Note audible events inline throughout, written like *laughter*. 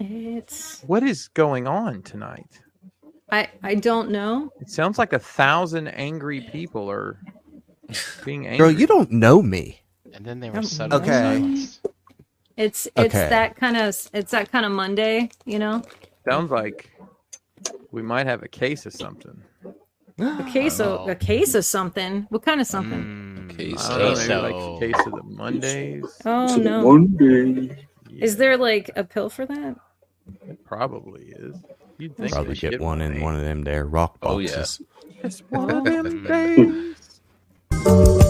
It's What is going on tonight? I I don't know. It sounds like a thousand angry people are being angry. Girl, you don't know me. And then they Um, were suddenly okay. silenced. It's it's Okay. that kind of it's that kind of Monday, you know. sounds like we might have a case of something. A case of know. a case of something. What kind of something? Mm, I Case don't of- know, okay, maybe so like a case of the Mondays. Oh no. Monday. Is there like a pill for that? It probably is. You'd think Probably they get give one in away. one of them there rock Oh, yeah. boxes. It's one *laughs* of them Mm. days.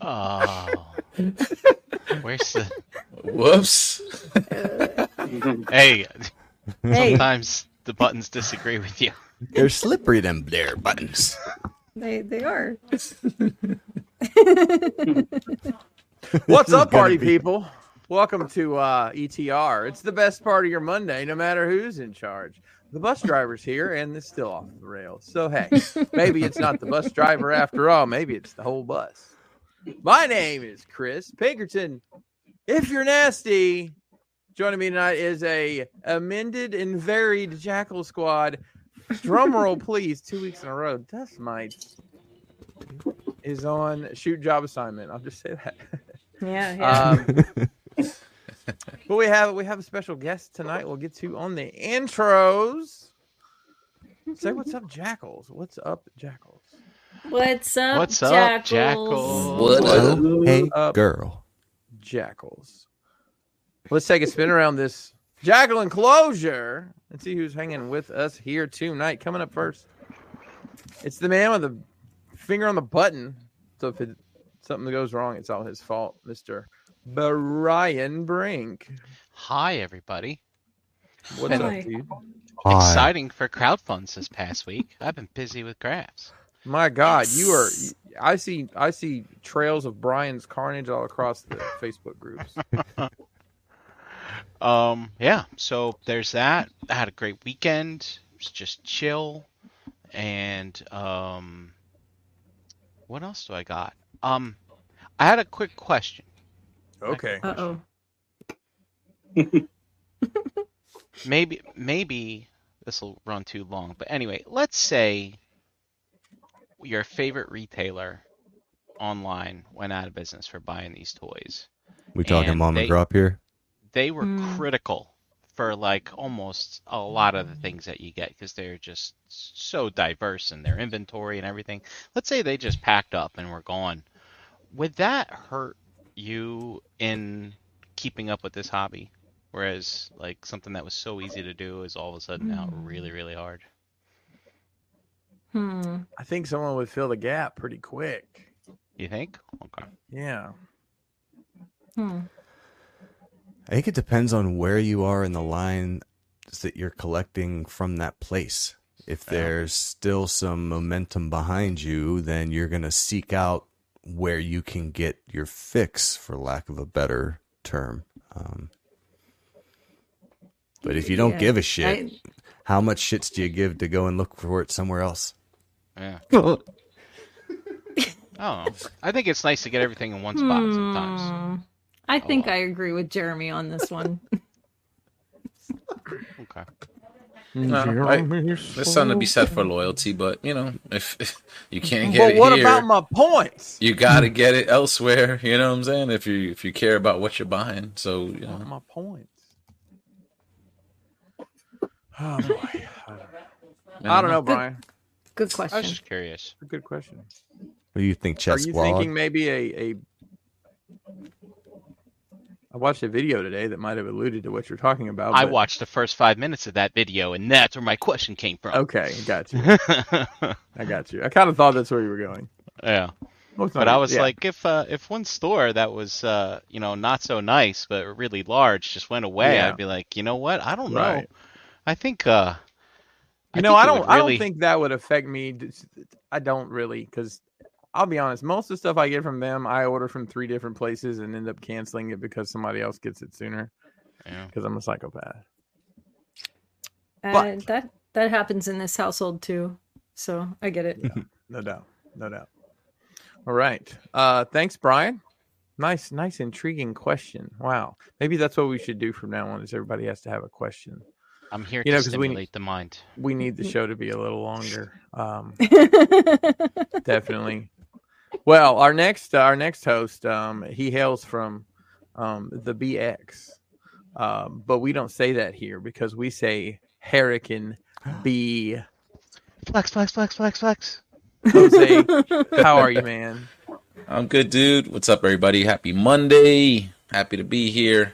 Oh. Where's the. Whoops. Hey, Hey, sometimes the buttons disagree with you. They're slippery, them there buttons. they they are. What's is up, gonna party be- people? Welcome to uh, ETR. It's the best part of your Monday, no matter who's in charge. The bus driver's here, and it's still off the rails. So hey, maybe it's not the bus driver after all. Maybe it's the whole bus. My name is Chris Pinkerton. If you're nasty, joining me tonight is a amended and varied Jackal Squad. Drum roll, please. Two weeks in a row. Dust Mite is on shoot job assignment. I'll just say that. Uh, Yeah, yeah. Um, but we have we have a special guest tonight. We'll get to on the intros. Say what's up, jackals. What's up, jackals? what's up, what's up, jackals? jackals? What up? Oh, hey, Up. girl. Jackals. Let's take a spin around this jackal enclosure and see who's hanging with us here tonight. Coming up first, it's the man with the finger on the button. So if it, something goes wrong, it's all his fault, Mister Brian Brink. Hi, everybody. What's Hi. up, dude? Exciting for crowdfunds this past week. I've been busy with crafts. My God, you are. I see. I see trails of Brian's carnage all across the Facebook groups. Um, yeah, so there's that. I had a great weekend. It was just chill. And um what else do I got? Um I had a quick question. Okay. Uh oh. Maybe maybe this will run too long, but anyway, let's say your favorite retailer online went out of business for buying these toys. We talking And mom they- and drop here? they were Mm. critical for like almost a lot of the things that you get because they're just so diverse in their inventory and everything. Let's say they just packed up and were gone. Would that hurt you in keeping up with this hobby? Whereas like something that was so easy to do is all of a sudden now Mm. really, really hard. Hmm. I think someone would fill the gap pretty quick. You think? Okay. Yeah. Hmm. I think it depends on where you are in the line that you're collecting from that place. If there's still some momentum behind you, then you're going to seek out where you can get your fix, for lack of a better term. Um, but if you don't Yeah. give a shit, I- How much shits do you give to go and look for it somewhere else? Yeah. All Oh, I think it's nice to get everything in one spot sometimes. Hmm. I think wow. I agree with Jeremy on this one. *laughs* Okay. Uh, I- This something to be said for loyalty, but you know, if, if you can't get but it what here, about my points? you got to get it elsewhere. You know what I'm saying? If you if you care about what you're buying, so you What about know, my points? *sighs* Oh boy, I don't know, Brian. Good I was question. just curious. Good question. What do you think, Are Chess you Blog? thinking maybe a a? I watched a video today that might have alluded to what you're talking about. I but- watched the first five minutes of that video, and that's where my question came from. Okay, got you. Okay. I got you. I kind of thought that's where you were going. yeah. Well, it's But not- I was yeah. like, if uh, if one store that was uh, you know not so nice but really large just went away, Yeah. I'd be like, you know what? I don't know. Right. I think uh, you know, think I it don't. would I really- don't think that would affect me. Just- I don't really, because I'll be honest. Most of the stuff I get from them, I order from three different places and end up canceling it because somebody else gets it sooner. Yeah. Because I'm a psychopath. Uh, But- that that happens in this household too, so I get it. No doubt. No doubt. All right. Uh, thanks, Brian. Nice, nice, intriguing question. Wow. Maybe that's what we should do from now on. Is everybody has to have a question. I'm here You know, to 'cause we- stimulate the mind. We need the show to be a little longer. Um, That's definitely. Well, our next uh, our next host, um, he hails from um, the BX, um, but we don't say that here because we say *gasps* Hurricane B. Flex, flex, flex, flex, flex. *laughs* Jose, how are you, man? I'm good, dude. What's up, everybody? Happy Monday. Happy to be here.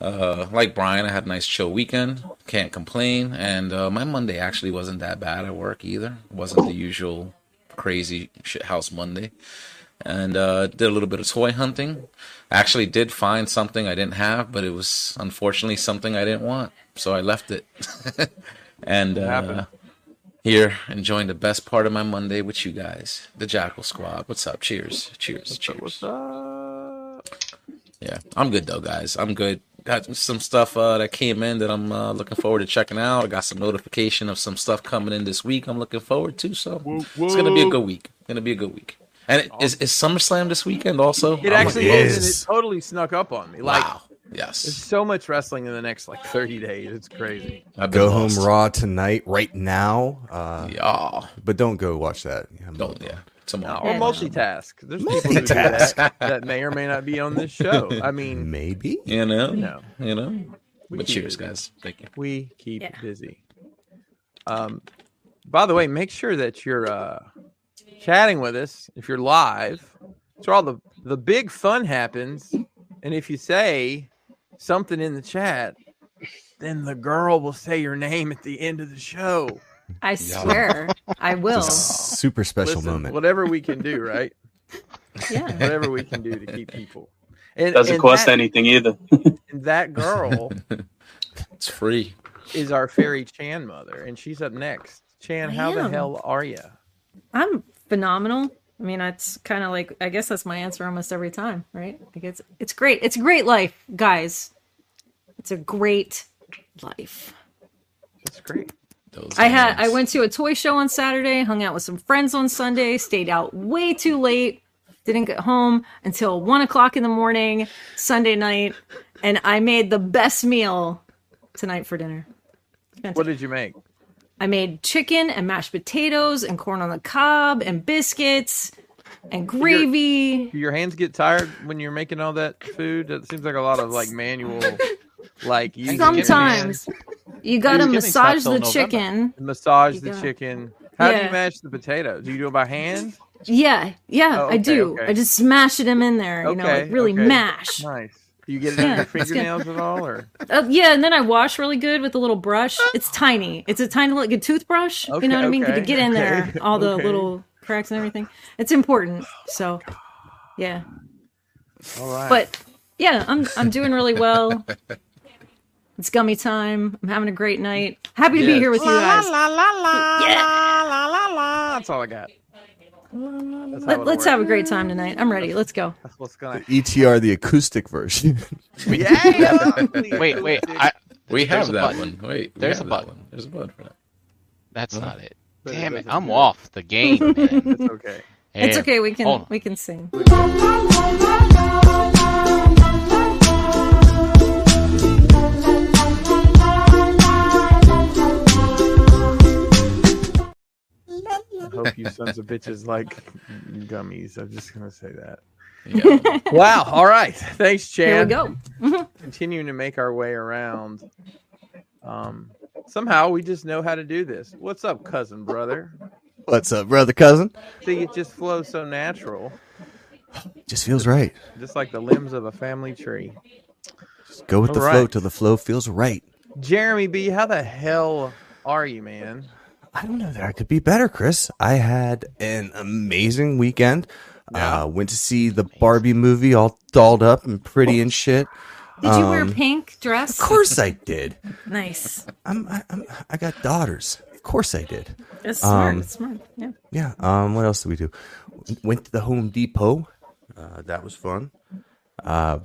Uh, like Brian, I had a nice chill weekend. Can't complain. And uh, my Monday actually wasn't that bad at work either. wasn't the usual crazy shithouse Monday. And uh, did a little bit of toy hunting. I actually did find something I didn't have, but it was unfortunately something I didn't want, so I left it. *laughs* and uh, happened? here, enjoying the best part of my Monday with you guys, the Jackal Squad. What's up? Cheers! Cheers! cheers! What's up? Yeah, I'm good though, guys. I'm good. Got some stuff uh, that came in that I'm uh, looking forward to checking out. I got some notification of some stuff coming in this week. I'm looking forward to. So it's gonna be a good week. Gonna be a good week. And it, is is SummerSlam this weekend also? It actually it is. and is. It totally snuck up on me. Like wow. there's Yes. so much wrestling in the next like 30 days. It's crazy. I've been Go home lost. raw tonight, right now. Uh, Yeah. But don't go watch that. I'm- Don't yeah. Tomorrow. Or Yeah. multitask. There's people who do that, *laughs* that may or may not be on this show. I mean, Maybe. You know. No. You know. We But keep cheers, it. guys. Thank you. we keep Yeah. busy. Um, by the way, make sure that you're uh, chatting with us if you're live. So all the the big fun happens, and if you say something in the chat, then the girl will say your name at the end of the show. I *laughs* swear, I will. It's a super special Listen, moment. Whatever we can do, right? Yeah. whatever we can do to keep *laughs* people. And, Doesn't and cost that, anything either. *laughs* and that *laughs* girl It's free. is our fairy Chan mother, and she's up next. Chan, I how the am. hell are you? I'm phenomenal. I mean, it's kind of like I guess that's my answer almost every time, right? Like it's it's great. It's a great life, guys. It's a great life. That's great. Those I had I guys. went to a toy show on Saturday, hung out with some friends on Sunday, stayed out way too late, didn't get home until one o'clock in the morning Sunday night, and I made the best meal tonight for dinner. What did you make? I made chicken and mashed potatoes and corn on the cob and biscuits and gravy. Do your hands get tired when you're making all that food? That seems like a lot of like manual, like using your hands, Sometimes you gotta Thanksgiving massage stops the till November. chicken. massage the Yeah. chicken. How do Yeah. you mash the potatoes? Do you do it by hand? Yeah, yeah, Oh, I okay, do. okay. I just smash it in, there, you know, Okay, like really okay. mash. Nice. Do you get it in Yeah, your it's good. fingernails at all, or Uh, yeah, and then I wash really good with a little brush. It's tiny. It's a tiny like a toothbrush. Okay, you know what I mean? You okay, could get in there, okay, all the okay. little cracks and everything. It's important. So, yeah. all right? But yeah, I'm I'm doing really well. It's gummy time. I'm having a great night. Happy to be Yes. here with you guys. *laughs* Yeah. that's all I got. That's how Let, it'll let's work. have a great time tonight. I'm ready. Let's go. That's what's *laughs* gonna. ETR, E the acoustic version. *laughs* Yeah. Wait, wait. I, We There's have a that button. one. Wait. we There's have a that button. one. There's a button for that. That's Huh? not it. But it Damn it! doesn't I'm do it. off the game. Man. It's okay. It's Damn. okay. We can Hold on. we can sing. I hope you sons of bitches like gummies. I'm just gonna say that. Yeah. *laughs* Wow. All right. Thanks, Chan. Here we go. Continuing to make our way around. Um, somehow we just know how to do this. What's up, cousin brother? What's up, brother cousin? I think it just flows so natural, Just feels right. just like the limbs of a family tree. Just go with the All flow right. till the flow feels right. Jeremy B, how the hell are you, man? I don't know that I could be better, Chris. I had an amazing weekend. Uh, went to see the Barbie movie, all dolled up and pretty and shit. Did you wear a Um, pink dress? Of course I did. Nice. I'm, I, I'm, I got daughters. Of course I did. That's smart. Um, that's smart. Yeah. Yeah. Um. What else did we do? Went to the Home Depot. Uh, that was fun. Uh,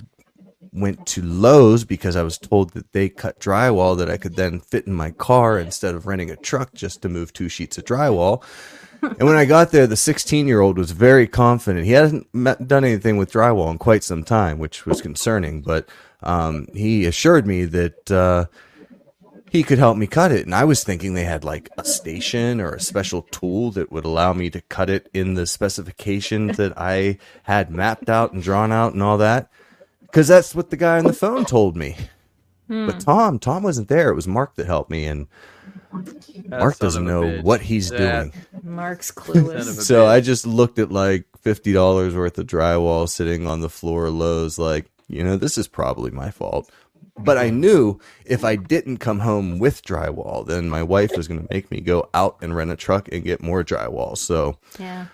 went to Lowe's because I was told that they cut drywall that I could then fit in my car instead of renting a truck just to move two sheets of drywall. And when I got there, the 16 year old was very confident. He hadn't met, done anything with drywall in quite some time, which was concerning. But um, he assured me that uh, he could help me cut it. And I was thinking they had like a station or a special tool that would allow me to cut it in the specification that I had mapped out and drawn out and all that. Because that's what the guy on the phone told me. But Tom, Tom wasn't there. It was Mark that helped me. And Mark That doesn't son of a know bitch. what he's That doing. Mark's son of a clueless. So bitch. I just looked at like fifty dollars worth of drywall sitting on the floor of Lowe's, like, you know, this is probably my fault. But I Mm-hmm. knew if I didn't come home with drywall, then my wife was gonna make me go out and rent a truck and get more drywall. So yeah.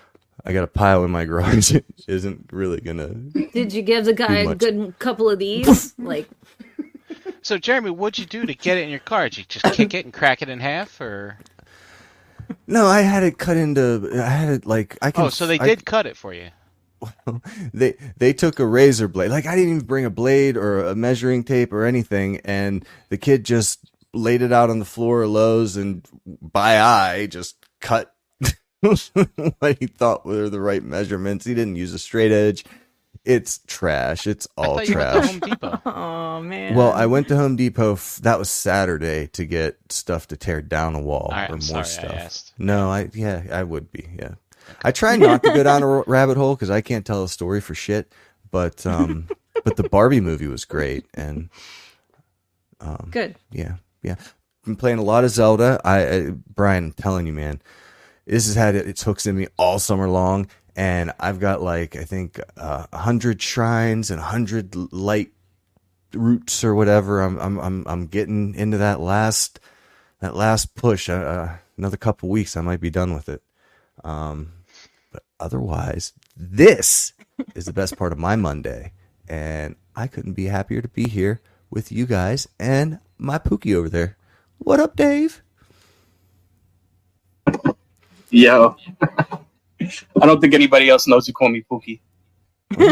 I got a pile in my *laughs* garage that isn't really gonna Did you give the guy Too a much. good couple of these? *laughs* like, So Jeremy, what'd you do to get it in your car? Did you just kick it and crack it in half, or No, I had it cut into I had it like I can oh, so they I- did cut it for you? they they took a razor blade. Like I didn't even bring a blade or a measuring tape or anything, and the kid just laid it out on the floor of Lowe's and by eye just cut *laughs* what he thought were the right measurements. He didn't use a straight edge. It's trash. It's I all thought you went to trash. Home *laughs* Depot. oh man. Well, I went to Home Depot. F- that was Saturday to get stuff to tear down a wall All right, or I'm more sorry stuff. I asked. No, I yeah, I would be. Yeah, I try not to go down a r- rabbit hole because I can't tell a story for shit. But um, but the Barbie movie was great, and um, good. yeah, yeah. Been playing a lot of Zelda. I, I Brian, I'm telling you, man, this has had its hooks in me all summer long, and I've got like I think uh, a hundred shrines and a hundred light roots or whatever. I'm I'm I'm I'm getting into that last that last push. Uh, Uh, another couple weeks, I might be done with it. Um, but otherwise, this is the best part of my Monday, and I couldn't be happier to be here with you guys and my Pookie over there. What up, Dave? Yo. I don't think anybody else knows who call me Pookie. Can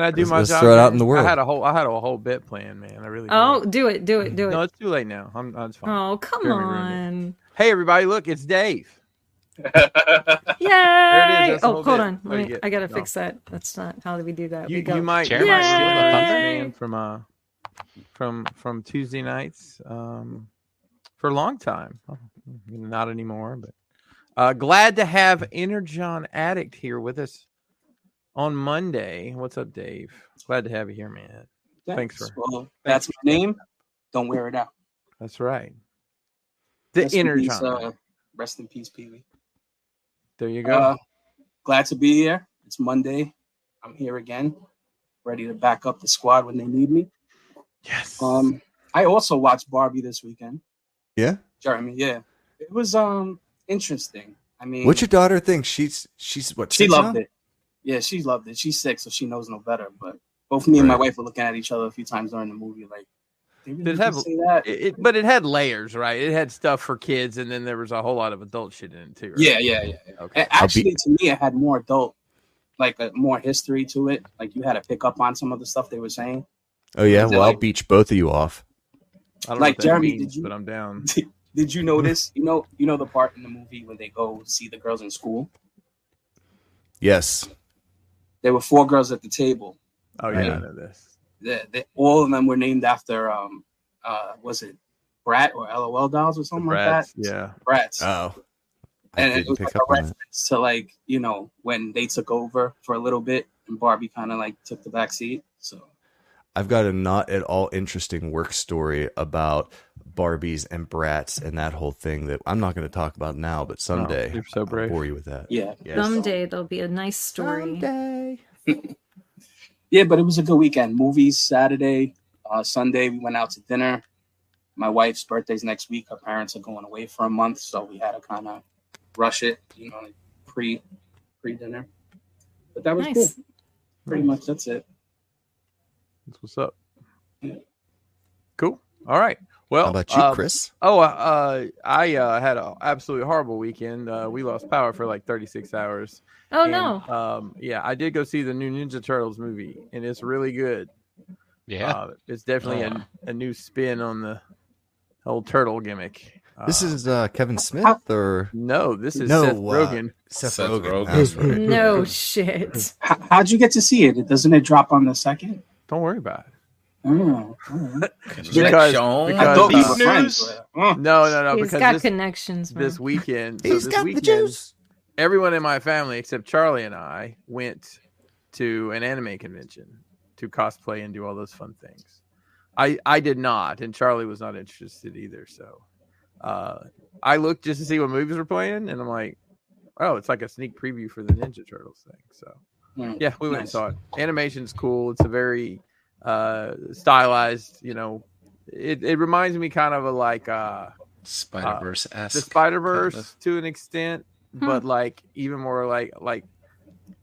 I do Let's- my let's job? throw it out man? in the world. I had a whole I had a whole bit plan, man. I really Oh, did. do it, do it, do no, it. it's too late now. I'm I'm- it's fine. Oh, come Jeremy *laughs* on. Hey everybody, look, it's Dave. it is. Yay! That's the Oh, whole hold bit. on. Oh, you Let me, get- I gotta no. fix that. That's not how we do that. You, we go. you might Jeremy you might steal the thunder Yay! man from uh from from Tuesday nights um for a long time. Oh, Not anymore, but uh glad to have Energon Addict here with us on Monday. What's up, Dave? Glad to have you here, man. Thanks for- Well, that's my name. Don't wear it out. That's right. The Rest in Energon. peace, uh, rest in peace, Pee Wee. there you go. Uh, glad to be here. It's Monday. I'm here again, ready to back up the squad when they need me. yes. Um, I also watched Barbie this weekend. Yeah. Jeremy, yeah, it was um interesting. I mean, What's your daughter think? She's she's what? she six loved now? it. Yeah, she loved it. She's sick, so she knows no better. But both me and my Right. wife were looking at each other a few times during the movie, like, they really Did it did have- say that? it, it- but it had layers, right? It had stuff for kids, and then there was a whole lot of adult shit in it too. Right? yeah, yeah, yeah. Okay. A- Actually, to me, it had more adult, like uh, more history to it. Like you had to pick up on some of the stuff they were saying. Oh yeah. Is it Well, I'll like- beach both of you off. I don't know Like, what that Jeremy, means, did you- *laughs* but I'm down. Did you notice? You know, you know the part in the movie when they go see the girls in school. Yes. There were four girls at the table. Oh yeah, I know this. The, the, all of them were named after um, uh, was it Brat or LOL dolls or The something brats. like that? Yeah. Brats. Oh. I and it didn't was pick like up a on that. reference to like you know when they took over for a little bit and Barbie kind of like took the back seat. So I've got a not at all interesting work story about Barbies and brats and that whole thing that I'm not going to talk about now, but someday you're so I'll brave. bore you with that. yeah, Yes. Someday there'll be a nice story. yeah, but it was a good weekend. Movies Saturday, uh, Sunday we went out to dinner. My wife's birthday's next week. Her parents are going away for a month, so we had to kind of rush it, you know, like pre pre dinner. But that was Nice. cool. Pretty much that's it. That's what's up. Cool. All right. Well, How about you, uh, Chris? Oh, uh, I uh, had an absolutely horrible weekend. Uh, we lost power for like 36 hours. Oh And, *laughs* no. Um, yeah, I did go see the new Ninja Turtles movie, and it's really good. Yeah. Uh, it's definitely a, a new spin on the whole turtle gimmick. Uh, This is uh, Kevin Smith or no, this is No, Seth uh, Rogen. Seth, Seth Rogen. Rogen. That's right. No shit. How, how'd you get to see it? Doesn't it drop on the second? Don't worry about it. Oh, all right. Because- Connection. because- I Uh, thought we were Fox friends. News? but, uh, No, no, no. He's because got this, connections, man. this weekend, so He's this got the weekend, juice. everyone in my family except Charlie and I went to an anime convention to cosplay and do all those fun things. I I did not, and Charlie was not interested either. So uh, I looked just to see what movies were playing, and I'm like, oh, it's like a sneak preview for the Ninja Turtles thing. So mm. yeah, we went and Nice. saw it. Animation's cool. It's a very uh, stylized. You know, it it reminds me kind of a like. Uh, Spider Verse the esque. Spider Verse Kinda. to an extent, but like even more like like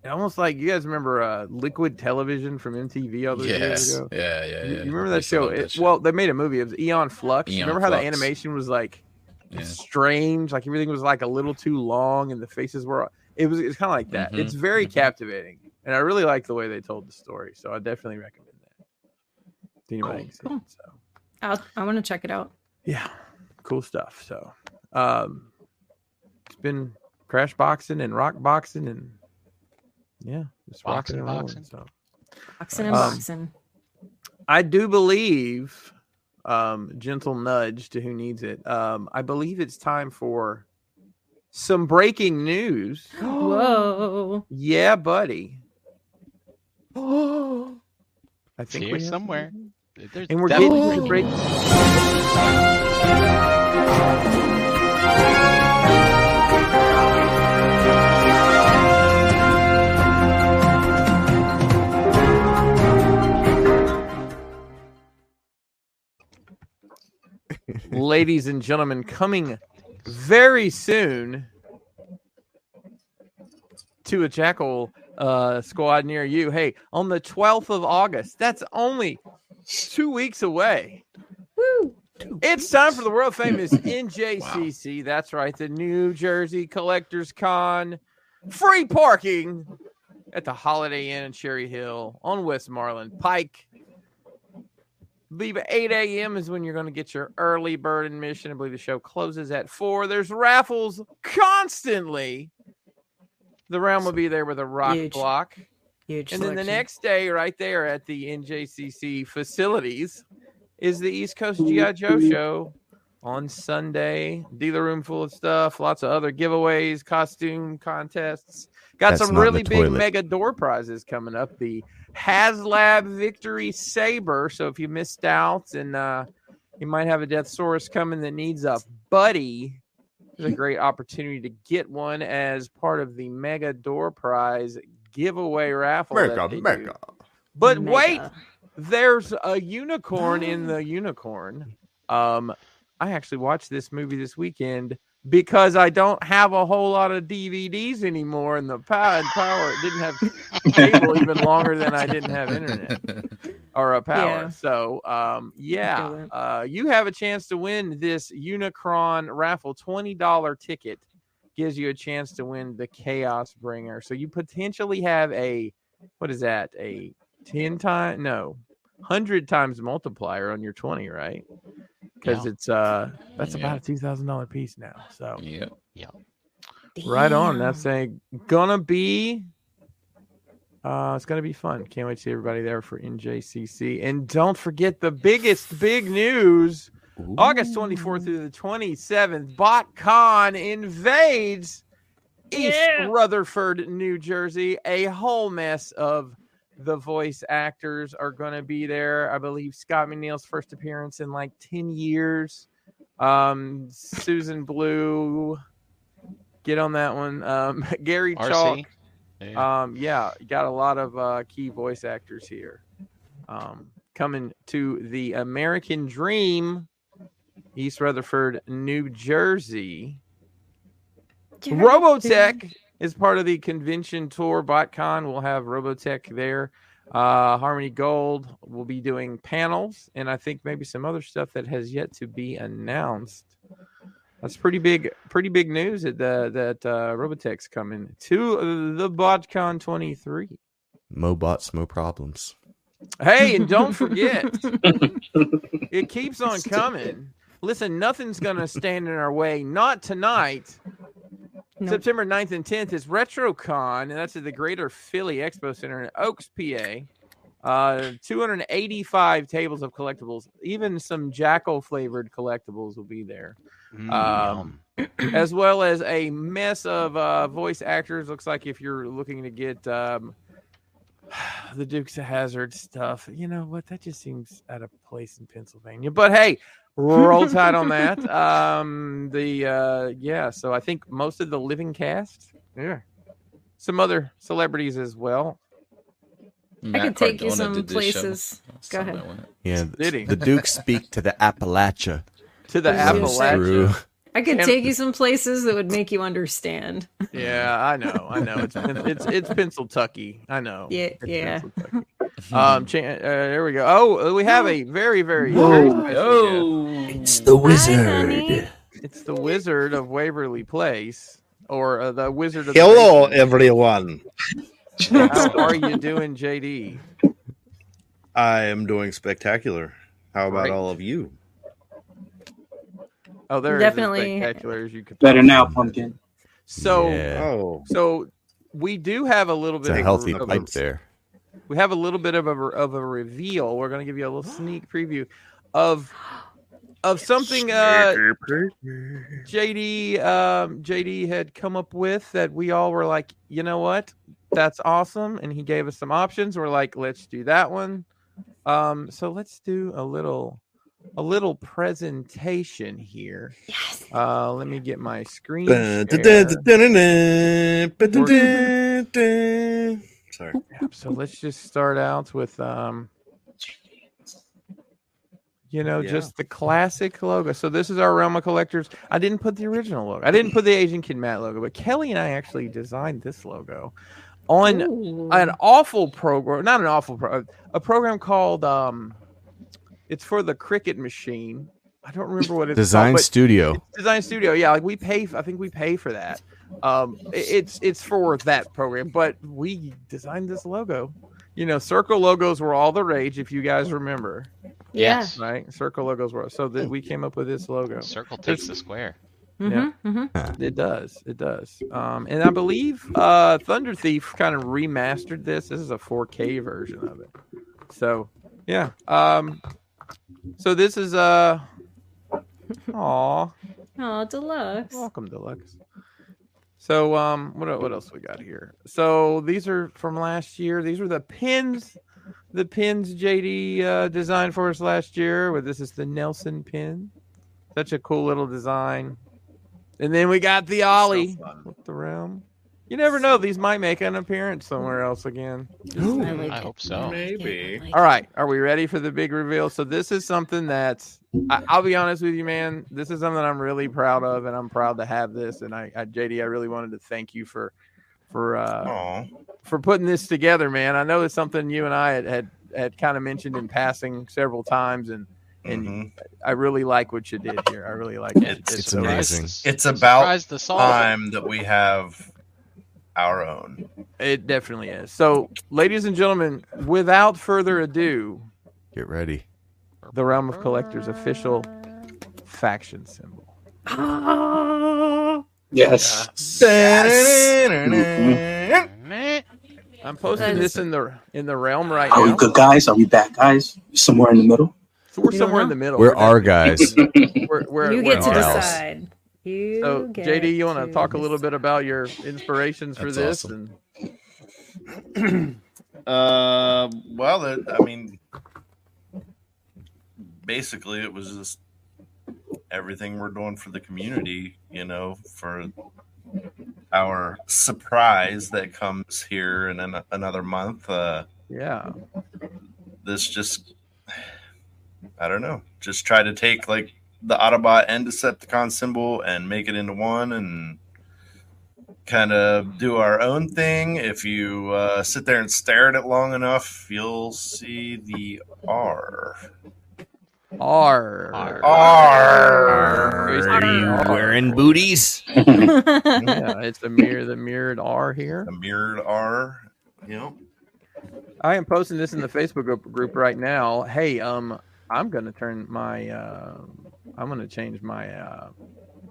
almost like you guys remember uh, Liquid Television from MTV all those years Yes. ago. Yeah, yeah, yeah. You- you remember I that used to show? love It- well, they made a movie. It was Eon Flux. Aeon remember how the Flux. animation was like Yeah. strange? Like everything was like a little too long, and the faces were. It was. It's kind of like that. Mhm, It's very mhm. captivating, and I really like the way they told the story. So I definitely recommend that. to anybody who's seen it, so. I'll, I want to check it out. Yeah, cool stuff. So, um, it's been crash boxing and rock boxing and yeah, just Boxing, rocking and rolling. boxing. So, Boxing and Um, boxing. I do believe, um, gentle nudge to who needs it. Um, I believe it's time for some breaking news. Whoa. Yeah, buddy. I It's think here we have- somewhere. There's and we're definitely- getting to break. Ladies and gentlemen, coming very soon to a jackal uh, squad near you. Hey, on the 12th of August, that's only two weeks away. Woo. It's time for the world famous NJCC. That's right, the New Jersey Collectors Con. Free parking at the Holiday Inn in Cherry Hill on Westmoreland Pike. Leave at 8 a.m. is when you're going to get your early bird admission. I believe the show closes at 4. There's raffles constantly. The realm will be there with a rock Huge. block. Huge. And then the selection. next day, right there at the NJCC facilities, is the East Coast GI Joe Mm-hmm. show on Sunday. Dealer room full of stuff, lots of other giveaways, costume contests. Got That's some not in really the big toilet. mega door prizes coming up. The HasLab Victory Saber. So if you missed out and uh, you might have a Death Source coming that needs a buddy is a great opportunity to get one as part of the Mega Door Prize giveaway raffle. that they do. But Mega. wait, there's a unicorn in the unicorn. Um, I actually watched this movie this weekend because I don't have a whole lot of DVDs anymore, and the power and power it didn't have cable even longer than I didn't have internet or a power. Yeah. So, um, feel yeah, it. uh, you have a chance to win this Unicron raffle. Twenty dollar ticket gives you a chance to win the Chaos Bringer. So you potentially have a what is that? A ten time? No, hundred times multiplier on your twenty, right? because Yeah. it's uh that's Yeah. about a two thousand dollar piece now. So *laughs* Yeah. right on. Damn. That's a gonna be. Uh, it's gonna be fun. Can't wait to see everybody there for NJCC. And don't forget the biggest big news. August 24th through the 27th, BotCon invades East Yeah. Rutherford, New Jersey. A whole mess of the voice actors are going to be there. I believe Scott McNeil's first appearance in like 10 years. Um, Susan Blue, get on that one. Um, *laughs* Gary Chalk. RC. Yeah. Um, yeah, got a lot of uh, key voice actors here. Um, coming to the American Dream, East Rutherford, New Jersey. Robotech is part of the convention tour. BotCon will have Robotech there. Uh, Harmony Gold will be doing panels, and I think maybe some other stuff that has yet to be announced. That's pretty big, pretty big news that the, that uh, Robotech's coming to the BotCon 23. Mobots, no problems. Hey, and don't forget, it keeps on coming. Listen, nothing's gonna stand in our way. Not tonight. Nope. September 9th and 10th is RetroCon, and that's at the Greater Philly Expo Center in Oaks, PA. Uh, 285 tables of collectibles, even some Jackal flavored collectibles will be there, Mm, um, yum. as well as a mess of uh, voice actors. Looks like if you're looking to get um, *sighs* the Dukes of Hazard stuff, you know what? That just seems out of place in Pennsylvania. But hey, roll tide on that. Um, the uh, yeah, so I think most of the living cast, yeah, some other celebrities as well. I Matt could take you Cardona some did this show. places. Last Go time ahead. I went. Yeah, Did he? the Dukes speak to the Appalachia. To the I was gonna Appalachian. Screw. I could Damn. take you some places that would make you understand. Yeah, I know, I know. It's Pen- it's it's Pennsylvania. I know. Yeah, It's yeah. Pennsylvania. Mm-hmm. Um, cha- uh, there we go. Oh, we have *gasps* a very, very, very Mm-hmm. Whoa. special guest. Oh, *laughs* the honey. It's the Wizard of Waverly Place, or uh, the Wizard of. the Hello, Basement. everyone. How are you doing, JD? I am doing spectacular. How about Great. all of you? Oh, there Definitely. is as spectacular as you could. Better now, pumpkin. So, Yeah. Oh, so we do have a little it's bit a of healthy of pipe there. We have a little bit of a of a reveal. We're going to give you a little sneak preview of of something uh, JD um, JD had come up with that we all were like, you know what, that's awesome, and he gave us some options. We're like, let's do that one. Um, so let's do a little a little presentation here. Yes. Uh, let me get my screen. Dun, dun, share. dun, dun, dun, dun, dun, dun, dun, dun. Sorry. Yep, So let's just start out with um you know, Yeah. just the classic logo. So this is our realm of collectors. I didn't put the original logo. I didn't put the Asian Kid Matt logo, but Kelly and I actually designed this logo on Ooh. an awful program, not an awful pro, a program called um it's for the cricket machine. I don't remember what it's Design called, but- studio. design studio yeah like we pay i think we pay for that um i- it's it's for that program but we designed this logo you know circle logos were all the rage if you guys remember Yeah. Yes. right circle logos were so that we came up with this logo Circle takes the square. Mhm, mhm. it does it does um and i believe uh thunder thief kind of remastered this this is a 4k version of it so yeah um so this is uh Aw. Oh, deluxe. Welcome, Deluxe. So, um, what el- what else we got here? So these are from last year. These were the pins, the pins JD uh, designed for us last year. Where this is the Nelson pin, such a cool little design. And then we got the Ollie with the realm. You never know; these might make an appearance somewhere else again. I like I it. hope so. Maybe. All right, are we ready for the big reveal? So this is something that I, I'll be honest with you, man. This is something I'm really proud of, and I'm proud to have this. And I, I JD, I really wanted to thank you for for Oh. uh, Aw. for putting this together, man. I know it's something you and I had had, had kind of mentioned in passing several times, and and mm-hmm. Mhm. I really like what you did here. I really like what you It's- did. it's So, amazing. It's about Surprise the solve it. time that we have our own. It definitely is. So, ladies and gentlemen, without further ado, Get ready. the realm of collectors official faction symbol. Ah. Yes. Mm-hmm. Meh. I'm posting That this in the in the realm right Are we now. Oh, good guys? Are we bad guys? Somewhere in the middle? So we're You don't somewhere in know? the middle. We're not- our guys. We're, we're, you we're get to our Dallas. guys. decide. You So get JD, you want to talk a little decide. bit about your inspirations for That's this? awesome. And Uh, well, it, I mean, basically, it was just everything we're doing for the community, you know, for our surprise that comes here in an, another month. Uh, yeah, this just, I don't know, just try to take like the Autobot and Decepticon symbol and make it into one and kind of do our own thing. If you uh, sit there and stare at it long enough, you'll see the R. R. R. Are you wearing booties? *laughs* yeah, it's a mirror, the mirrored R here. A mirrored R. You know, I am posting this in the Facebook group, group right now. Hey, um, I'm gonna turn my, uh, I'm gonna change my uh,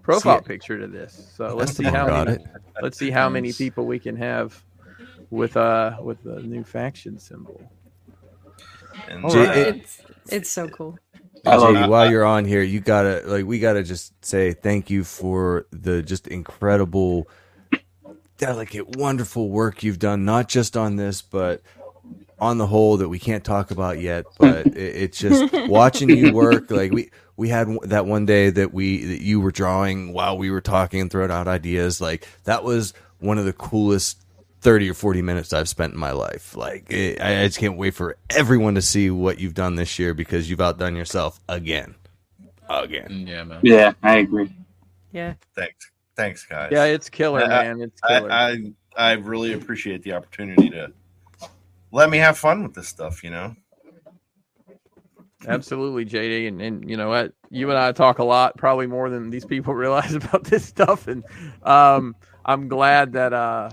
profile it. picture to this. So let's see Oh, how got many, it. let's see how many people we can have with uh with the new faction symbol. and All uh, right. it's it's so cool. *laughs* I love JD, it. while you're on here, you gotta like we gotta just say thank you for the just incredible, delicate, wonderful work you've done, not just on this, but on the whole that we can't talk about yet. But it, it's just watching you work. Like we we had w- that one day that we that you were drawing while we were talking and throwing out ideas. Like that was one of the coolest 30 or 40 minutes I've spent in my life. Like, it, I I just can't wait for everyone to see what you've done this year because you've outdone yourself again. Again. Mm, Yeah, man. Yeah, I agree. Yeah. thanks, thanks, guys. Yeah, it's killer, I- I- man. It's killer. I, I I really appreciate the opportunity to let me have fun with this stuff. You know, Absolutely, JD, and, and you know what, you and I talk a lot, probably more than these people *laughs* realize about this stuff, and um, I'm glad that uh,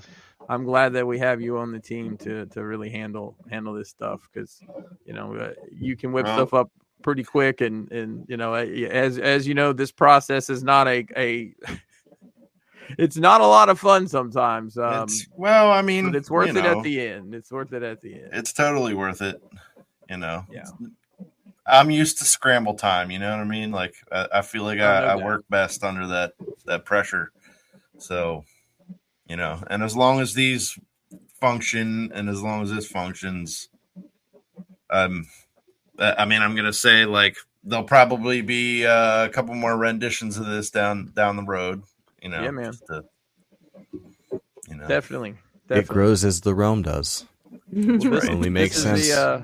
I'm glad that we have you on the team to to really handle handle this stuff because you know uh, you can whip Well- stuff up pretty quick, and and you know uh, as as you know, this process is not a a *laughs* it's not a lot of fun sometimes, um, it's, well, I mean, but it's worth you it know. at the end. It's worth it at the end. it's totally worth it. You know. Yeah. I'm used to scramble time. You know what I mean? Like I, I feel like I I, know I, that. work best under that that pressure. So, you know, and as long as these function, and as long as this functions, um, I I mean, I'm gonna say like there'll probably be uh, a couple more renditions of this down down the road. You know, Yeah, man. just to- you know, Definitely, It definitely. grows as the realm does. Well, this- Only this makes is sense. The, uh,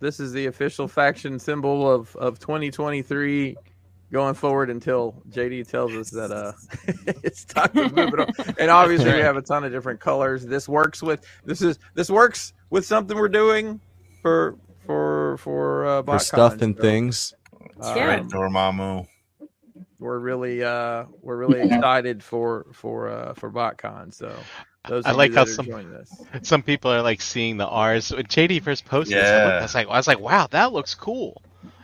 this is the official faction symbol of, of 2023 going forward until JD tells us that uh, *laughs* it's time to move it on. And obviously, we have a ton of different colors. This works with this is this works with something we're doing for for for uh, For BotCon. stuff and So, things. um, Yeah. right, Dormammu. We're really uh, we're really excited for for uh, for BotCon. So. Those I of like you how that are some- joining us. Some people are like seeing the R's. When JD first posted this, I, looked, I Yeah. was like, I was like, wow, that looks cool,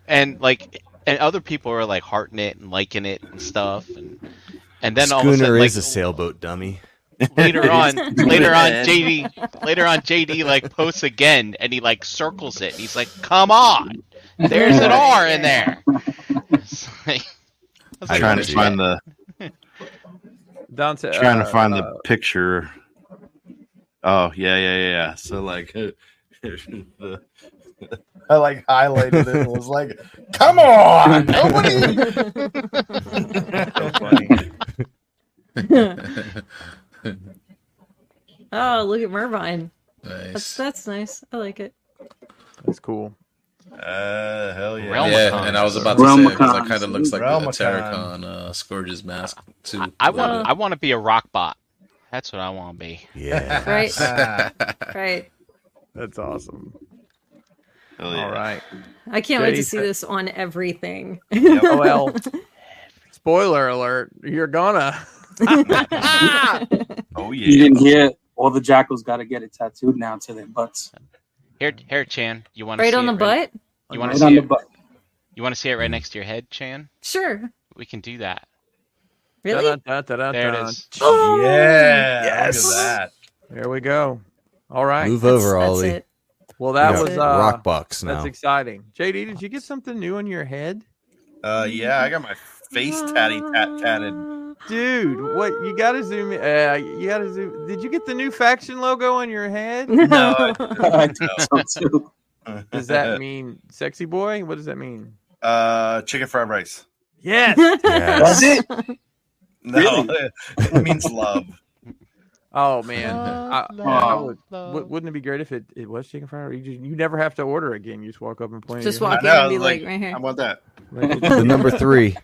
and like, and other people are like hearting it and liking it and stuff, and and then all of a Schooner sudden, like, is a sailboat dummy. later on, later on, JD, later on, JD like posts again, and he like circles it. He's like, come on, there's an R *laughs* in there. It's like- I was I like, got it. "Holy Trying to shit." find the Dante, trying to uh, find uh, the picture. Oh yeah, yeah, yeah. yeah. So like, *laughs* the, I like highlighted it and was like, "Come *laughs* on, nobody." *laughs* oh, look at Mervine. That's Nice. that's nice. I like *laughs* it. That's cool. Uh, hell yeah. Realm- yeah, and I was about to Realm say of because that Cons. kind of looks like Realm the of Terracon uh, Scourge's mask too. I want, Uh. I want to be a rock bot. That's what I want *laughs* to be. Yeah. *laughs* Right, *laughs* Ah, right. That's awesome. hell yeah. All *laughs* right. I can't wait to JD see said- this on everything. *laughs* oh, Oh, Well, *laughs* spoiler alert, you're gonna. Oh You yeah. didn't hear it. all the jackals got to get it tattooed now to their butts. Here, here, Chan. You want to right on the butt? You want Right to see on the it? butt. You want to see it right next to your head, Chan? Sure. We can do that. Really? There it is. Yeah. Yes. Look at There we go. All right. Move That's- over, that's Ollie. it. Well, that Yeah. was uh, rock box that's now. exciting. JD, did you get something new on your head, that. Uh, yeah, I got my face tatty tat tatted. dude? What you got to zoom? In, uh, you got to zoom. Did you get the new faction logo on your head? No, I *laughs* I think so too. Does *laughs* that mean sexy boy? What does that mean? *laughs* uh chicken fried rice? Yes. Yes. *laughs* That's it. No, Really? *laughs* it means love. Oh man, I, Love, I love, would, w- wouldn't it be great if it, it was chicken fried? rice? You, just, you never have to order again. You just walk up and point. at Just your walk I in know, and be like, like, right here. I want that. hand. *laughs* *laughs* The number three.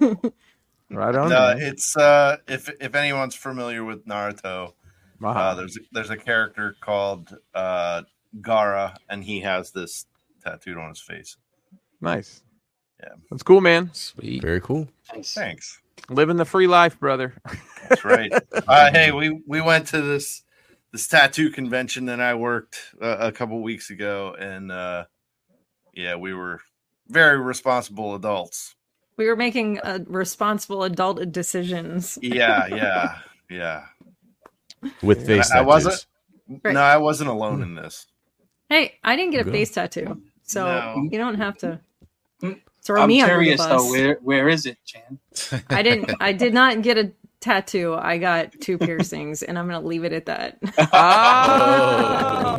right on. No, man. it's uh, if if anyone's familiar with Naruto, Wow. uh, there's there's a character called uh Gara, and he has this tattooed on his face. nice. Yeah. That's cool, man. *laughs* Sweet. Very cool. Nice. Thanks. Living the free life, brother. *laughs* That's right. uh, hey, we we went to this this tattoo convention that I worked uh, a couple weeks ago, and uh, yeah, we were very responsible adults. *laughs* we were making uh, responsible adult decisions. Yeah, yeah, yeah. With face I- I tattoos. wasn't- Right. No, I wasn't alone in this. Hey, I didn't get a Good. face tattoo, so No. you don't have to Mm. throw I'm me under the curious bus. though. Where where is it, Chan? I didn't. I did not get a tattoo. I got two piercings, and I'm gonna leave it at that. *laughs*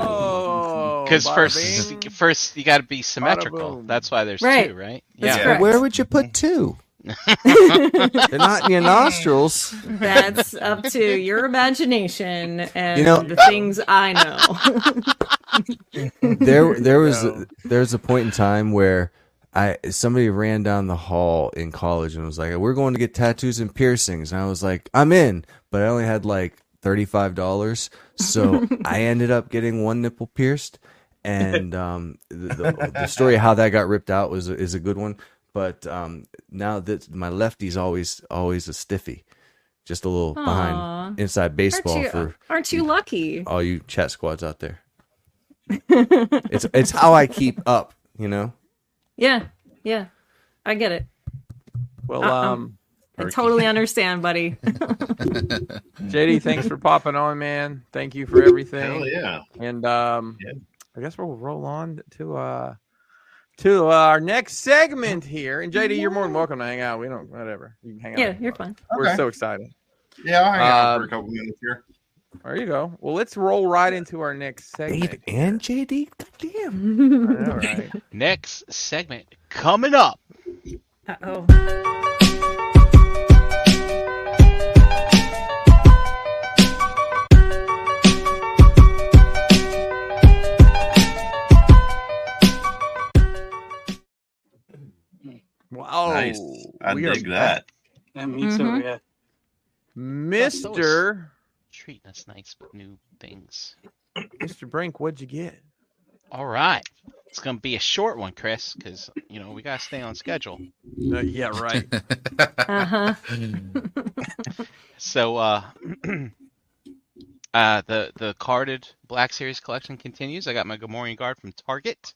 Oh, Because Bada first, bing. first you got to be symmetrical. boom. That's why there's Right. two, right? That's yeah. correct. *laughs* But where would you put two? They're not in your nostrils. That's up to your imagination and You know- the things I know. there there was No. there was a point in time where I somebody ran down the hall in college and was like, "We're going to get tattoos and piercings," and I was like, "I'm in," but I only had like thirty five dollars, *laughs* so I ended up getting one nipple pierced. And um, the, the, the story of how that got ripped out was is a good one. But um, now that my lefty's always always a stiffy, just a little Aw. behind inside baseball aren't you? for aren't you lucky? all you Oh. chat squads out there. it's it's how I keep up, you know. Yeah, yeah. I get it. Well, Uh-uh. *laughs* um, I totally understand, buddy. *laughs* JD, thanks for popping on, man. Thank you for everything. Hell yeah. And um, Yeah. I guess we'll roll on to uh to uh, our next segment here. And JD, you're more than welcome to hang out. We don't whatever. You can hang out. Yeah, if you you're want. fine. We're Okay. so excited. Yeah, I'll hang out for Um, a couple minutes here. There you go. Well, let's roll right into our next segment. and JD, goddamn. All right. *laughs* Next segment coming up. Uh oh. Wow. nice. I We are dig that. Yeah, me Mhm. too. Yeah. Mr. Treating us nice with new things. Mr. Brink, what'd you get? All right. It's gonna be a short one, Chris, because you know we gotta stay on schedule. Uh, yeah, right. *laughs* Uh huh. So uh *clears throat* uh the the carded Black Series collection continues. I got my Gamorrean guard from Target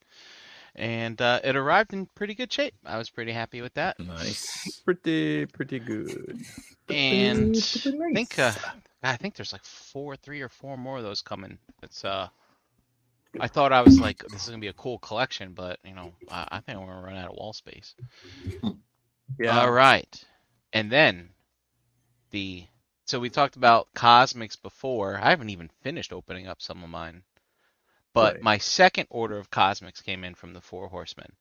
and uh it arrived in pretty good shape. I was pretty happy with that. nice. *laughs* pretty, pretty good. And I think uh I think there's like four three or four more of those coming. It's uh I thought I was like this is gonna be a cool collection, but you know, I, I think I'm gonna run out of wall space. Yeah. All right. And then the so we talked about cosmics before. I haven't even finished opening up some of mine. But Right. my second order of cosmics came in from the Four Horsemen.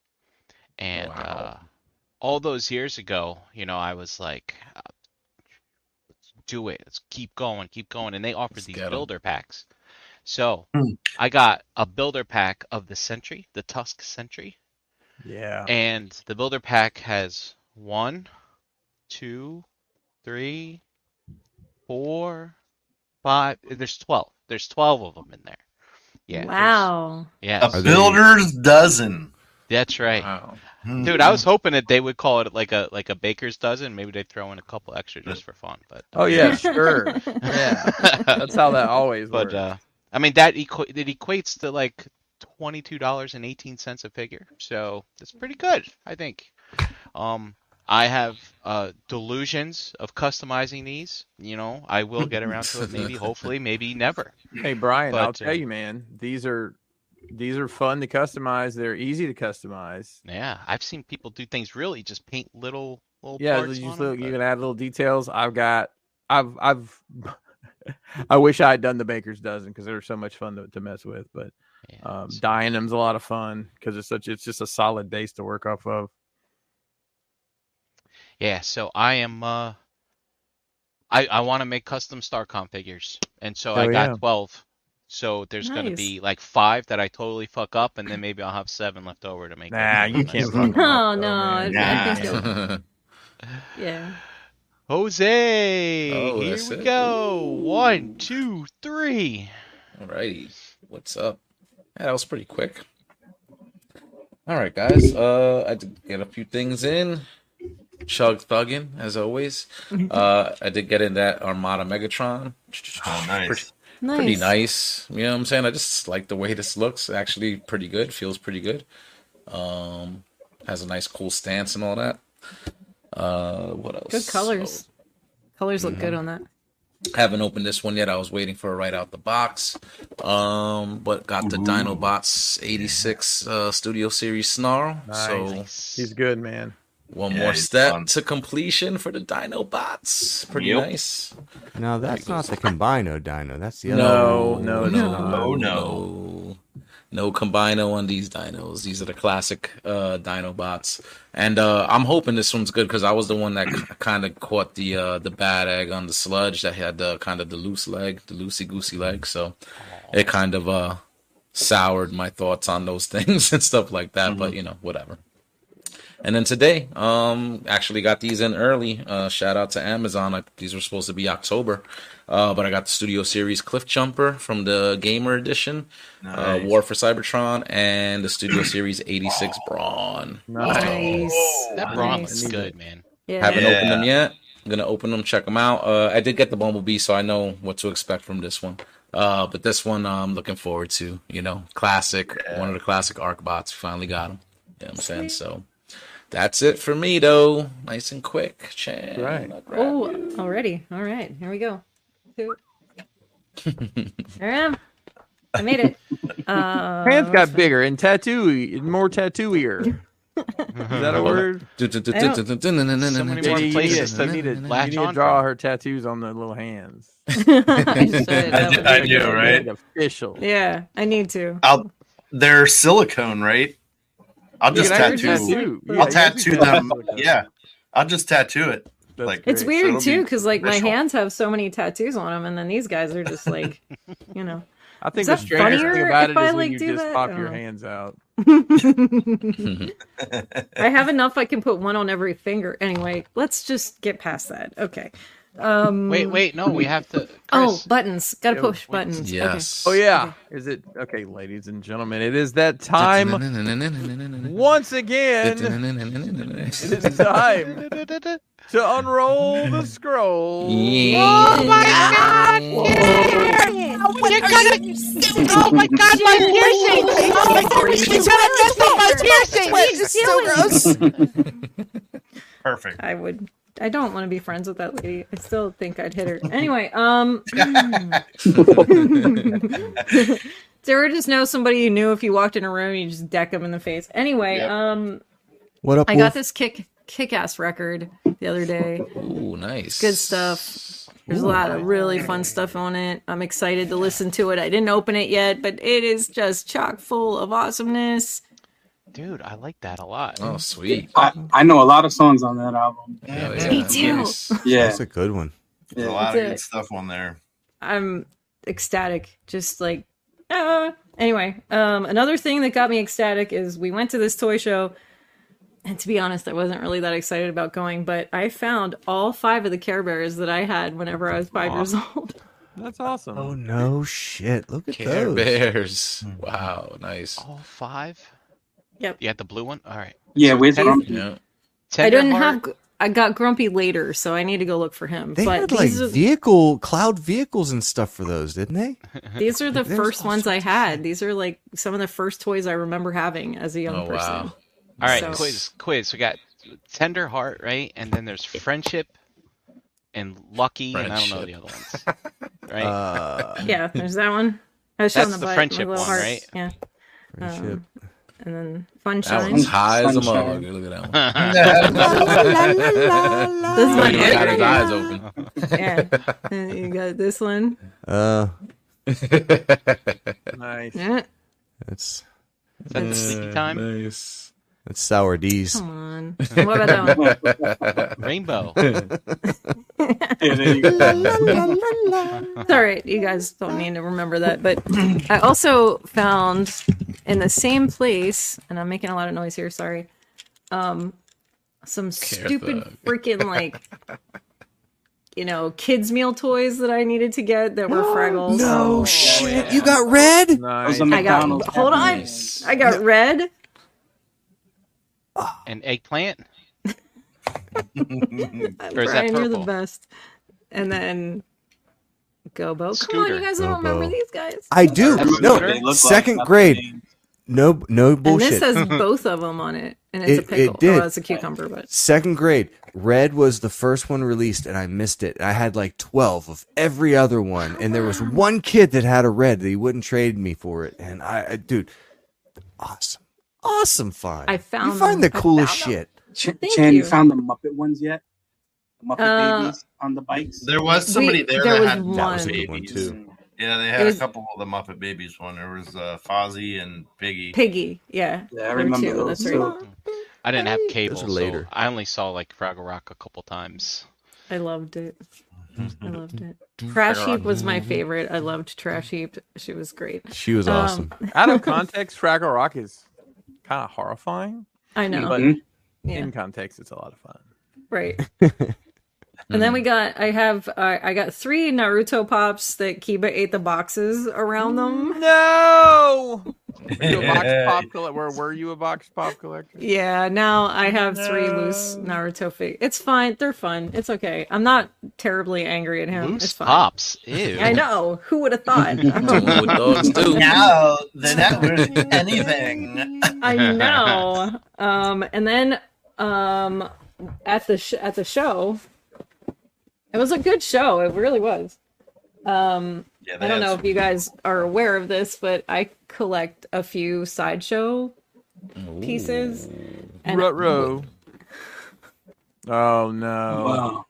And Wow. uh, all those years ago, you know, I was like uh, let's do it. Let's keep going, keep going and they offered Let's these get 'em. Hmm. builder packs. So, I got a builder pack of the Sentry, the Tusk Sentry. yeah. And the builder pack has one, two, three, four, five. There's twelve. There's twelve of them in there. Yeah. there's- wow. Yeah. A Are they- builder's dozen. That's right. Wow. Dude, I was hoping that they would call it like a like a baker's dozen. Maybe they'd throw in a couple extra just for fun. But Oh yeah, *laughs* sure. Yeah. *laughs* *laughs* That's how that always but works. uh, I mean that equa- it equates to like twenty two dollars and eighteen cents a figure, so that's pretty good, I think. Um, I have uh, delusions of customizing these. You know, I will get around to it. *laughs* Maybe, hopefully, maybe never. Hey Brian, I'll But, tell uh, you, man, these are these are fun to customize. They're easy to customize. Yeah, I've seen people do things really just paint little little Yeah, parts you, on just 'em, look, you but- can add little details. I've got, I've, I've, *laughs* I wish I had done the baker's dozen because they're so much fun to, to mess with. But yeah, um, so- dyeing them's a lot of fun because it's such, it's just a solid base to work off of. Yeah, so I am uh I I want to make custom Starcom figures. And so I Hell got yeah. 12. So there's going to Nice. be like 5 that I totally fuck up and then maybe I'll have 7 left over to make. Nah, everything you *laughs* nice. can't. Oh fuck 'em up, though, no, I, man. I think you'll- *laughs* That's *laughs* yeah. *laughs* Jose, Oh, here that's we it. go. One, Ooh. two, three. All righty. What's up? Yeah, that was pretty quick. All right, guys. Uh, I did get a few things in. Chug thuggin, *laughs* as always. Uh, I did get in that Armada Megatron. Oh, nice. Nice. Pretty nice. You know what I'm saying? I just like the way this looks. Actually, pretty good. Feels pretty good. Um, has a nice, cool stance and all that. Uh, what else? Good colors. Colors look good on that. haven't opened this one yet. I was waiting for it right out the box. Um, but got the Dinobots 86 uh, Studio Series Snarl. So He's good, man. one Yeah, more he's step fun. to completion for the Dinobots. Pretty Yep. nice. No, that's not the Combino Dino. That's the other. No, no, no, no. no. No combino on these dinos. These are the classic uh Dinobots. And uh I'm hoping this one's good because I was the one that kind of caught the uh the bad egg on the sludge that had the kind of the loose leg, the loosey goosey leg. So it kind of uh soured my thoughts on those *laughs* things and stuff like that. But you know, whatever. And then today, um, actually got these in early. Uh, shout out to Amazon. I, these were supposed to be October, uh, but I got the Studio Series Cliff Jumper from the Gamer Edition, uh, Nice. War for Cybertron, and the Studio Series 86 Brawn. Nice. That brawn Nice. looks good, man. Yeah. Haven't opened them Yeah. yet. I'm gonna open them, check them out. Uh, I did get the Bumblebee, so I know what to expect from this one. Uh, but this one uh, I'm looking forward to. You know, classic, one of the classic Arc bots. Finally got them. You know what I'm saying? So that's it for me, though. Nice and quick. Chan, Right. I grabbed Oh, already. All right. Here we go. Two. There I am. I made it. Uh, *laughs* Hands *laughs* got bigger and tattoo, *laughs* more tattooier. Is that a word? So many more Yeah, yeah, places yeah. to You need to- latch you need on to to. draw her tattoos on the little *laughs* hands. *laughs* I should. That I, would I Ah, be do, good. right? Like official. Yeah, I need to. I'll. They're silicone, right? I'll You just can actually tattoo. tattoo. Yeah, I'll you I'll can tattoo actually them. tattoo it. Yeah, I'll just tattoo it. That's like- It's great. weird it'll too, be because like my official. hands have so many tattoos on them, and then these guys are just like, you know. I think Is the that strangest thing funnier about it if is I, when like, you do just that? Oh. pop I your don't know. hands out. I have enough. I can put one on every finger. Anyway, let's just get past that. Okay. Um, Wait, wait, no, we have to Oh, Chris, buttons. Got to Yo, push wait. buttons. Okay. Yes. Oh yeah, is it okay, ladies and gentlemen? It is that time once again. It *laughs* is time to unroll the scroll. Yeah. Oh my god, my piercing! Oh my god, she's gonna just take my piercing! Jesus, so gross! Perfect. I would. I don't want to be friends with that lady. I still think I'd hit her. Anyway, um, *laughs* there were just know somebody you knew if you walked in a room, you just deck them in the face. Anyway, Yep. um, What up? I got Wolf? this kick kick ass record the other day. Ooh, nice. Good stuff. There's a lot of really fun stuff on it. I'm excited to listen to it. I didn't open it yet, but it is just chock full of awesomeness. dude, I like that a lot. Oh, sweet. I, I know a lot of songs on that album. Hell Yeah, Me yeah. too. Nice. Yeah, That's a good one. There's a yeah. lot of It's a- good stuff on there. I'm ecstatic. Just like, ah. Anyway, um, another thing that got me ecstatic is we went to this toy show, and to be honest, I wasn't really that excited about going, but I found all five of the Care Bears that I had whenever I was five years old. That's awesome. Oh no, shit! Look at Care those. Bears. Wow, nice. All five? Yep. You got the blue one? All right. yeah. Where's Ten- Grumpy? *laughs* Yeah. I didn't Tenderheart? have. I got Grumpy later, so I need to go look for him. They but had like these, are, vehicle cloud vehicles and stuff for those, didn't they? *laughs* these are the there's first all ones I sorts of had. These are like some of the first toys I remember having as a young Oh person. wow. All right, So- quiz, quiz. We got tender heart, right? And then there's friendship and lucky, and I don't know the other ones, *laughs* right? Uh, Yeah, there's that one. I was showing the, That's the bike, my friendship little one, hearts. right? Yeah. friendship. Um, and then That Funshine. one's high as a Sunshine. motherfucker. Look at that Uh, *laughs* one. This is my He got his favorite. *laughs* eyes open. yeah. *laughs* And you got this one. uh, Nice. Yeah. that's Is that *laughs* the sleepy time? Nice. that's sour D's. Come on. And what about that one? *laughs* *laughs* Rainbow. Yeah, *laughs* there you go. It's all right. You guys don't need to remember that. But I also found in the same place, and I'm making a lot of noise here. Sorry. Um, some stupid thug. freaking like, you know, kids meal toys that I needed to get that were Fraggles. *gasps* No shit, you got red. Nice. Those are I got. McDonald's Hold on. happy I got red. An eggplant? Or is that Brian, you're the purple? best. And then Gobo. Come Scooter. on, you guys don't remember Gobo. Ah, these guys. I do. I remember what they No, look second like. grade. No, no And bullshit. this has *laughs* both of them on it, and it's a It- it pickle. did. Oh, it's a cucumber, but Second grade, Red was the first one released, and I missed it. I had like twelve of every other one, and there was one kid that had a Red that he wouldn't trade me for it. And I, I dude, awesome, awesome find. I found you find them. the I coolest found them. shit. Ch- Thank Chan, you. you found the Muppet ones yet? The Muppet Uh, babies on the bikes. There was somebody We- there, there that was had one. That was a good one, babies. too. Yeah, they It had was- a couple of the Muppet Babies one. There was uh, Fozzie and Piggy. Piggy. Yeah, Yeah, I There were remember two, those. that's too. I didn't have Those are cable, later. so I only saw like Fraggle Rock a couple times. I loved it. I loved it. Trash Heap was my favorite. I loved Trash Heap. She was great. She was Um, awesome. Out of context, Fraggle Rock is kind of horrifying, I know. but Mhm. yeah, in context, it's a lot of fun. right. *laughs* And Hmm. then we got. I have. Uh, I got three Naruto pops that Kiba ate the boxes around them. No. Were you a *laughs* *laughs* box pop collect- Where were you a box pop collector? Yeah. Now I have three loose Naruto fig. It's fine. They're fun. It's okay. I'm not terribly angry at him. Loose it's fine. pops. Ew. *laughs* I know. Who would have thought? Doing what dogs do. Now they're not worth anything. I know. Um, and then um, at the sh- at the show, it was a good show. It really was. Um, Yeah, they I don't had know some- if you guys are aware of this, but I collect a few sideshow pieces. And Rutro. Oh no. Wow.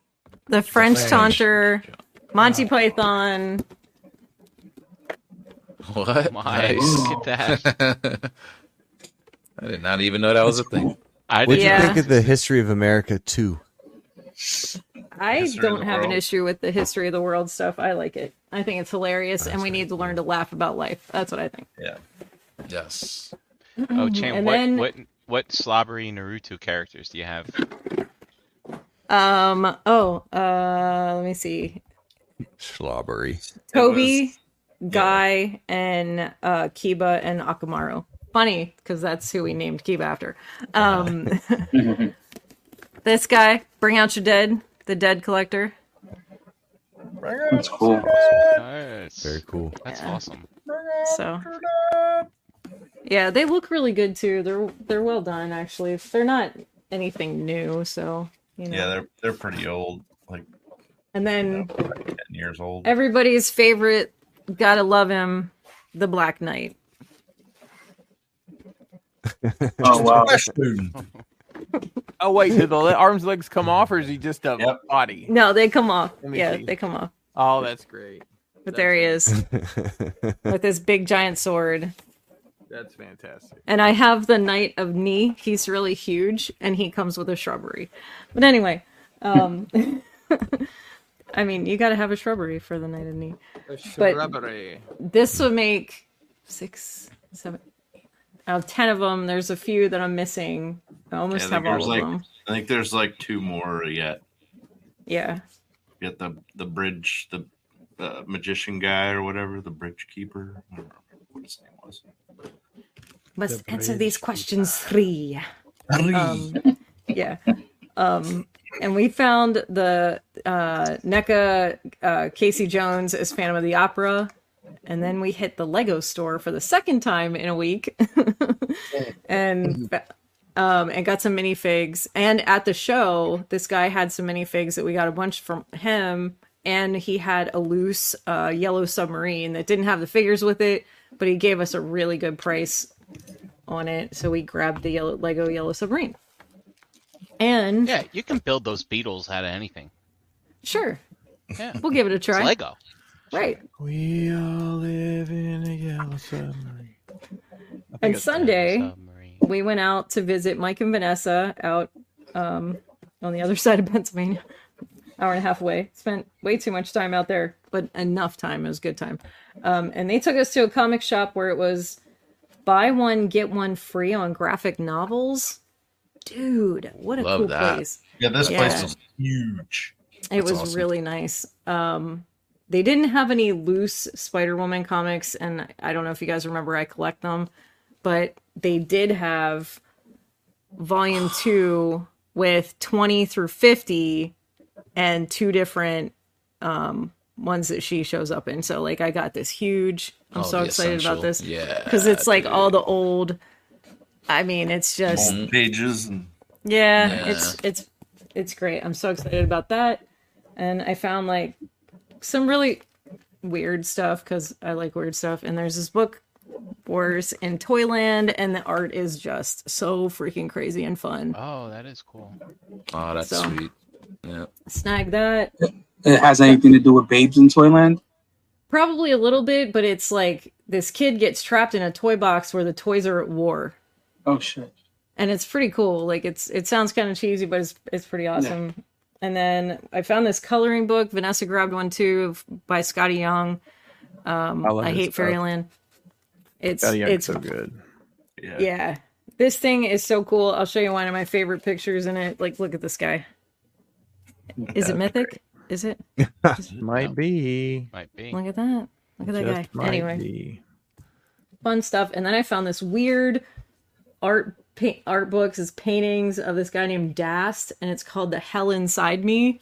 the French Taunter, Monty Python. What? My, look at *laughs* that. *laughs* I did not even know that was a thing. I What'd did Yeah. you think of the history of America too? I History of don't the have an world. issue with the history of the world stuff. I like it. I think it's hilarious, and we need to learn to laugh about life. That's what I think. Yeah. Yes. *laughs* Oh, Chan, And what, then- what what slobbery Naruto characters do *laughs* you have? Um. Oh. Uh. Let me see. Slobbery. Toby, Guy, and uh, Kiba and Akamaru. Funny because that's who we named Kiba after. *laughs* Um, *laughs* this guy, Bring Out Your Dead, the Dead Collector. That's cool. Nice. Very cool. That's Yeah. awesome. So, yeah, they look really good too. They're they're well done actually. They're not anything new, so you know. Yeah, they're they're pretty old, like and then ten years old. everybody's favorite, gotta love him, the Black Knight. Oh wow. Oh wait, did the le- arms legs come off, or is he just a Yep. body? No, they come off. Let me Yeah, see. they come off. Oh, that's great. But there he *laughs* is with his big giant sword. That's fantastic. And I have the Knight of Knee. He's really huge and he comes with a shrubbery. But anyway, um *laughs* I mean, you got to have a shrubbery for the Knight of Knee. But- Shrubbery. This would make six, seven out of 10 of them. There's a few that I'm missing. I almost Yeah, I have think all there's of like- them. I think there's like two more yet. Yeah. Get the the bridge, the uh, magician guy or whatever, the bridge keeper. I don't remember what his name was. Must answer these questions three. Um, yeah. Um, and we found the uh, NECA uh, Casey Jones as Phantom of the Opera. And then *laughs* we hit the Lego store for the second time in a week. and fa- um, and got some minifigs. And at the show, this guy had some minifigs that we got a bunch from him. And he had a loose uh, yellow submarine that didn't have the figures with it, but he gave us a really good price on it. So we grabbed the yellow Lego yellow submarine. And Yeah, you can build those beetles out of anything. sure, Yeah, we'll give it a it's try. Lego. Right. We all live in a yellow submarine. I think And it's Sunday- submarine. we went out to visit Mike and Vanessa out um, on the other *laughs* side of Pennsylvania, hour and a half away. Spent way too much time out there, but enough time. It was a good time. Um, and they took us to a comic shop where it was buy one get one free on graphic novels. Dude, what a Love cool that. place! Yeah, this Yeah. place was huge. It That's was awesome. really nice. Um, they didn't have any loose Spider Woman comics, and I don't know if you guys remember, I collect them, but they did have *sighs* volume two with 20 through 50 and two different um, ones that she shows up in. So, like, I got this huge. I'm Oh, so the excited about essential. this Yeah. because it's like dude. all the old. I mean, it's just Mm-hmm. Long pages and yeah, Yeah. it's it's it's great. I'm so excited about that. And I found like some really weird stuff because I like weird stuff. And there's this book Wars in Toyland, and the art is just so freaking crazy and fun. Oh, that is cool. Oh, that's So- sweet. Yeah. Snag that. It has anything to do with babes in Toyland. Probably a little bit, but it's like this kid gets trapped in a toy box where the toys are at war. Oh shit! and it's pretty cool. Like it's it sounds kind of cheesy, but it's it's pretty awesome. And then I found this coloring book. Vanessa grabbed one too of- by Scotty Young. Um, I I, love his hate stuff. Fairyland. It's Oh, yeah, it's it's so good. yeah. yeah. This thing is so cool. I'll show you one of my favorite pictures in it. Like look at this guy. Is it mythic? Is it? Might be. Might be. Look at that. Look at that Just guy. might Anyway. be. fun stuff. And then I found this weird art pa- art books, is paintings of this guy named Dast, and it's called The Hell Inside Me.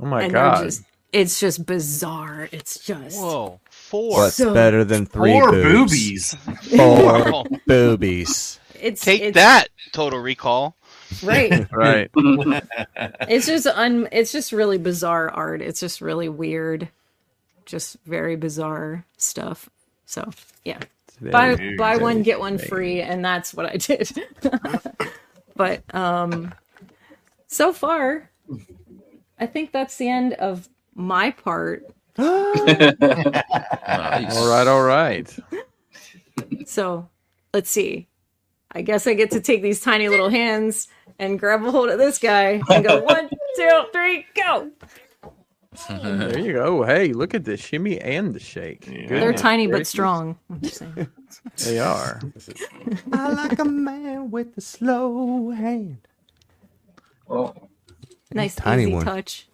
Oh my and they're god. just it's just bizarre. It's just Whoa, four. What's So- better than three Four boobs? boobies. *laughs* Four Oh, boobies. it's take it's, that, Total Recall. *laughs* right. Right. It's just un it's just really bizarre art. It's just really weird. Just very bizarre stuff. So yeah. buy buy one get one free and that's what i did *laughs* but um so far i think that's the end of my part Nice. All right, all right. so let's see i guess i get to take these tiny little hands and grab a hold of this guy and go one two three go There you go. Hey, look at the shimmy and the shake. they're Goodness tiny but gracious. strong I'm just *laughs* saying. They are. I like a man with a slow hand. Oh, nice Tiny easy one. Uh, touch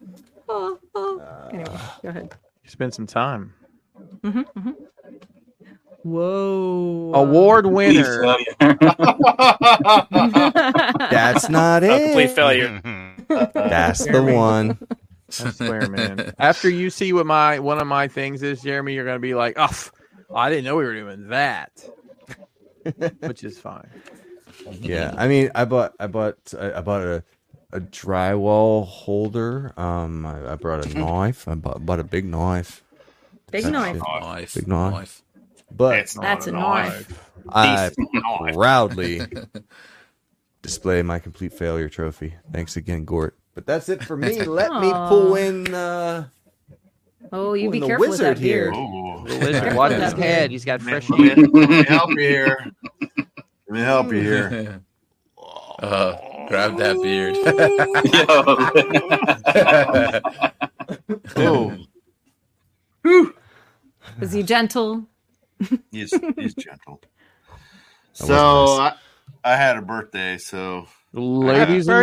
oh, oh. anyway go ahead You spent some time. hmm hmm whoa *laughs* Award please winner. tell you. That's not A complete it. failure. That's the one. I swear, man. *laughs* After you see what my one of my things is, Jeremy, you're gonna be like, oh, pff, I didn't know we were doing *laughs* that. Which is fine. Yeah, I mean, I bought, I bought, I I bought a, a drywall holder. Um, I, I *laughs* brought a knife. I bought, bought a big knife. big That knife shit. Knife. Big knife. Knife. But It's that's a knife I decent knife. *laughs* proudly display my complete failure trophy. Thanks again, Gort. But that's it for me. Let me pull in. Uh, *laughs* Oh, you Ooh, be and the careful with that wizard here. beard. Ooh. The lizard, Careful watch with his that beard. head. He's got fresh Oh. Let me help you here. Let me help you here. *laughs* Uh, grab that *laughs* beard. *laughs* Oh, Is he gentle? he's he's gentle. So I, I had a birthday, so Ladies and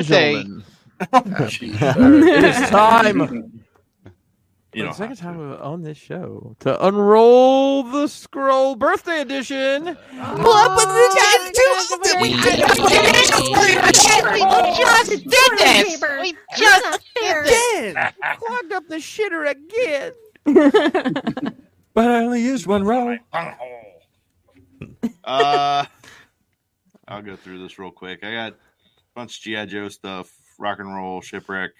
*laughs* Birthday. gentlemen. Happy It's time. For you know. the second time we're on this show to unroll the scroll birthday edition. What was the time to we just did this? We just did this. Again, *laughs* clogged up the shitter again. but I only used one roll. bunghole. Uh, I *laughs* I'll go through this real quick. I got a bunch of GI Joe stuff, rock and roll, shipwreck.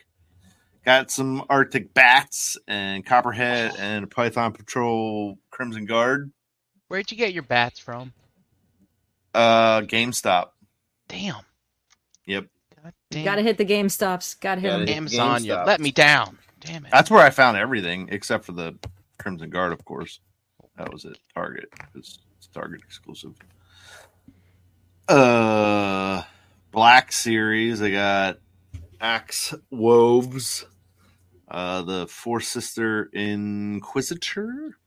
Got some Arctic bats and Copperhead and Python Patrol, Crimson Guard. *laughs* Where'd you get your bats from? Uh, GameStop. Damn. Yep. God damn. Gotta hit the game stops. Gotta hit Gotta 'em. hit- Amazon, you GameStop. let me down. Damn it. That's where I found everything except for the Crimson Guard, of course. That was at Target. It's, it's Target exclusive. Uh, Black Series. I got Axe Woves, uh, the Four Sister Inquisitor,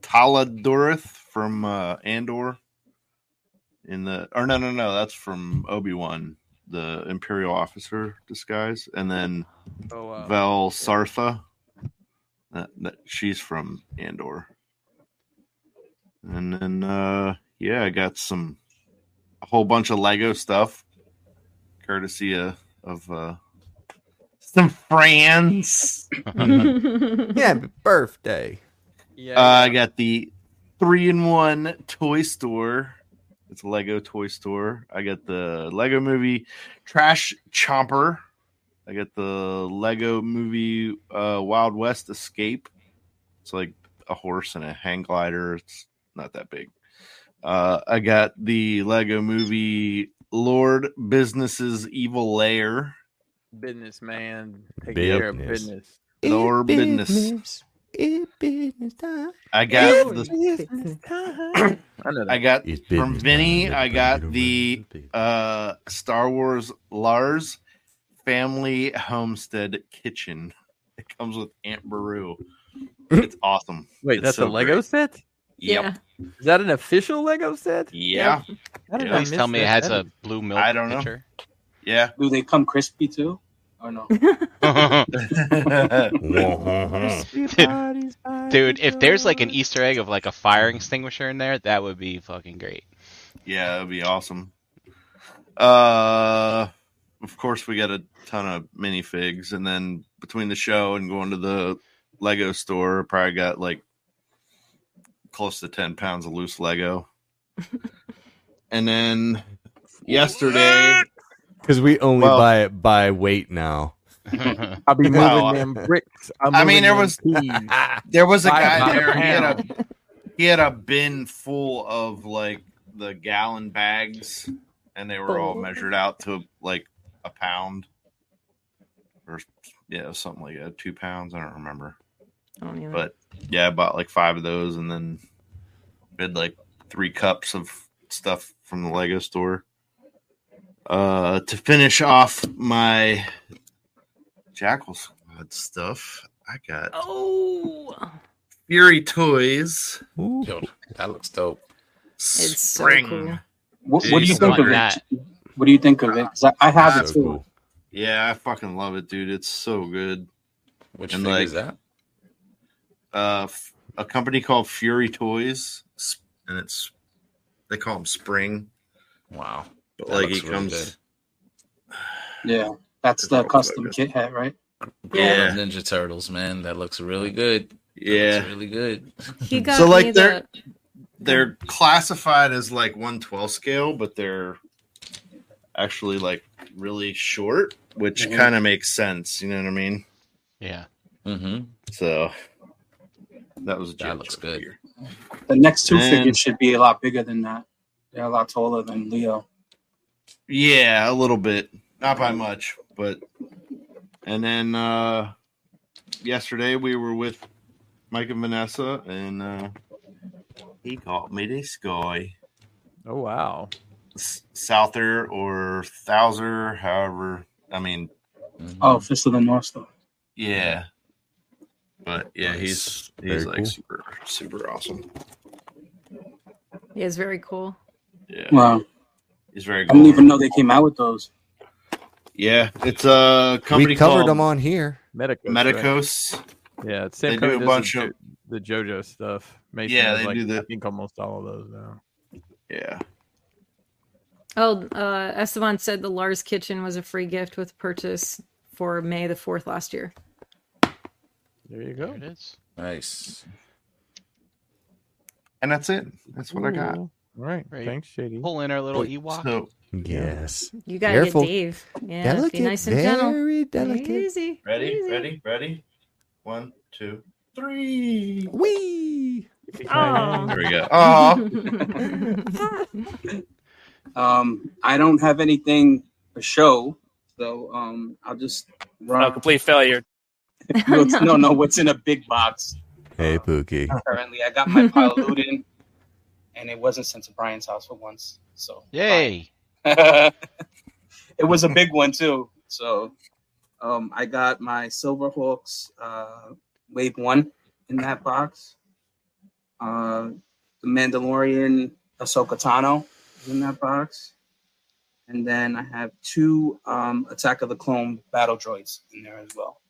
Tala Dorith from uh, Andor. In the or no no no, that's from Obi Wan, the Imperial officer disguise, and then Oh, wow. Vel Sartha. That, that she's from Andor. And then uh yeah, I got some a whole bunch of Lego stuff courtesy of, of uh some friends. *laughs* *laughs* Happy birthday. yeah. Uh, I got the three in one toy store. It's a Lego toy store. I got the Lego movie Trash Chomper. I got the Lego movie uh, Wild West Escape. It's like a horse and a hang glider. It's not that big. Uh, I got the Lego movie Lord Business's Evil Lair. businessman taking care of Business. business. Lord Business. It business time. I got the I know that. I got It's business from time. Vinny. I got the uh Star Wars Lars Family Homestead Kitchen. *laughs* It comes with Aunt *laughs* Baru. It's awesome. Wait, It's that's a so Lego great. set? yeah. Is that an official Lego set? Yeah. How did I *laughs* Please miss tell me it that? has That a blue milk I don't know. pitcher. Yeah. Do they come crispy too? Or no? *laughs* *laughs* *laughs* Dude, if there's like an e- Easter egg of like a fire extinguisher in there, that would be fucking *laughs* great. *laughs* yeah, that'd be awesome. Uh of course we got a ton of minifigs and then between the show and going to the Lego store, probably got like close to 10 pounds of loose Lego. and then yesterday Because we only Well- buy it by weight now. I'll be moving Wow. them bricks. I'm I mean, moving there them was- keys. There was a Buy it by the guy there. He had a he had a bin full of like the gallon bags, and they were all measured out to like a pound, or yeah, it was something like that, two pounds. I don't remember, I don't even- but yeah, I bought like five of those, and then did like three cups of stuff from the Lego store. Uh, to finish off my Jackal Squad stuff, I got Oh, Fury Toys. Yo, that looks dope. it's so Spring. cool. What, what do you Jeez, think why of not? it? What do you think of it? 'Cause I, I have it So too. cool. Yeah, I fucking love it, dude. It's so good. Which And, figure like, is that? Uh, f- a company called Fury Toys, s- and it's they call them Spring, Wow. but That like looks he really comes. Yeah, that's the That's custom good. kit hat, right? Grown Yeah. up Ninja Turtles, man. That looks really good. That looks Yeah, really good. He got So, like, me they're- the, they're classified as like one twelve scale, but they're actually like really short, which Mm-hmm. Mhm. kind of makes sense. You know what I mean? yeah. Mm-hmm. So that was a That G.I. looks Joe good. figure. The next two Man. figures should be a lot bigger than that. They're a lot taller than Leo. Yeah, a little bit. Not by much, but and then uh yesterday we were with Mike and Vanessa and uh he got me this guy. Oh wow. S- Souther or Thouser, however I mean Mm-hmm. Uh, Oh, Fist of the North Star. yeah. But yeah, he's Very he's like cool. super super awesome. yeah, it's very cool. Yeah. Wow, he's very I good. didn't even know they came out with those. Yeah, it's a company We covered called them on here. Medico. Medicos. Yeah, it's same They do company a does bunch the, of- Jo- the JoJo stuff. Mason Yeah, does, they like, do the- I think almost all of those now. Yeah. Oh, uh, Esteban said the Lars Kitchen was a free gift with purchase for May the 4th last year. There you There go. it is. Nice. And that's it. That's what I got. Cool. All right. Right. Thanks, Shady. Pull in our little Ewok. So Yes. You gotta Careful. get Dave. Yeah, be nice and gentle. very Easy. ready, easy. ready, ready. One, two, three. Wee. Oh. Ah. There we *laughs* go. *laughs* Oh, Um, I don't have anything for show, so um, I'll just No, run. complete failure. *laughs* what's- no, no, what's in a big box? Hey, Pookie. Oh. Currently, I got my pile looted, in, and it wasn't sent to Brian's house for once. So *laughs* Yay! it was a big one too. So um, I got my Silverhawks uh, Wave One in that box. Uh, the Mandalorian Ahsoka Tano is in that box, and then I have two um, Attack of the Clone battle droids in there as well.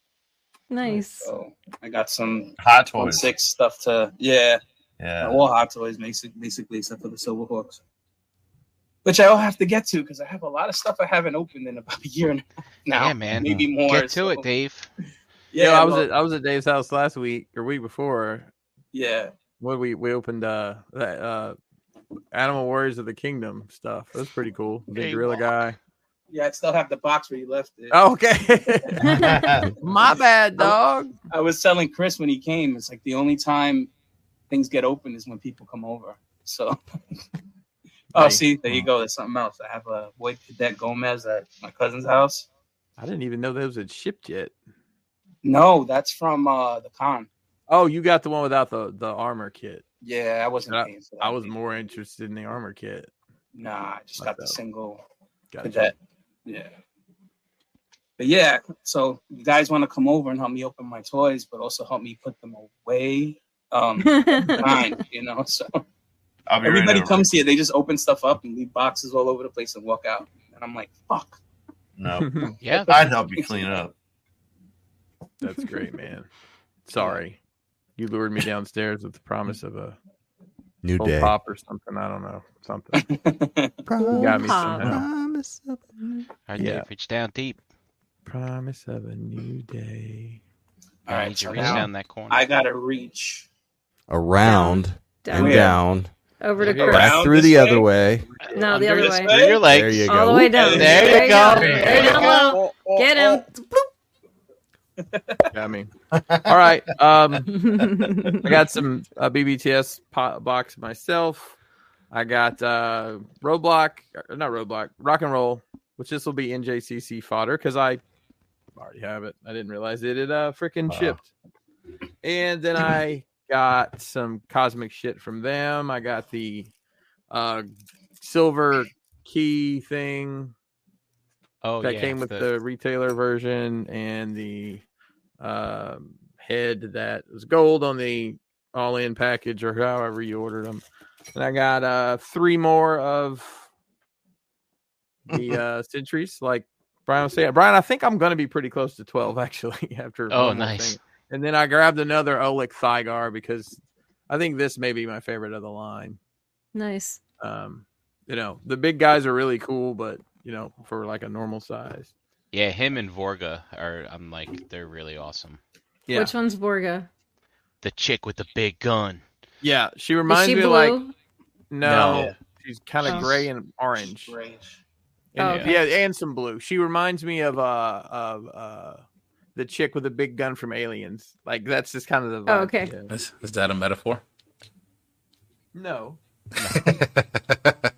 nice. So I got some hot one toys. six stuff to yeah, *laughs* Yeah. all hot toys basic- basically except for the Silverhawks. Which I'll have to get to because I have a lot of stuff I haven't opened in about a year and a half now. yeah, man. Maybe more. Get to so- it, *laughs* Dave. Yeah, I was well, at I was at Dave's house last week or week before. yeah. What we we opened uh that uh Animal Warriors of the Kingdom stuff. That's pretty cool. Big Hey, gorilla Walt. guy. Yeah, I still have the box where you left it. Oh, okay. *laughs* My bad, dog. I was telling Chris when he came, it's like the only time things get open is when people come over. So *laughs* Oh, Nice. see, there you go. There's something else. I have a Void Cadet Gomez at my cousin's house. I didn't even know those had shipped yet. No, that's from uh the con. Oh, you got the one without the the armor kit. Yeah, I wasn't And paying for that. I was more interested in the armor kit. Nah, I just Not got the that one. single Gotcha. cadet. Yeah. But yeah, so you guys want to come over and help me open my toys, but also help me put them away. *laughs* Um, fine, you know. So I'll be everybody right comes here, they just open stuff up and leave boxes all over the place and walk out. And I'm like, fuck. *laughs* Over. No, *laughs* Yeah. I'd help you clean up. That's great, man. Sorry. You lured me downstairs with the promise of a New old day. Oh, pop or something. I don't know. Something. Promise, got me Pop. somehow. promise of a new- Our Yeah. Dave, reach down deep. Promise of a new day. I All right, need you to so reach now down that corner. I gotta reach. Around Down. and down, Over to Okay. Chris. back Around through this the way? other way. No, the other Under way. Your legs. There you All the go. way down. There you go. There you Down go. low. Get Got me. All right. Um, him. *laughs* I got some uh, BBTS po- box myself. I got uh, Roadblock, or not Roadblock, Rock and Roll, which this will be NJCC fodder because I already have it. I didn't realize it had uh, freaking Wow. shipped. And then I got some cosmic shit from them. I got the uh, silver key thing Oh, that yeah, came with the, the- retailer version and the um, head that was gold on the all in package or however you ordered them. And I got uh, three more of the uh, centuries, like Brian was saying. Brian, I think I'm going to be pretty close to 12 *laughs* actually after. Oh, one more nice. thing. And then I grabbed another Oleg Thigar because I think this may be my favorite of the line nice. um you know the big guys are really cool but you know for like a normal size Yeah, him and Vorga are. I'm like, they're really awesome. yeah Which one's Borga? The chick with the big gun. yeah she Is reminds she me blue? of like no, No. she's kind of She's- gray and orange Rage. And- Oh, okay. yeah and some blue she reminds me of uh of uh the chick with the big gun from aliens like that's just kind of the vibe. Oh, okay. yeah. Is, is that a metaphor? *laughs* no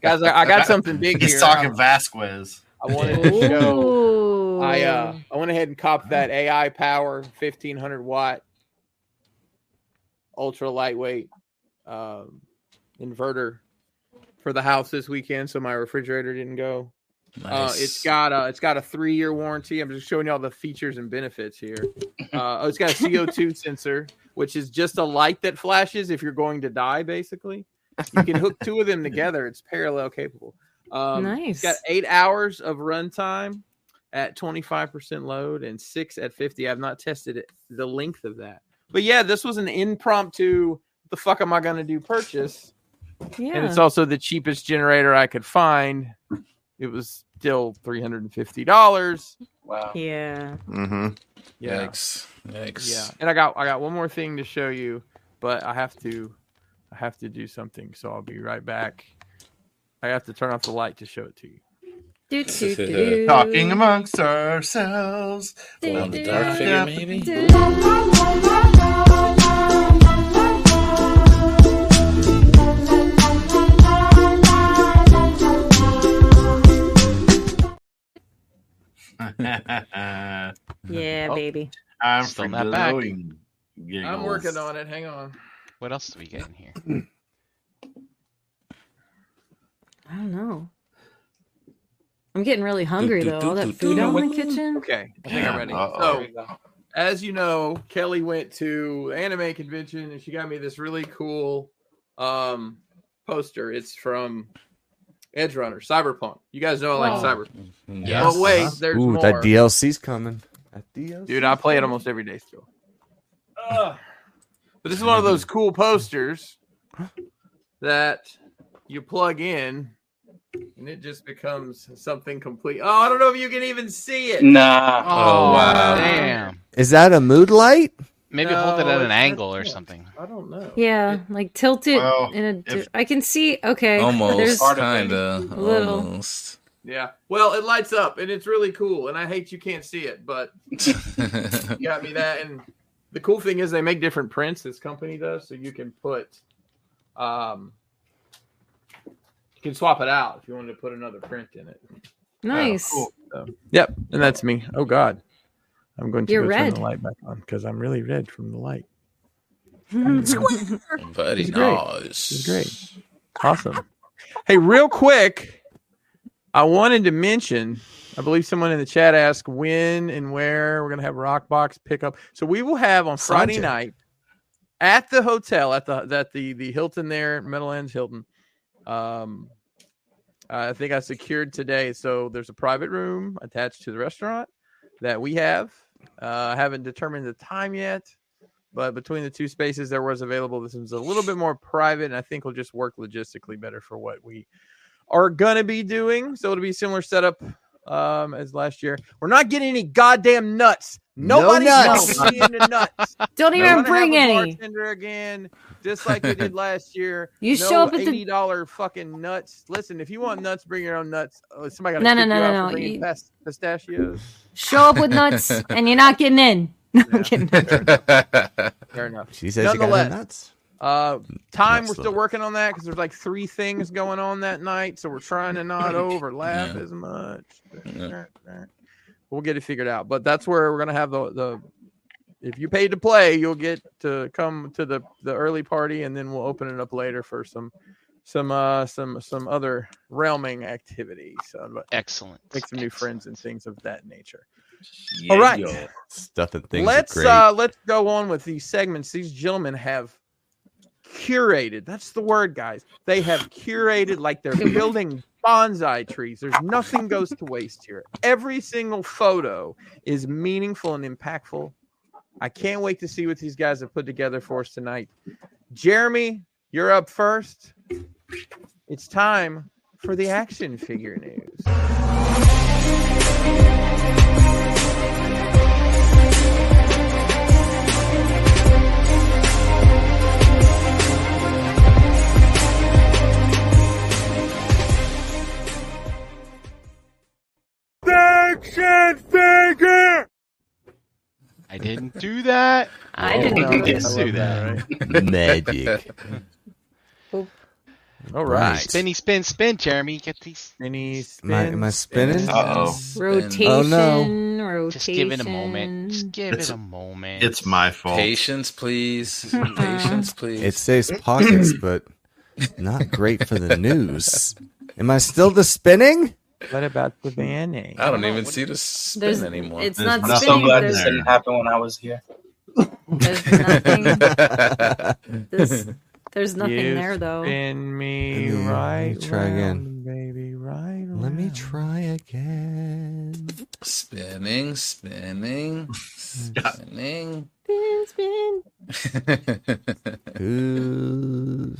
guys I, I got something big He's here. talking Vasquez. i wanted to show Ooh. I uh I went ahead and copped that AI power 1500 watt ultra lightweight um, inverter for the house this weekend, so my refrigerator didn't go. Uh, it's got a it's got a three year warranty. I'm just showing you all the features and benefits here. Uh, oh, it's got a CO2 sensor, which is just a light that flashes if you're going to die. Basically, you can hook two of them together. It's parallel capable. Um, nice. it's got eight hours of runtime at 25% load and six at 50. I've not tested it, the length of that. But yeah, this was an impromptu, what the fuck am I going to do purchase? And yeah. it's also the cheapest generator I could find. It was still $350. Wow. yeah. Mm-hmm. Yeah. Yikes. Yikes. Yeah. And I got I got one more thing to show you, but I have to I have to do something, so I'll be right back. I have to turn off the light to show it to you. Do, do, do, do. Talking amongst ourselves. *laughs* Well, the dark figure, maybe? I'm Yeah, Oh. baby. Still for not back. glowing. Giggles. I'm working on it. Hang on. What else do we get in here? I don't know. I'm getting really hungry though. All that food out in the kitchen. Okay, I think I'm ready. Uh-oh. So, as you know, Kelly went to the anime convention and she got me this really cool um poster. It's from Edge Runner, Cyberpunk. You guys know I like Oh. Cyberpunk. Yes. But wait, there's Ooh, more. that DLC's coming. That DLC. Dude, I play it almost every day still. *sighs* But this is one of those cool posters that you plug in and it just becomes something complete. Oh, I don't know if you can even see it. Nah. Oh, wow. Damn. Is that a mood light? Maybe No, hold it at it's an not angle or that. something. I don't know. Yeah, like tilt it Well, in a. di- if- I can see. Okay, Almost, There's, Part of it. kind of, Little. almost. *laughs* Yeah. Well, it lights up and it's really cool. And I hate you can't see it, but you got me that. And the cool thing is they make different prints. This company does, so you can put, um, you can swap it out if you wanted to put another print in it. nice. Yep. And that's me. Oh God, I'm going to You're go turn red. the light back on because I'm really red from the light. Very It's great. nice. This is great. Awesome. Hey, real quick, I wanted to mention. I believe someone in the chat asked when and where we're going to have Rockbox pickup. So we will have on Friday Sanjay. night at the hotel at the that the the Hilton there, Meadowlands Hilton. Um, I think I secured today. So there's a private room attached to the restaurant that we have. Uh, I haven't determined the time yet but between the two spaces there was available this one's a little bit more private and i think will just work logistically better for what we are going to be doing so it'll be similar setup um as last year we're not getting any goddamn nuts No Nobody's nuts. getting *laughs* the nuts. *laughs* Don't We're even gonna bring have a any. bartender again, just like we did last year. *laughs* You no show up at the- eighty dollar fucking nuts. Listen, if you want nuts, bring your own nuts. Oh, somebody got No, no, no, no, no. bringing You- pist- pistachios. Show up with nuts, and you're not getting in. *laughs* No, I'm kidding. *laughs* Fair enough. She says you got her Nonetheless. nuts. Uh, time That's we're still the- working on that because there's like three things going on that night, so we're trying to *laughs* not overlap Yeah. as much. Yeah. We'll get it figured out, but that's where we're gonna have the the. If you paid to play, you'll get to come to the the early party, and then we'll open it up later for some some uh some some other realming activities. So but Excellent. make some new Excellent. friends and things of that nature. Yeah, All right. yo. Stuff and things. let's are great. uh let's go on with these segments these gentlemen have curated that's the word guys they have curated like they're building bonsai trees there's nothing goes to waste here every single photo is meaningful and impactful i can't wait to see what these guys have put together for us tonight jeremy you're up first it's time for the action figure news Action figure! I didn't do that. I didn't Oh, do no, I that. do *laughs* that. *laughs* Magic. all right. right Right. Spinny, spin, spin, Jeremy. Get these. any Am I, am I spinning? Uh-oh. Rotation, Oh, no. rotation. Just give it a moment. Just give It's- it a moment. It's my fault. *laughs* Patience, please. Patience, please. It says pockets, but not great for the news. Am I still the spinning? what about the banning I don't even see the spin There's, anymore. It's There's not nothing I'm so spinning. in glad There's, this didn't happen when I was here. *laughs* there's nothing. *laughs* There's, there's nothing You there though. Spin me Let me- let me right. try again. round, baby. Right. *laughs* Let me round. try again. spinning, *laughs* spinning, spinning. Spin, spin. *laughs* Ooh.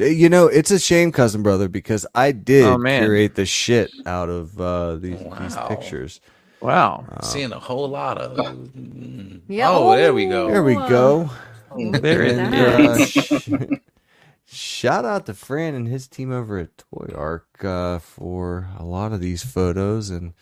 You know, it's a shame, cousin brother, because I did Oh, man. curate the shit out of uh, these, these Wow. pictures. Wow. Uh, Seeing a whole lot of. mm. Yeah, Oh, there we go. there we go. There it Nice. *laughs* And, uh, sh- Shout out to Fran and his team over at Toy Arc uh, for a lot of these photos and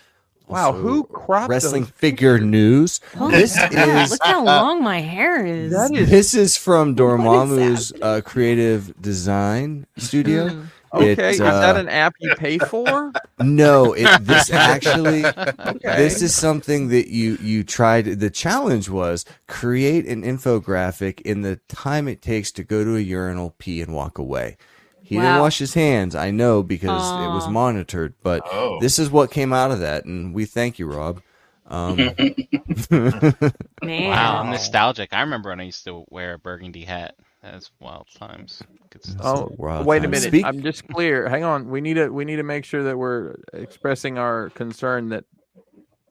Wow, also who cropped wrestling those figure news. Holy this cow, is look how long my hair is. That is this is from What is Dormammu's uh, creative design Mm, studio. *laughs* It, okay. is that uh, an app you pay *laughs* for? No, it, *laughs* this actually Okay. This is something that you you tried. The challenge was create an infographic in the time it takes to go to a urinal, pee, and walk away. He didn't Wow. wash his hands. I know because it was Aw. monitored, but Oh. this is what came out of that, and we thank you, Rob. Um, *laughs* Man. Wow, I'm nostalgic. I remember when I used to wear a burgundy hat. That's wild times. Good stuff. Oh, Raw wait a time. minute. Speak- I'm just clear. Hang on. We need to we need to make sure that we're expressing our concern that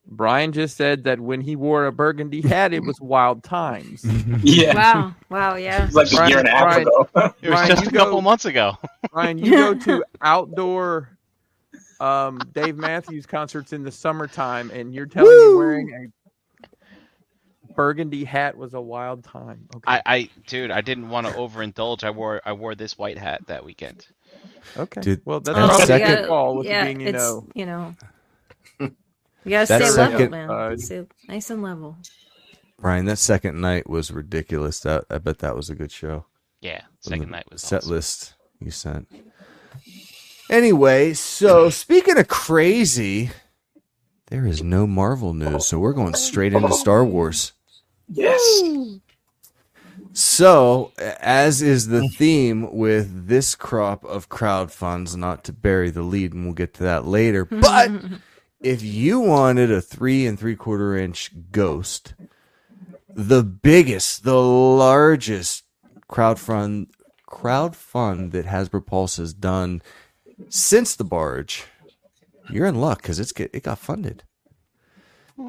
Brian just said that when he wore a burgundy hat, it was wild times. Yeah. Wow. Wow. Yeah. It's like a Brian- year and a half Brian- ago. *laughs* it was Ryan, just you a couple go- months ago. Brian, you go to outdoor um, Dave Matthews concerts in the summertime, and you're telling me wearing a burgundy hat was a wild time. Okay. I, I, dude, I didn't want to overindulge. I wore, I wore this white hat that weekend. okay. Dude, well, that's Oh, and probably second- your call with yeah, being you it's, know. You *laughs* know. You gotta That stay level, second- man. uh, stay nice and level. Brian, that second night was ridiculous. That I bet that was a good show. Yeah, From Mm-hmm. second the night was set awesome. list you sent. Anyway, so speaking of crazy, there is no Marvel news, so we're going straight into Star Wars. Yes. So, as is the theme with this crop of crowd funds, not to bury the lead, and we'll get to that later. But if you wanted a three and three quarter inch ghost, the biggest, the largest crowd fund, crowd fund that Hasbro Pulse has done since the barge, you're in luck because it's get, it got funded.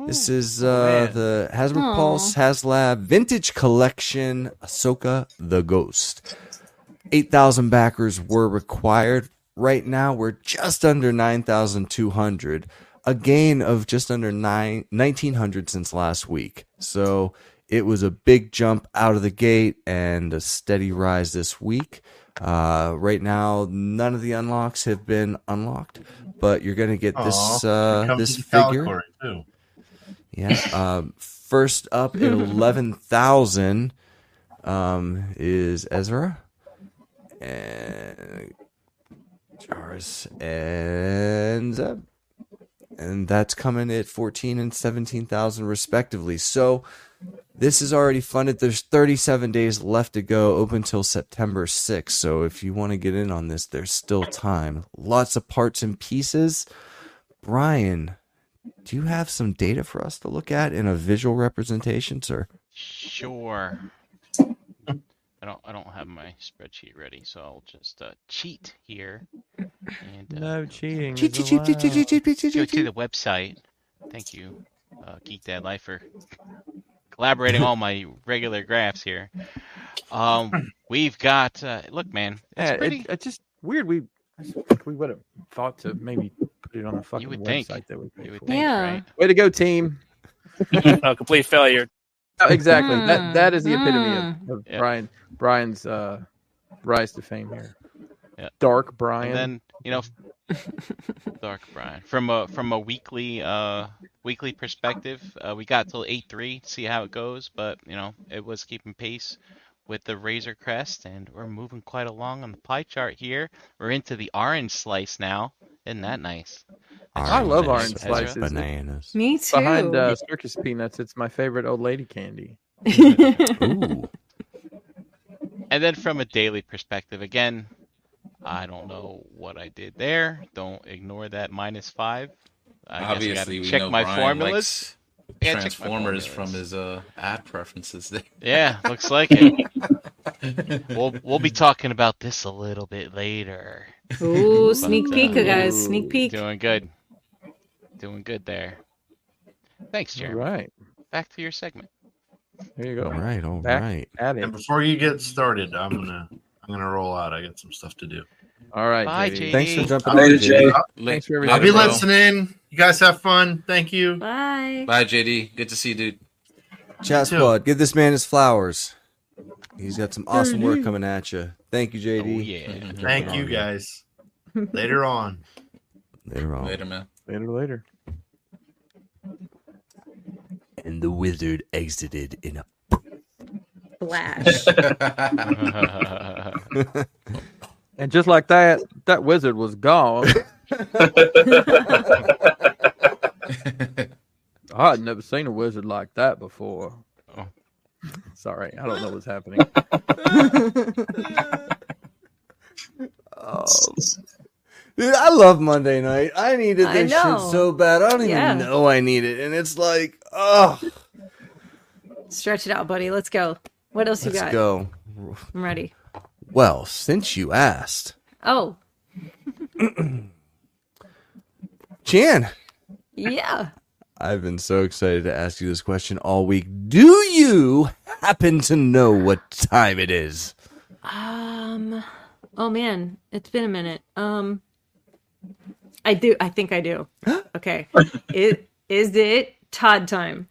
This is uh, Man. the Hasbro Aw. Pulse HasLab Vintage Collection Ahsoka the Ghost. 8,000 backers were required. Right now, we're just under 9,200, a gain of just under nine, 1,900 since last week. So it was a big jump out of the gate and a steady rise this week. Uh, right now, none of the unlocks have been unlocked, but you're going to get this Aw, uh, comes this with the figure. Falcor, too. Yeah. Um, first up at eleven thousand um, is Ezra and Jars and Zeb, and that's coming at fourteen and seventeen thousand respectively. So this is already funded. There's thirty-seven days left to go, open till September sixth. So if you want to get in on this, there's still time. Lots of parts and pieces. Brian, do you have some data for us to look at in a visual representation, sir? Sure. I don't, I don't have my spreadsheet ready, so I'll just uh, cheat here. And, uh, No cheating. Cheat, Is cheat, cheat, cheat, cheat, allowed. cheat, cheat, cheat, go cheat, to cheat. the website. Thank you, uh, Geek Dad Life, for collaborating all my regular graphs here. Um, we've got uh, look, man, Yeah, it's it- pretty. It's just weird. We we would have thought to maybe put it on a fucking would website think. that would. you would cool. think, Yeah. right? Way to go, team! a complete failure. Oh, exactly. That Mm, that is the epitome mm. of, of Yeah. Brian Brian's uh, rise to fame here. Yeah. Dark Brian. And then you *laughs* know, Dark Brian from a from a weekly uh weekly perspective, uh, we got till eight three to see how it goes, but you know it was keeping pace with the Razor Crest, and we're moving quite along on the pie chart here. We're into the orange slice now. Isn't that nice? I love Orange orange slices. slices. *laughs* *laughs* Bananas. Me too. Behind uh, circus peanuts, it's my favorite old lady candy. Ooh. And then from a daily perspective, again, I don't know what I did there. Don't ignore that minus five. I guess I gotta Obviously, we check know my Brian formulas. likes Yeah, check my Transformers formulas. from his uh, ad preferences. There. Yeah, looks like *laughs* it. we'll we'll be talking about this a little bit later. Ooh, sneak But, peek, uh, guys. Sneak peek. Doing good. Doing good there. Thanks, All Jeremy. right. Back to your segment. There you go. All right, all Back. right. At And it. before you get started, I'm gonna I'm gonna roll out. I got some stuff to do. All right. Bye, JD. Jay. Thanks for jumping Later, in. Jay. JD. Thanks for everything. I'll be Later, bro. listening. You guys have fun. Thank you. Bye. Bye, JD. Good to see you, dude. Chat squad, give this man his flowers. He's got some awesome work coming at you. Thank you, JD. Oh yeah. Mm-hmm. Thank you guys. Later on. Later on. Later, man. Later, later. And the wizard exited in a. Flash. *laughs* *laughs* And just like that, that wizard was *laughs* gone. *laughs* I had never seen a wizard like that before. Oh. Sorry, I don't know what's *laughs* happening. oh, Dude, I love Monday night. I needed I this shit know. so bad. I don't Yeah. even know I need it. And it's like, oh, Stretch it out, buddy. Let's go. What else you let's got? go. I'm ready. Well, since you asked, Oh, Jan, yeah. I've been so excited to ask you this question all week. Do you happen to know what time it is? Um. Oh man, it's been a minute. Um. I do. I think I do. Okay. It is it Todd time.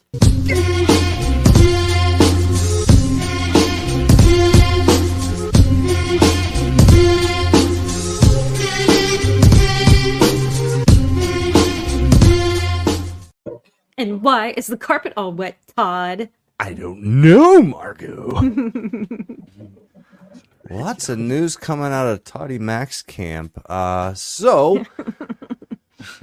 And why is the carpet all wet, Todd? I don't *laughs* know, Margot. Lots of news coming out of Toddy Max camp. Uh, so,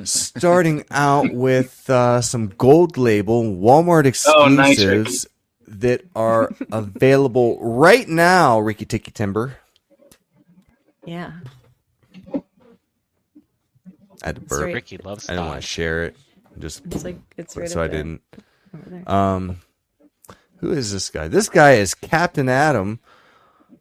starting out with uh, some gold label Walmart Oh, nice, Ricky. exclusives that are available right now, Ricky Ticky Timber. Yeah. I had to Sorry. burp. Ricky loves I didn't want Todd. to share it. Just It's like it's right so up I there, didn't. over there. Um, who is this guy? This guy is Captain Adam.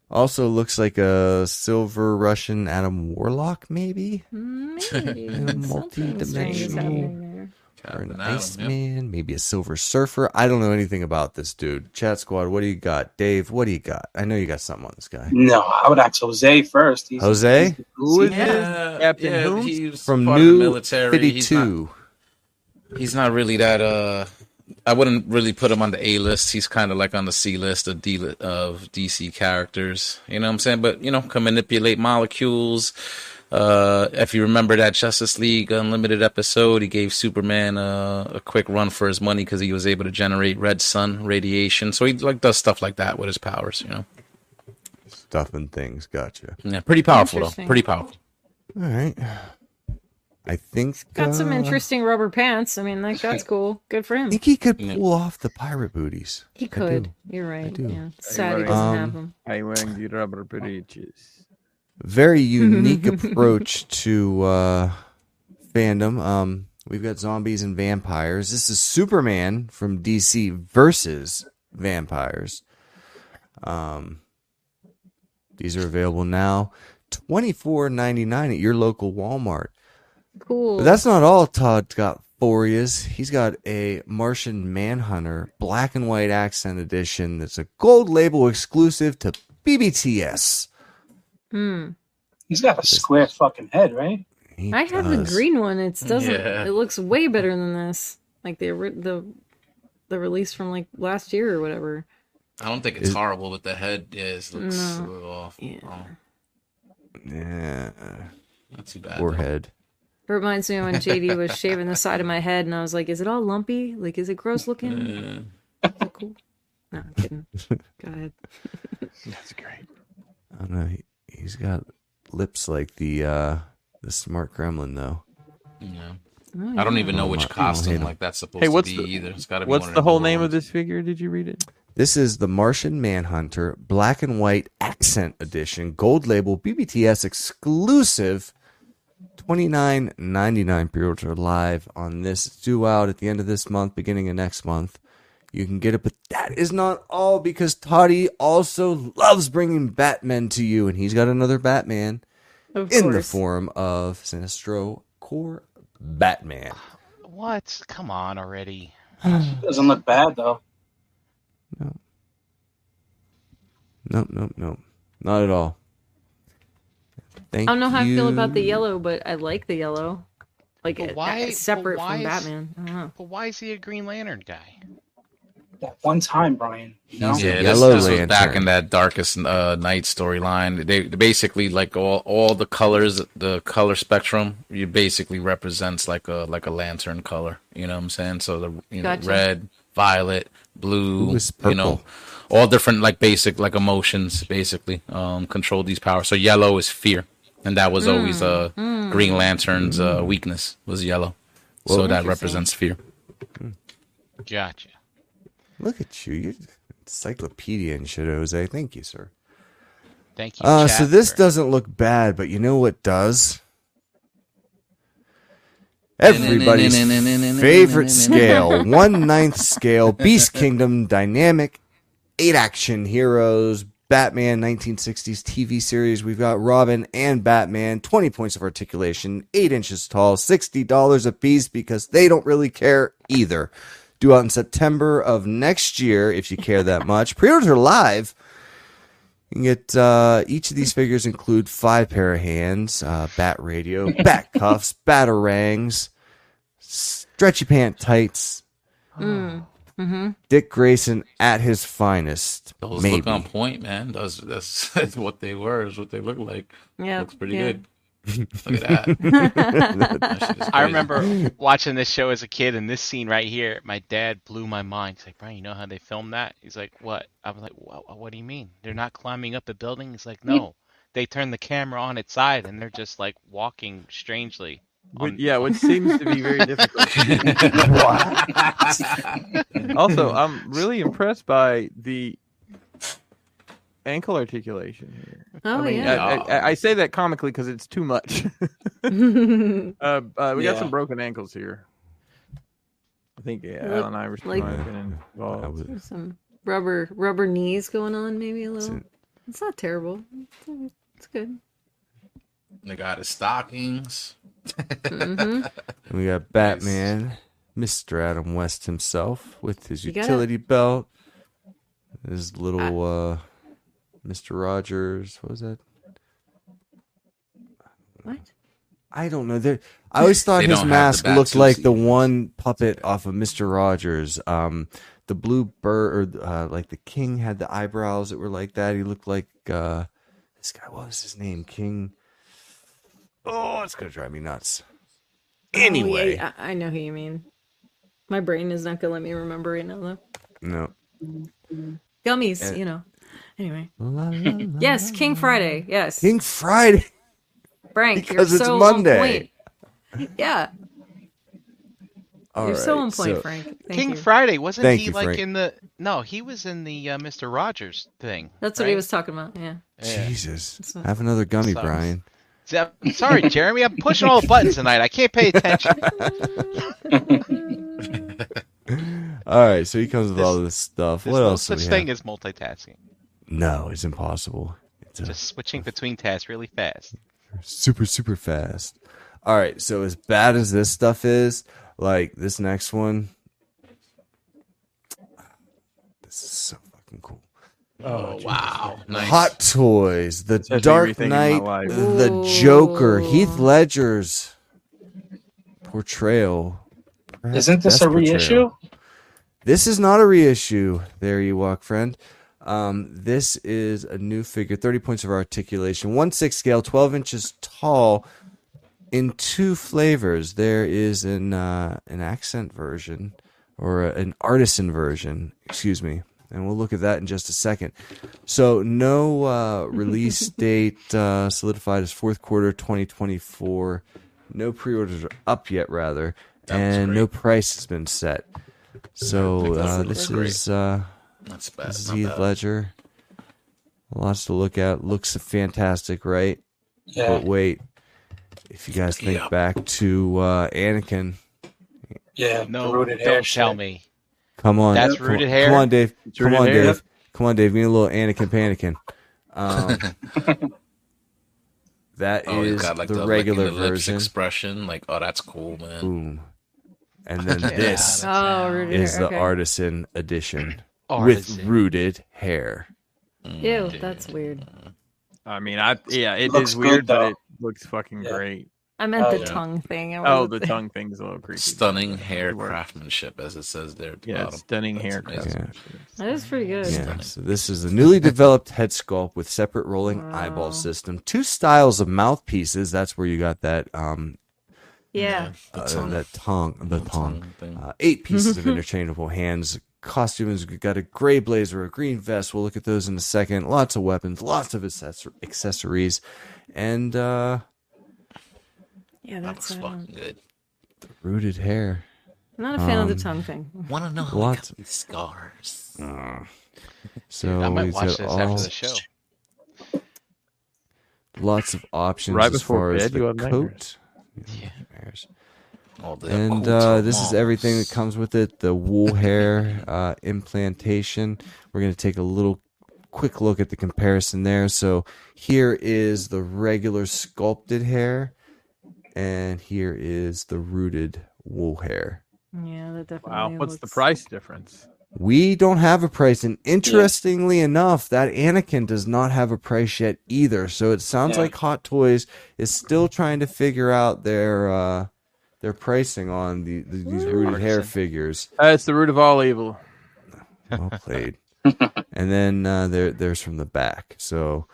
Also looks like a silver Russian Adam Warlock, maybe, Maybe. multi-dimensional- Something strange is happening there. or an Captain Adam, yep. Iceman, maybe a Silver Surfer. I don't know anything about this dude. Chat Squad, what do you got, Dave? What do you got? I know you got something on this guy. No, I would ask Jose first. He's, Jose who is this? Yeah, Captain yeah, who? he's from part of New the military. He's not- Fifty-Two. he's not really that uh I wouldn't really put him on the A list. He's kind of like on the C list of D li- of DC characters. You know what I'm saying? But you know, can manipulate molecules. Uh, if you remember that Justice League Unlimited episode, he gave Superman uh, a, a quick run for his money because he was able to generate red sun radiation. So he like does stuff like that with his powers. You know, Stuff and things. Gotcha. yeah, pretty powerful though. Interesting. Pretty powerful. All right. I think Got some uh, interesting rubber pants. I mean, like that's cool. Good for I him. think he could pull off the pirate booties. He I do. could. You're right. do. Yeah. Sad he right. doesn't Um, have them. Hey, wearing the rubber breeches. *laughs* very unique approach to uh, fandom. Um, we've got zombies and vampires. This is Superman from DC versus vampires. Um, these are available now, twenty four ninety nine at your local Walmart. Cool. But that's not all Todd's got for you. He's got a Martian Manhunter black and white accent edition that's a gold label exclusive to BBTS. Hmm. he's got a square fucking head, right? He I have the does. green one. It doesn't. Yeah. It looks way better than this. Like the ori- the the release from like last year or whatever. I don't think it's Is- horrible, but the head is looks No. a little off. Yeah. Oh, Yeah. not too bad. forehead. It reminds me of when JD *laughs* was shaving the side of my head, and I was like, "Is it all lumpy? Like, is it gross *laughs* looking? Is Yeah. it cool?" No, I'm kidding. Go ahead. That's great. I don't know. He, he's got lips like the uh the smart gremlin though. yeah. Oh, I don't yeah. even know Oh, which my- I don't hate costume 'em. like that's supposed Hey, what's to be the- either. It's got to be What's one the them whole blue name of ones. this figure? Did you read it? This is the Martian Manhunter Black and White Accent Edition Gold Label BBTS exclusive. Twenty nine ninety nine pre-order live on this. It's due out at the end of this month, beginning of next month. You can get it, but that is not all because Toddy also loves bringing Batman to you, and he's got another Batman Of in the course. form of Sinestro Core Batman. What? Come on already. Doesn't look bad though. Nope, nope, nope. Not at all. Thank I don't know how I feel about the you. yellow, but I like the yellow. Like But it, why- it's separate but why from is- Batman. I don't know. But why is he a Green Lantern guy? that one time, Brian. You know? Yeah, this, Yellow this was Lantern. back in that Darkest uh, Night storyline. They they basically like all, all the colors, the color spectrum, you basically represents like a like a lantern color. You know what I'm saying? So the you know, Gotcha. red, violet, blue, Ooh, it's you know, purple. all different like basic like emotions basically um, control these powers. So yellow is fear, and that was always uh, Green Lantern's uh, weakness was yellow. so that represents fear. Gotcha. Look at you. You're encyclopedia and shit, Jose. Thank you, sir. Thank you. Uh, so chat, this for- doesn't look bad, but you know what does? Everybody's favorite scale, one ninth scale, Beast Kingdom, dynamic, eight action heroes, Batman 1960s TV series. We've got Robin and Batman, 20 points of articulation, eight inches tall, $60 a piece because they don't really care either. Due out in September of next year, if you care that much. Pre orders are live. You can get uh, each of these figures include five pair of hands, uh, bat radio, bat cuffs, batarangs, stretchy pant tights, Oh. Mm-hmm. Dick Grayson at his finest. Those maybe. look um, on point, man. Those that's, *laughs* that's what they were. Is what they look like. Yeah. Looks pretty yeah. *laughs* *laughs* good. Look at that. That shit is *laughs* I crazy. remember watching this show as a kid, and this scene right here, my dad blew my mind. He's like, Brian, you know how they filmed that? He's like, what? I was like, what, what do you mean? They're not climbing up a building? He's like, no. They turn the camera on its side, and they're just like walking strangely. Which, on- yeah, which seems to be *laughs* very difficult. also, I'm really impressed by the ankle articulation here. Oh I mean, yeah. I, I, I say that comically because it's too much. *laughs* uh, uh, we got Yeah. some broken ankles here. I think yeah, Look Alan Iverson like- might have been involved. I *laughs* would- There's some rubber rubber knees going on, maybe a little. it. It's not terrible. It's- uh, It's good. *laughs* *laughs* They got his stockings. hmm And we got Batman, Mr. Adam West himself with his You gotta- utility belt, his little uh, Mr. Rogers. What was that? What? I don't know. There, I *laughs* always thought They his don't have the mask looked Batsuit like the either. one puppet off of Mister Rogers. Um, the blue bird, or uh, like the king, had the eyebrows that were like that. He looked like uh, this guy. What was his name? King. Oh, it's gonna drive me nuts. Oh, Anyway, yeah, I, I know who you mean. My brain is not gonna let me remember right now though. no. Gummies, And- you know. Anyway. La, la, la, Yes, la, King la. Friday. Yes. King Friday. Frank, because you're it's so Monday. on point. Yeah, All you're so right, on point, so- Frank. Thank King you. Friday wasn't Thank he you, like Frank. in the? No, he was in the uh, Mister Rogers thing. That's what he right? was talking about. Yeah. Yeah. Jesus, That's what- have another gummy, Sucks. Brian. See, I'm sorry, Jeremy. I'm pushing all the buttons tonight. I can't pay *laughs* attention. All right, so he comes with This- all this stuff. There's what no else? do such we have? thing as multitasking. No, it's impossible. It's a Just switching between tasks really fast. super, super fast. All right, so as bad as this stuff is, like this next one, this is so fucking cool. Oh, wow. Nice. Hot Toys, The Says Dark everything in my Knight, life. The Joker, Heath Ooh. Ledger's portrayal. Perhaps *laughs* Isn't this best a portrayal. reissue? This is not a reissue. There you walk, friend. Um, this is a new figure, 30 points of articulation, 1 6 scale, 12 inches tall, in two flavors. There is an, uh, an accent version or a- an artisan version, excuse me. And we'll look at that in just a second. So, no uh, release date uh, solidified as fourth quarter 2024. No pre orders are up yet, rather. and no price has been set. So uh, this is uh, That's bad. this is Not Heath bad. Ledger. Lots to look at. Looks fantastic, right? Yeah, But wait, if you guys think Yeah. back to uh, Anakin, yeah. the No, rooted hair don't tell shit. me. come on, That's come, rooted on- hair? Come on, Dave. It's Come rooted on, hair? Dave. Come on, Dave. Give me a little Anakin panicking. Um, *laughs* that Oh, he's is got like the the, regular like, the lips version. expression. Like, oh, that's cool, man. Boom, *laughs* and then Yeah, this that's- Oh, rooted is hair, the okay. artisan edition with Artisan. rooted hair. Mm, Ew, that's weird. I mean, I yeah, it is Looks good, weird, but though. it looks fucking Yeah. great. I meant Oh, the yeah. tongue thing. I Oh, wasn't the saying- tongue thing's a little creepy. Stunning hair craftsmanship, as it says there. At the Yeah, bottom. stunning That's hair amazing. That is pretty good. Yeah, so this is a newly developed head sculpt with separate rolling Wow. eyeball system, two styles of mouthpieces. That's where you got that um Yeah. The uh, tongue. that tongue, the, tongue. thing. Uh, eight pieces *laughs* of interchangeable hands. Costumes. We got a gray blazer, a green vest. We'll look at those in a second. Lots of weapons, lots of accessor- accessories, and uh Yeah, That that's uh, looks what I want. fucking good. rooted hair. I'm not a fan of the Um, tongue thing. Want to know how I Lots- got these scars? Uh, I so might we've watch got this after all the show. lots of options Right as before far as bed, the you have nightmares. coat. Yeah. Nightmares. All the and Oh, cool uh, this is tongs. everything that comes with it the wool hair uh, implantation we're going to take a little quick look at the comparison there so here is the regular sculpted hair and here is the rooted wool hair Yeah, that definitely. Wow, what's the looks- price difference? we don't have a price and interestingly enough that anakin does not have a price yet either so it sounds Yeah. like hot toys is still trying to figure out their uh their pricing on the, the these rooted hair Artisan. figures Uh, it's the root of all evil. Well played. and then uh, there, there's from the back. So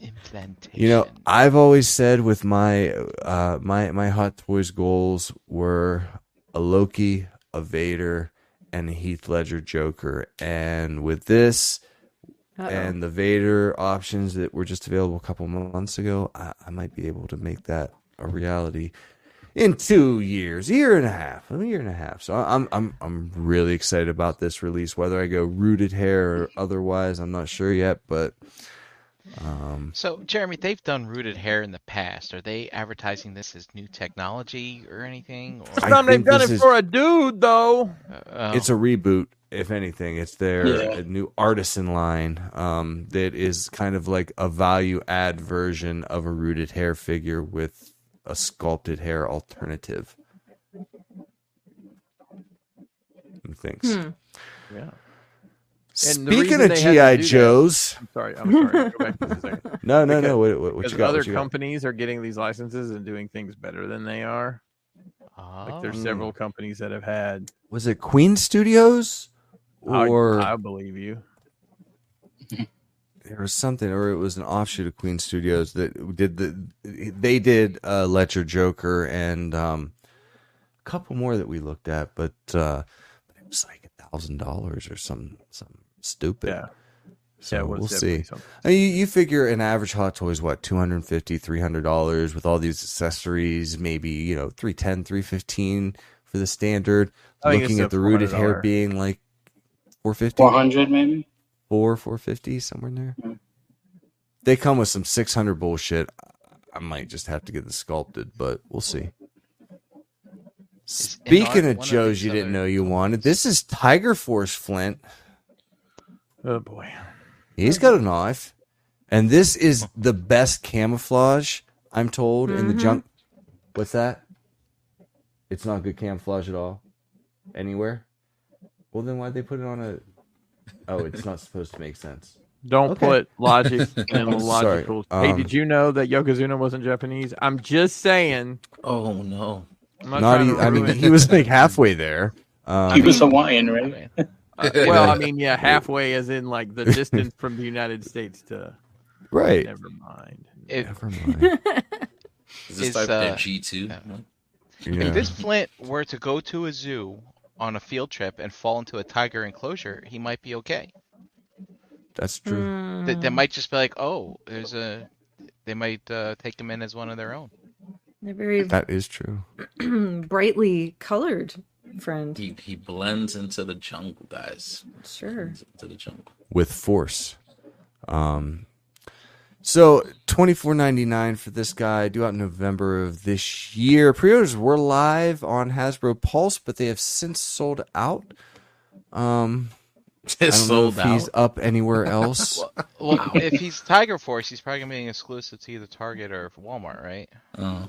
Implantation. you know, I've always said with my uh, my my Hot Toys goals were a Loki, a Vader, and a Heath Ledger Joker. And with this Uh-oh. and the Vader options that were just available a couple months ago, I, I might be able to make that a reality in two years, year and a half, a year and a half. So I'm I'm I'm really excited about this release. Whether I go rooted hair or otherwise, I'm not sure yet. But um, So, Jeremy, they've done rooted hair in the past. Are they advertising this as new technology or anything? First I Or, time they've think done it this is- for a dude, though. Uh, it's a reboot, if anything. It's their Yeah. a new artisan line um, that is kind of like a value add version of a rooted hair figure with a sculpted hair alternative. Thanks. Hmm. Yeah. And the Speaking reason of they had to GI do that- Joes, I'm sorry. I'm sorry. Go back for a second. *laughs* no, no, Because- no. What, what, what Because you got? other what you got? companies are getting these licenses and doing things better than they are. Like there's oh. several companies that have had. was it Queen Studios I- or I, believe you. there was something, or it was an offshoot of Queen Studios that did the they did uh, Ledger Joker and um, a couple more that we looked at, but uh, it was like a thousand dollars or some something stupid. Yeah. So yeah, it was we'll definitely see. something. I mean, you, you figure an average Hot Toys, what, $250, $300 with all these accessories, maybe, you know, 310 315 for the standard. I think it's Looking a at the rooted hair $400. being like 450 Four hundred, maybe. four, four fifty, somewhere in there. Hmm. Mm. They come with some six hundred bullshit. I might just have to get the sculpted, but we'll see. Speaking of Inarc one of Joes these you didn't know other you wanted, this is Tiger Force Flint. Oh boy. He's got a knife. And this is the best camouflage, I'm told, in the Mm-hmm. Mhm. junk. What's that? It's not good camouflage at all. Anywhere? Well, then why'd they put it on a. Oh, it's not supposed to make sense. Don't Okay. put logic in the Sorry, logical. hey, um, did you know that Yokozuna wasn't Japanese? I'm just saying. Oh no! I'm not, not trying e- to I mean, ruin- *laughs* he was like halfway there. He Um, was Hawaiian, right? *laughs* *laughs* Uh, well, I mean, yeah, halfway as in like the distance from the United States *laughs* to. right. Never mind. If- Never mind. Is this Is, type uh, of G two? Yeah. If this Flint were to go to a zoo on a field trip and fall into a tiger enclosure, he might be okay. That's Mm. true. They, they might just be like, "Oh, there's a." They might uh, take him in as one of their own. They're very That is true. *clears throat* brightly colored friend. He he blends into the jungle, guys. Sure. Blends Into the jungle. With force. Um so twenty four ninety nine for this guy, due out in November of this year. Pre-orders were live on Hasbro Pulse, but they have since sold out. Um I It's don't know sold if out. he's up anywhere else. Well, if he's Tiger Force, he's probably gonna be exclusive to either Target or Walmart, right? *laughs* Oh.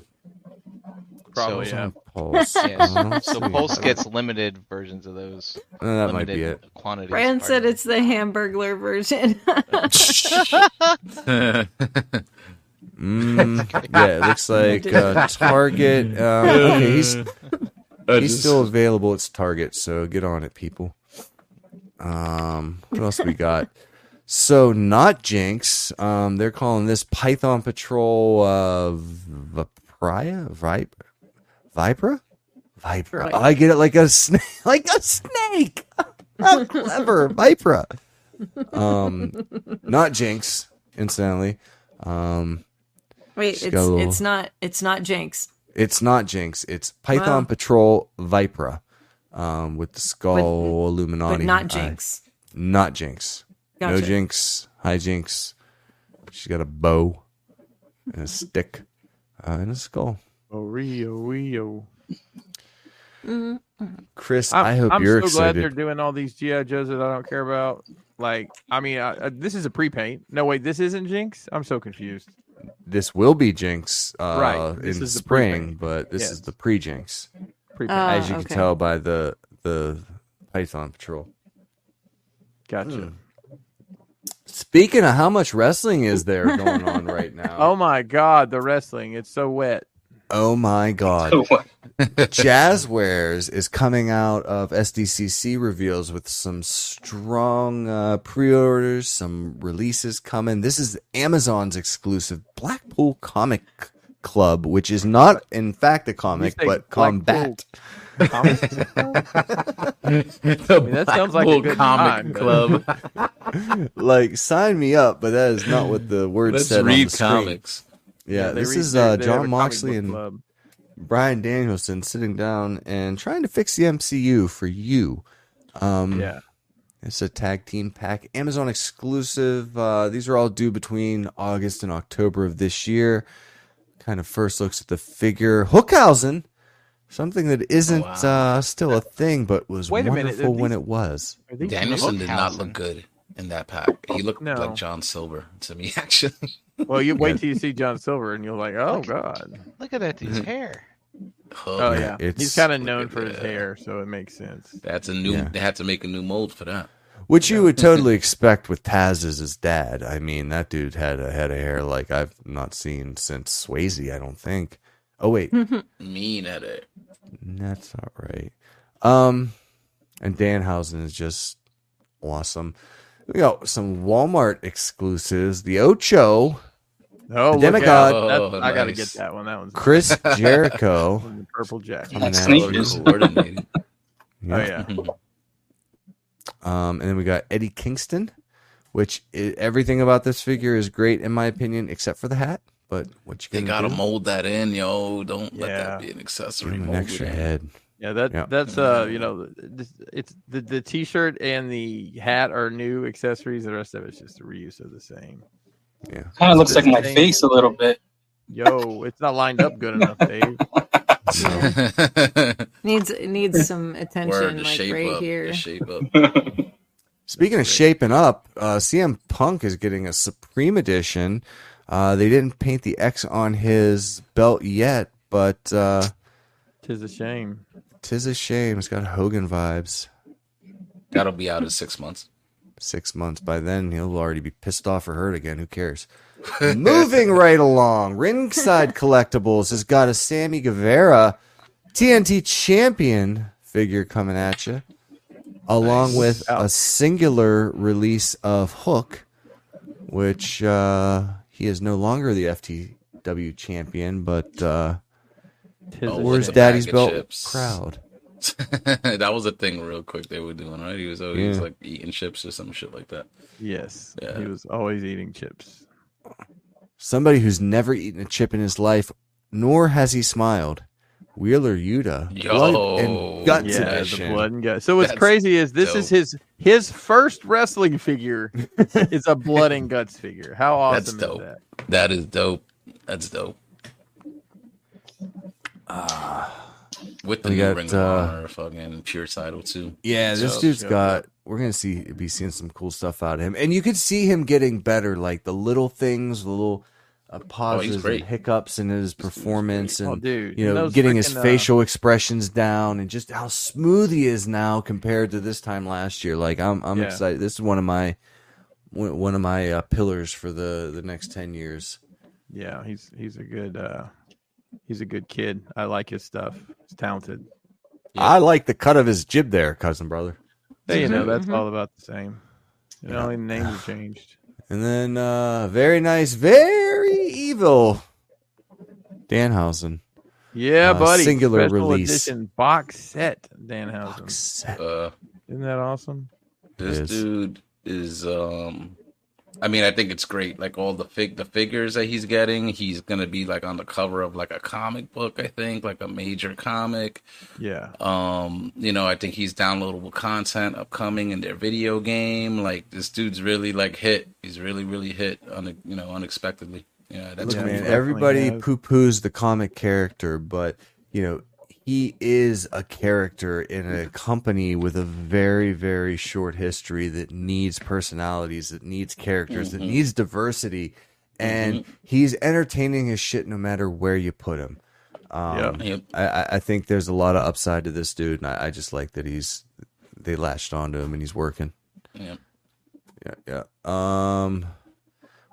Probably, So, yeah. On Pulse. *laughs* Yes. I don't so see. Pulse gets limited versions of those. Uh, Uh-huh. *laughs* that might limited be it. Quantities. Brand said pardon. it's the Hamburglar version. That's Mm. Okay. Yeah, it looks like uh, Target. Um, okay, he's *laughs* I he's just- still available. It's Target, so get on it, people. Um, what else we got? So not Jinx. Um, they're calling this Python Patrol uh, Vipria, Vip, Vipra, Vipra. Vipra. Oh, I get it like a snake, *laughs* like a snake. *laughs* How clever, Vipra. Um, not Jinx, incidentally. Um, *laughs* Wait, Just it's got a little- it's not it's not Jinx. it's not Jinx. It's Python Wow. Patrol Vipra, um, with the skull Illuminati, but not eye. Jinx. Not Jinx. Gotcha. No Jinx. High Jinx. She's got a bow and a stick uh, and a skull. Oh, Rio, Rio. Mm. Chris, I'm, i hope I'm you're so glad they're excited. doing all these GI Joes that I don't care about. Like, I mean, I, uh, this is a pre-paint. No, wait, this isn't Jinx. I'm so confused. This will be Jinx uh, Right. This in is the spring, pre-paint. but this Yes. is the pre Jinx, Pre-paint. Uh, as you okay. can tell by the the Python Patrol. gotcha. Hmm. Speaking of how much wrestling is there going on right now? Oh my God, the wrestling. It's so wet. Oh *laughs* my God. Jazzwares is coming out of SDCC reveals with some strong uh, pre-orders, some releases coming. This is Amazon's exclusive Blackpool Comic Club, which is not, in fact, a comic, say but Blackpool combat. *laughs* Thomas? the mean, that sounds like a Blackpool good comic time, but- club. *laughs* like, sign me up, but that is not what the word Let's said. on the read screen. comics. Yeah, they this read- is they- uh, they have a John comic Moxley book and club. Brian Danielson sitting down and trying to fix the MCU for you. Um, Yeah. It's a tag team pack, Amazon exclusive. Uh, these are all due between August and October of this year. Kind of first looks at the figure Hookhausen, something that isn't uh, still a thing, but was Oh, Wait a minute, wonderful are when these- it was. Are these Danielson did not look Hookhausen? good in that pack. He looked No. like John Silver to me, *laughs* actually. Well, you wait till you see John Silver, and you're like, oh God. Look at that dude's Mm-hmm. hair. Oh Oh, yeah, it's- he's kind of Look known at for his that. hair, so it makes sense. That's a new. Yeah. They had to make a new mold for that. Which you *laughs* would totally expect with Taz as his dad. I mean, that dude had a head of hair like I've not seen since Swayze, I don't think. Oh, wait. Mm-hmm. Mean at it. That's all right. Um, and Danhausen is just awesome. We got some Walmart exclusives. The Ocho, Oh, look Demigod. out. That's- Oh, I gotta get nice. that one. That one's *laughs* Chris Jericho. in the purple jacket. coming That's out. neat. Color *laughs* coordinated. Oh yeah, Um, and then we got Eddie Kingston, which i everything about this figure is great in my opinion, except for the hat. But what you They gonna gotta do? mold that in, yo. Don't let Yeah. that be an Give accessory. him an Mold extra it in. head. yeah. That Yeah. that's uh, you know, th- this- it's the the t-shirt and the hat are new accessories. The rest of it's just a reuse of the same. Yeah, Kind of looks like my Same. face a little bit. *laughs* *laughs* Yo, it's not lined up good enough, Dave. *laughs* Needs it needs some attention *laughs* Word, the like shape right up. here. The shape up. Speaking of shaping up, uh, CM Punk is getting a Supreme Edition. Uh, they didn't paint the X on his belt yet, but uh, Tis a shame. tis a shame. It's got Hogan vibes. That'll be out in six months. Six months by then, he'll already be pissed off or hurt again. Who cares? *laughs* *laughs* Moving right along, Ringside Collectibles has got a Sammy Guevara TNT Champion figure coming at you, along with a singular release of Hook, which uh, he is no longer the FTW champion, but uh, Tis Oh, a where's where's the shame. Daddy's bag belt of chips? proud? that was a thing real quick they were doing, right? He was always Yeah. like eating chips or some shit like that. Yes, Yeah. he was always eating chips. Somebody who's never eaten a chip in his life, nor has he smiled. Wheeler Yuta, Yo. and guts That's Yeah, the edition. blood and guts. So what's That's crazy is this is dope. his his first wrestling figure *laughs* is a blood and guts figure. How That's awesome dope. is that? That is dope. That's dope. Uh, With the We new got, Ring of uh, Honor, fucking pure title too. Yeah, this So- dude's yeah. got. We're gonna see be seeing some cool stuff out of him, and you could see him getting better, like the little things, the little uh, pauses, and great. hiccups in his performance, Oh, and dude, you and know, those getting his frickin', uh, facial expressions down, and just how smooth he is now compared to this time last year. Like I'm, I'm Yeah. excited. This is one of my one one of my uh, pillars for the the next ten years. Yeah, he's he's a good uh he's a good kid. I like his stuff. He's talented. I like the cut of his jib there, cousin brother. There you know, Mhm. that's Mhm. all about the same. The Yeah. only names have *sighs* changed. And then uh very nice, very evil Danhausen. Yeah, Uh, buddy. singular Special release. edition box set, Danhausen. Uh, Isn't that awesome? this Yes. dude is um I mean, I think it's great. Like all the fig the figures that he's getting, he's gonna be like on the cover of like a comic book, I think, like a major comic. Yeah. Um, you know, I think he's downloadable content upcoming in their video game. Like this dude's really like hit. He's really, really hit un- you know, unexpectedly. Yeah, that's Look, cool. man, definitely everybody has- poo poos the comic character, but you know, he is a character in a company with a very, very short history that needs personalities, that needs characters, that Mm-hmm. Mhm. needs diversity. And he's entertaining his shit no matter where you put him. Um, Yeah. Yep. I- I, I think there's a lot of upside to this dude, and I, I just like that he's they latched onto him and he's working. Yep. Yeah, yeah. Um,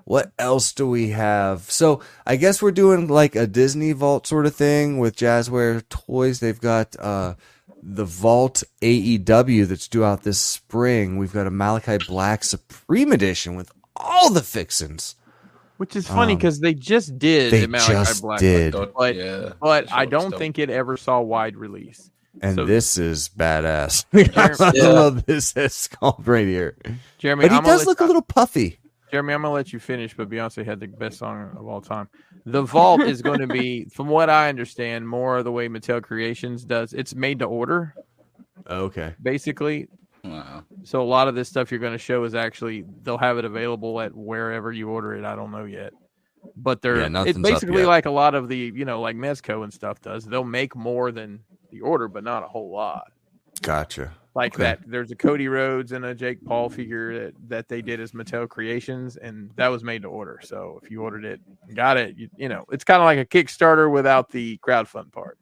what else do we have? So I guess we're doing like a Disney Vault sort of thing with Jazzware toys. They've got uh the Vault AEW that's due out this spring. We've got a Malachi Black Supreme Edition with all the fixins. Which is funny Um, because they just did they the Malachi just Black did. Book, Oh, but yeah. but Sure, I it's don't dope. think it ever saw wide release. And So- this is badass. *laughs* I Yeah. love this sculpt right here. Jeremy, But he I'm gonna does let- look a little puffy. Jeremy, I'm gonna let you finish, but Beyonce had the best song of all time. The Vault is going to be, from what I understand, more of the way Mattel Creations does. It's made to order, Okay. basically. Wow. So a lot of this stuff you're going to show is actually they'll have it available at wherever you order it. I don't know yet, but they're Yeah, nothing's it's up basically yet. like a lot of the you know like Mezco and stuff does. They'll make more than the order, but not a whole lot. Gotcha. Like Okay. that, there's a Cody Rhodes and a Jake Paul figure that, that they did as Mattel Creations, and that was made to order. So if you ordered it, and got it, you, you know it's kind of like a Kickstarter without the crowdfund part.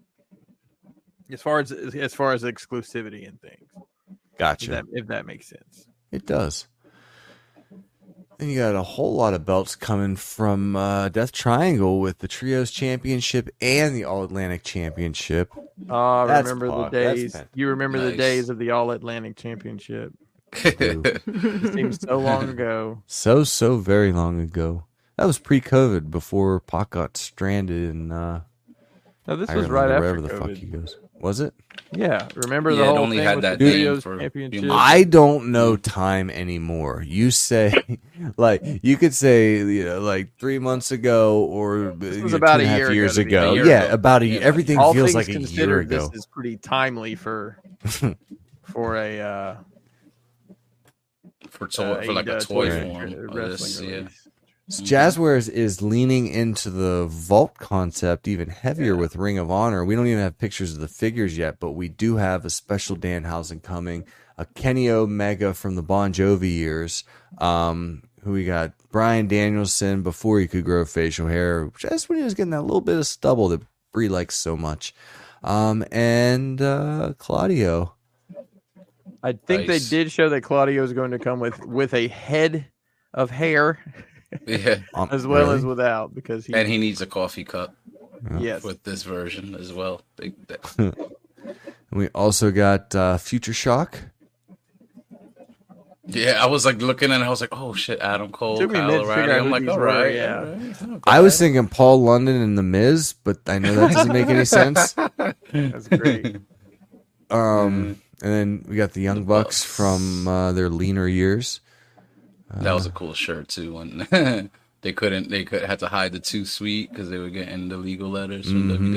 As far as as far as exclusivity and things, if Gotcha. that, if that makes sense. It does. And you got a whole lot of belts coming from uh, Death Triangle with the Trios Championship and the All Atlantic Championship. Oh, I That's remember fuck- the that's days. fantastic. You remember the Nice. days of the All Atlantic *laughs* Championship. Ooh. *laughs* It seems so long *laughs* ago. So, so very long ago. That was pre COVID before Pac got stranded in uh, No, this was Ireland right or after wherever the fuck COVID. he goes. Was it? Yeah, remember the Yeah, it whole only thing had with that the name Studios for a few Championship. months. I don't know time anymore. You say, *laughs* like, you could say, you know, like three months ago or uh, you know, about two and a half year years ago to be- ago. a year yeah, ago. about a year. Yeah. Everything All feels things like a year considered, ago. this is pretty timely *laughs* for for a uh, *laughs* For toy, uh, for like a uh, toy Toys form. Re- of this, wrestling yeah. release. So Mm-hmm. Jazzwares is, is leaning into the vault concept even heavier with Ring of Honor. We don't even have pictures of the figures yet, but we do have a special Danhausen coming, a Kenny Omega from the Bon Jovi years. Um, who we got? Brian Danielson before he could grow facial hair, just when he was getting that little bit of stubble that Brie likes so much. Um, and uh, Claudio. I think Nice. they did show that Claudio is going to come with with a head of hair *laughs* Yeah. Um, as well really? as without because he, And he needs a coffee cup yes with this version as well. They- that- And we also got uh, Future Shock. Yeah, I was like looking and I was like, oh shit, Adam Cole, Took me a minute Kyle to figure O'Reilly. out I'm who like, these all were, right, yeah. all right, okay. I was thinking Paul London and The Miz, but I know that doesn't make any sense. that's great. *laughs* Um, and then we got the Young Bucks Bucks. from uh, their leaner years. that was a Uh-huh. cool shirt too. When *laughs* they couldn't, they could had to hide the too sweet because they were getting the legal letters from Mm-hmm.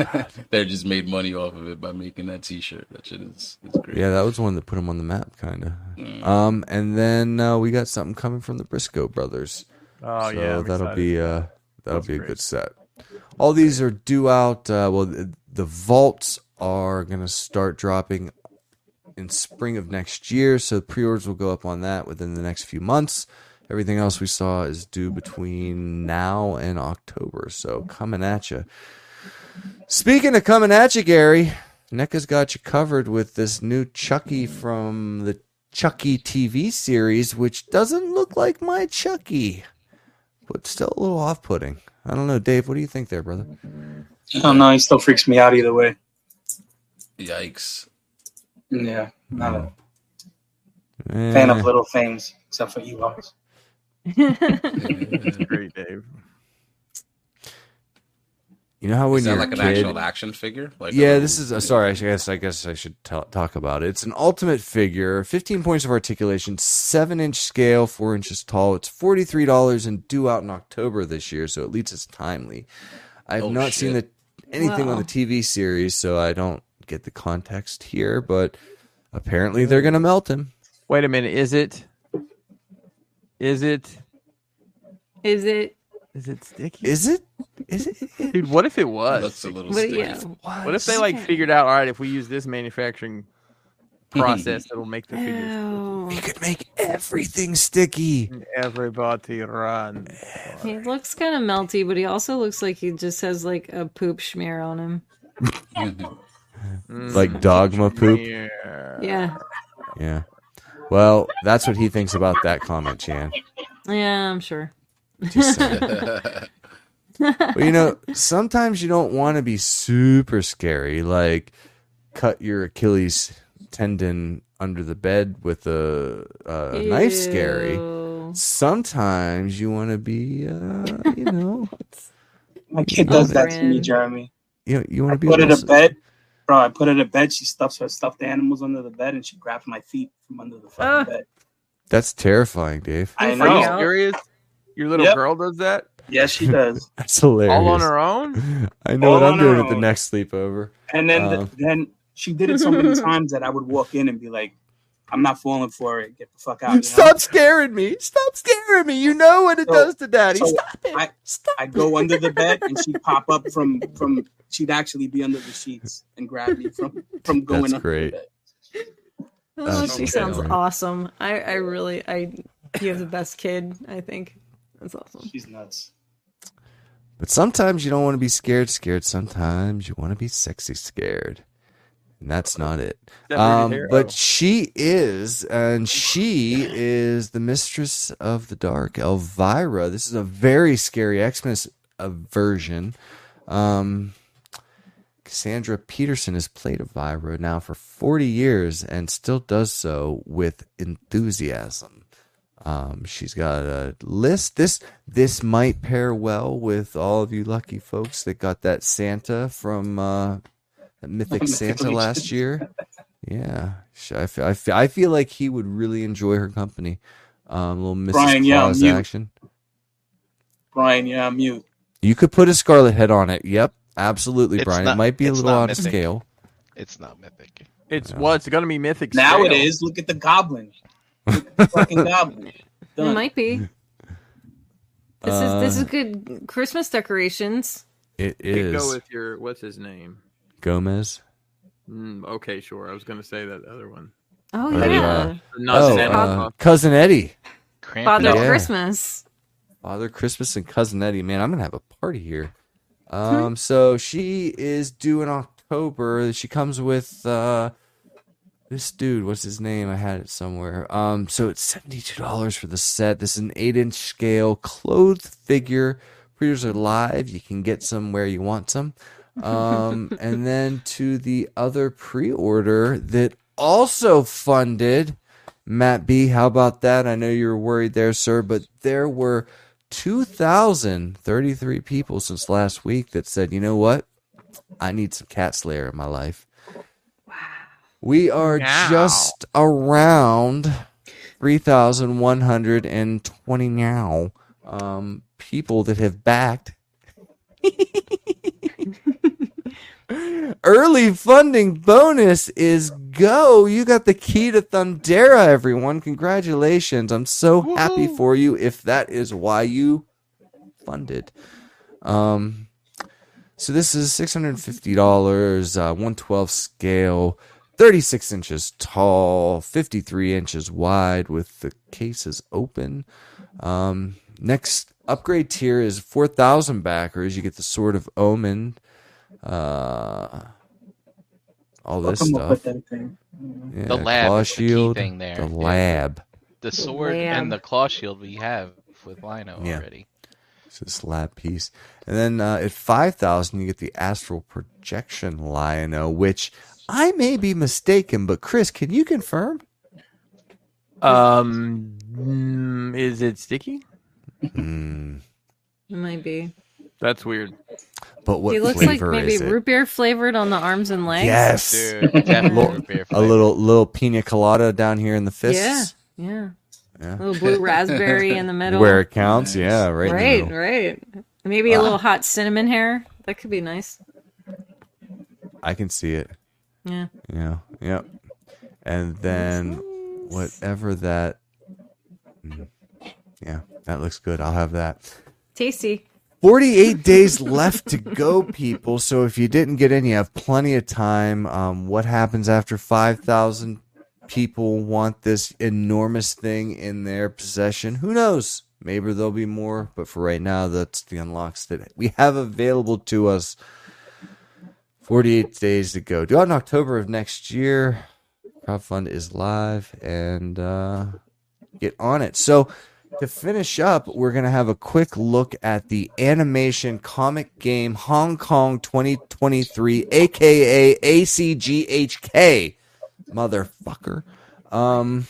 WWE. *laughs* they just made money off of it by making that T-shirt. That shit is, is great. Yeah, that was one that put them on the map, kind of. Um, and then uh, we got something coming from the Briscoe brothers. Oh so yeah, I'm that'll excited. be uh, that'll That's be a great. good set. All these are due out. Uh, well, the, the vaults are gonna start dropping in spring of next year, so pre-orders will go up on that within the next few months. Everything else we saw is due between now and October, so coming at you. Speaking of coming at you, Gary, NECA's got you covered with this new Chucky from the Chucky TV series, which doesn't look like my Chucky. but still a little off-putting. I don't know, Dave. What do you think there, brother? I don't know. He still freaks me out either way. *laughs* Yikes. Yeah, not a fan Eh, of little things, except for Ewoks. That's great, Dave. You know how when Is that you're like an a kid, actual action figure? Like oh, yeah, a- this is uh, sorry. I guess I guess I should t- talk about it. It's an ultimate figure, fifteen points of articulation, seven inch scale, four inches tall. It's forty three dollars and due out in October this year, so at least it's timely. I've Oh, not seen the, shit. anything on Wow. the TV series, so I don't get the context here. But apparently, they're gonna melt him. Wait a minute. Is it? Is it? Is it? Is it sticky? Is it? Is it? Dude, what if it It was? looks a little But sticky. yeah. What if they like figured out? All right, if we use this *laughs* manufacturing process, it'll make the figures. Oh, You could make everything sticky. Everybody run! he looks kind of melty, but he also looks like he just has like a poop smear on him. Like dogma poop. Mm. Yeah. Yeah, Yeah. Well, that's what he thinks about that comment, Chan. yeah, I'm sure. Just *laughs* saying. *laughs* well, you know, sometimes you don't want to be super scary, like cut your Achilles tendon under the bed with a, a knife scary. Ew. Sometimes you want to be, uh, you know, *laughs* My kid does that to me, Friend. Jeremy. you, you want I to be. put her a to little- bed, bro. I put her to bed. She stuffs her stuffed animals under the bed, and she grabs my feet from under the fucking Ah. bed. That's terrifying, Dave. I Good for Are you Yeah. know. serious? Your little Yep. girl does that Yes, she does. That's hilarious. all on her own. I know All what on I'm her doing at the own. next sleepover. And then, Uh. then she did it *laughs* so many times that I would walk in and be like, "I'm not falling for it. Get the fuck out." You know? Stop scaring me. Stop scaring me. You know what it So- does to daddy. so Stop it. I- Stop. I'd go under the bed and she'd pop up *laughs* from from she'd actually be under the sheets and grab me from from going That's under great. the bed. Oh, That's she sounds hilarious. awesome. I, I really, I, you have the best kid. I think that's awesome. She's nuts. But sometimes you don't want to be scared, scared. Sometimes you want to be sexy, scared. And that's not it. That Um, Rita Hero. but she is, and she is the mistress of the dark, Elvira. This is a very scary Xmas uh, version. Um, Cassandra Peterson has played Elvira now for 40 years and still does so with enthusiasm. Um, she's got a list. This this might pair well with all of you lucky folks that got that Santa from uh, *laughs* that Mythic Santa last year. Yeah, Sh- I feel, I, feel, I feel like he would really enjoy her company. Um, little Mrs. Brian, yeah, Claus mute. action. Brian, yeah, I'm you. You could put a scarlet head on it. Yep, absolutely, It's Brian. it not- might be a it's little not out of Mythic. scale. It's not mythic. It's well, it's gonna be mythic. Now it scale. is. Look at the goblin. Look at the *laughs* fucking goblin. It Done. might be. This is this Uh, is good Christmas decorations. It You could Go is with your what's his name? Gomez. Mm, okay, sure. I was gonna say that other one. Oh Or, yeah, uh, Not Oh, Santa uh, Claus. cousin Eddie. Cramp Father it up. Yeah. Christmas. Father Christmas and Cousin Eddie. Man, I'm gonna have a party here. Um, so she is due in October. She comes with uh this dude, what's his name? I had it somewhere. Um, so it's seventy-two dollars for the set. This is an eight-inch scale clothed figure. Pre-orders are live. You can get some where you want some. Um, and then to the other pre-order that also funded Matt B. How about that? I know you were worried there, sir, but there were two thousand thirty-three people since last week that said, "You know what? I need some Cat Slayer in my life." We are Wow. just around 3,120 now um, people that have backed Early funding bonus is go. You got the key to Thundera, everyone. Congratulations. I'm so happy for you if that is why you funded. Um so this is $650, uh, 112 scale, 36 inches tall, 53 inches wide with the cases open. Um, next upgrade tier is 4,000 backers. You get the Sword of Omen, uh, all this Come up with stuff. that thing. Yeah, The lab claw is the key shield, thing there. The lab. The sword and Lamb. the claw shield we have with Lino Yeah. already. It's a slab piece. And then uh, at 5,000, you get the astral projection lionel, which I may be mistaken, but Chris, can *laughs* you confirm? Um, mm, is it sticky? Mm, It might be. That's weird. but what he looks like flavor maybe is it? root beer flavored on the arms and legs. Yes. Dude, definitely Lo- root beer a flavor. little little pina colada down here in the fists. Yeah. A Yeah. little blue raspberry *laughs* in the middle. Where it counts, yeah, right. in the right, middle. Uh, right. Maybe a little hot cinnamon hair. That could be nice. I can see it. Yeah. Yeah. Yep. And then whatever that. Mm. Yeah, that looks good. I'll have that. Tasty. 48 days left to go, people. So if you didn't get in, you have plenty of time. Um, what happens after 5,000 people want this enormous thing in their possession? Who knows? Maybe there'll be more, but for right now, that's the unlocks that we have available to us. 48 days to go. Due out in October of next year. Crowdfund is live and uh, get on it. So to finish up, we're going to have a quick look at the animation comic game Hong Kong 2023, aka ACGHK. Motherfucker. Um,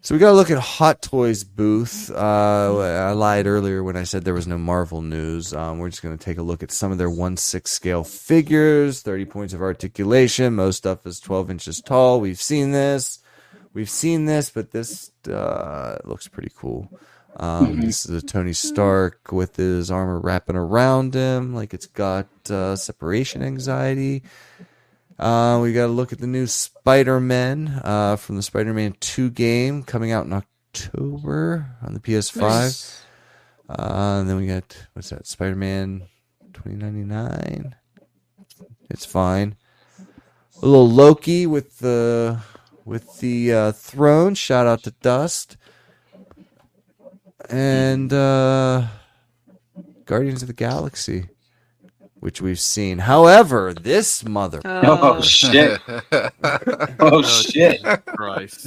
so we got to look at Hot Toys booth. Uh, I lied earlier when I said there was no Marvel news. Um, we're just going to take a look at some of their 1 6 scale figures, 30 points of articulation. Most stuff is 12 inches tall. We've seen this we've seen this, but this uh, looks pretty cool. Um, this is a Tony Stark with his armor wrapping around him, like it's got uh, separation anxiety. Uh, we got to look at the new Spider Man uh, from the Spider Man 2 game coming out in October on the PS5. Uh, and then we got, what's that, Spider Man 2099? It's fine a little Loki with the with the uh, throne. Shout out to Dust and uh, Guardians of the Galaxy, which we've seen. However, this mother Oh *laughs* Oh, *laughs* shit! Oh shit! Christ.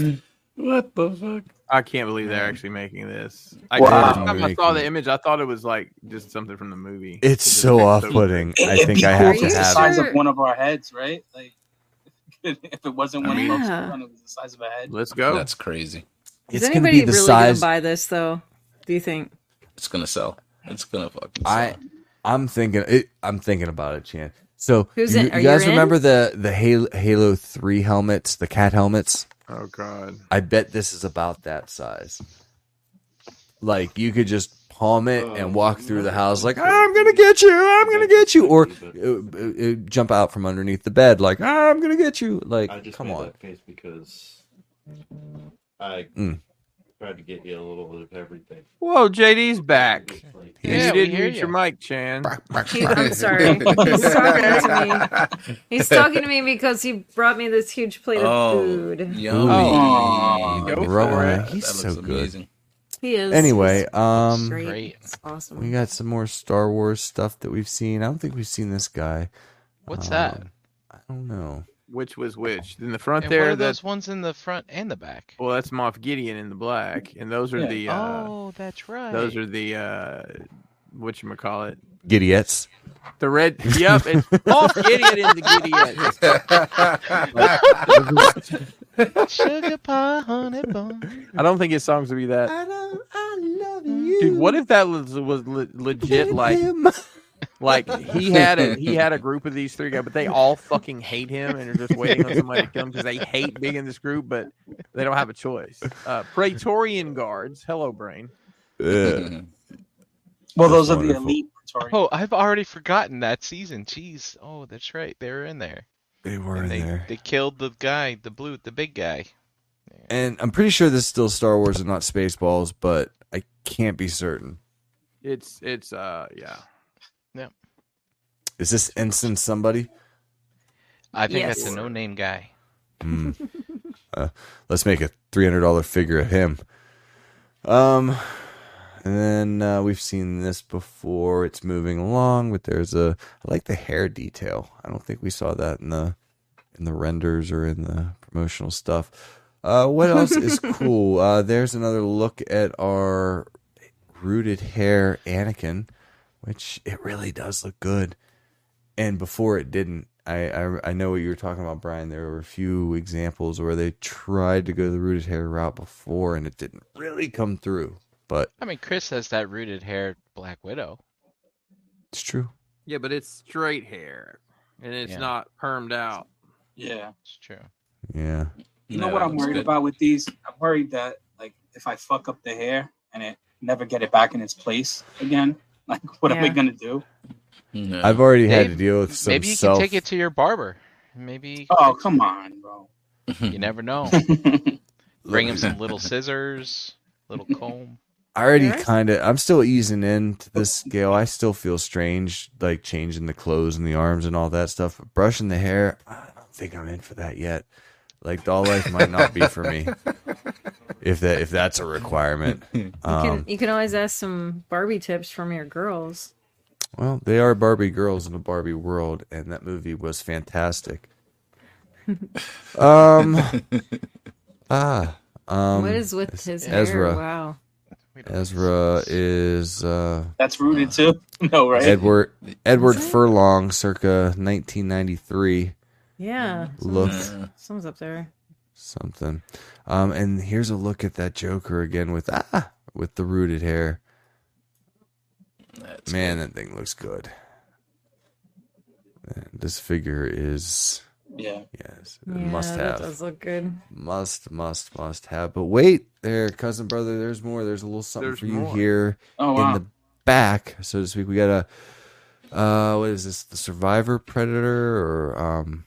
What the fuck? I can't believe they're actually making this. I, Wow. Last time I saw Making- the image, I thought it was like just something from the movie. it's just so looks off putting. I It'd think be I cool have if to it's the Are you have. size it. of one of our heads, right? Like, *laughs* if it wasn't one I of mean- our heads, it was the size of a head. Let's go. That's crazy. Is It's gonna anybody be the really size- gonna buy this though? Do you *laughs* think? It's gonna sell. It's gonna fucking sell. I I'm thinking it, I'm thinking about it, Chan. So Who's you, in- you are you guys in? remember the the Halo, Halo Three helmets, the cat helmets? oh god. I bet this is about that size. Like you could just palm it Oh, and walk through the house like I'm gonna get you, I'm gonna get you, or uh, uh, uh, jump out from underneath the bed like I'm gonna get you. I Like just come made on, that face because I Mm. tried to get you a little bit of everything. Whoa, JD's back. Like, And Yeah, you we didn't hear mute your you. mic, Chan. He- I'm sorry. *laughs* He's talking to me. He's talking to me because he brought me this huge plate of food. yummy. Oh, go Right. for it. That He's looks so good. amazing. He is Anyway, he's um, great. Great. It's awesome. we got some more Star Wars stuff that we've seen. I don't think we've seen this guy. What's Um, that? I don't know. Which was which? In the Oh, front And what there, are that's those ones in the front and the back? well, that's Moff Gideon in the black, and those are Yeah. the uh, Oh, that's right. those are the uh, what you call it? Gideons. The red. *laughs* Yep, it's Moff Gideon in the Gideon. *laughs* sugar pie, honey *laughs* bun. I don't think his songs would be that. I don't, I love you. Dude, what if that was, was le- legit like *laughs* like *laughs* he had a he had a group of these three guys, but they all fucking hate him and are just waiting on somebody to kill him because they hate being in this group, but they don't have a choice. Uh, Praetorian guards, hello brain. *laughs* Ugh. *laughs* Well, That's those are the wonderful. elite Praetorian. Oh, I've already forgotten that season. Jeez. Oh, that's right. They were in there. They were And in they there. they killed the guy, the blue, the big guy. and I'm pretty sure this is still Star Wars and not Spaceballs, but I can't be certain. It's it's uh yeah. Is this ensign somebody? I think that's Yes. a no-name guy. Hmm. Uh, let's make a three hundred dollar figure of him. Um, and then uh, we've seen this before. It's moving along, but there's a I like the hair detail. I don't think we saw that in the in the renders or in the promotional stuff. Uh, what else is cool? Uh, there's another look at our rooted hair Anakin, which it really does look good. And before it didn't. I, I I know what you were talking about, Brian. There were a few examples where they tried to go the rooted hair route before, and it didn't really come through. But I mean, Chris has that rooted hair Black Widow. it's true. Yeah, but it's straight hair, and it's Yeah. not permed out. Yeah. It's true. Yeah. You know Yeah, what that I'm looks worried good. about with these? I'm worried that like if I fuck up the hair and it never get it back in its place again, *laughs* like what am I Yeah. gonna do? Yeah. *laughs* I've already had to Dave, deal with some Maybe you self. can take it to your barber. Maybe Oh come on, bro. *laughs* you Mm-hmm. never know. *laughs* Bring him some little scissors, little comb. I already Eric? kind of. I'm still easing into this scale. I still feel strange, like changing the clothes and the arms and all that stuff. But brushing the hair, I don't think I'm in for that yet. Like doll life might not be for me. If that if that's a requirement, You can, um, you can always ask some Barbie tips from your girls. well, they are Barbie girls in a Barbie world, and that movie was fantastic. Um, ah, um, what is with his Ezra. hair? Wow. We don't- Ezra is uh. That's rooted too. *laughs* No, right? Edward Edward Is it? Furlong, circa 1993. Yeah. Look Someone's up there. something. Um, and here's a look at that Joker again with ah with the rooted hair. That's Man, that thing looks good. Man, This figure is Yeah. yes Yeah, must that have does look good. must must must have. But wait, there, cousin brother, there's more. There's a little something There's for you more. here. Oh wow. in the back, so to speak. We got a uh, what is this? The survivor predator or um,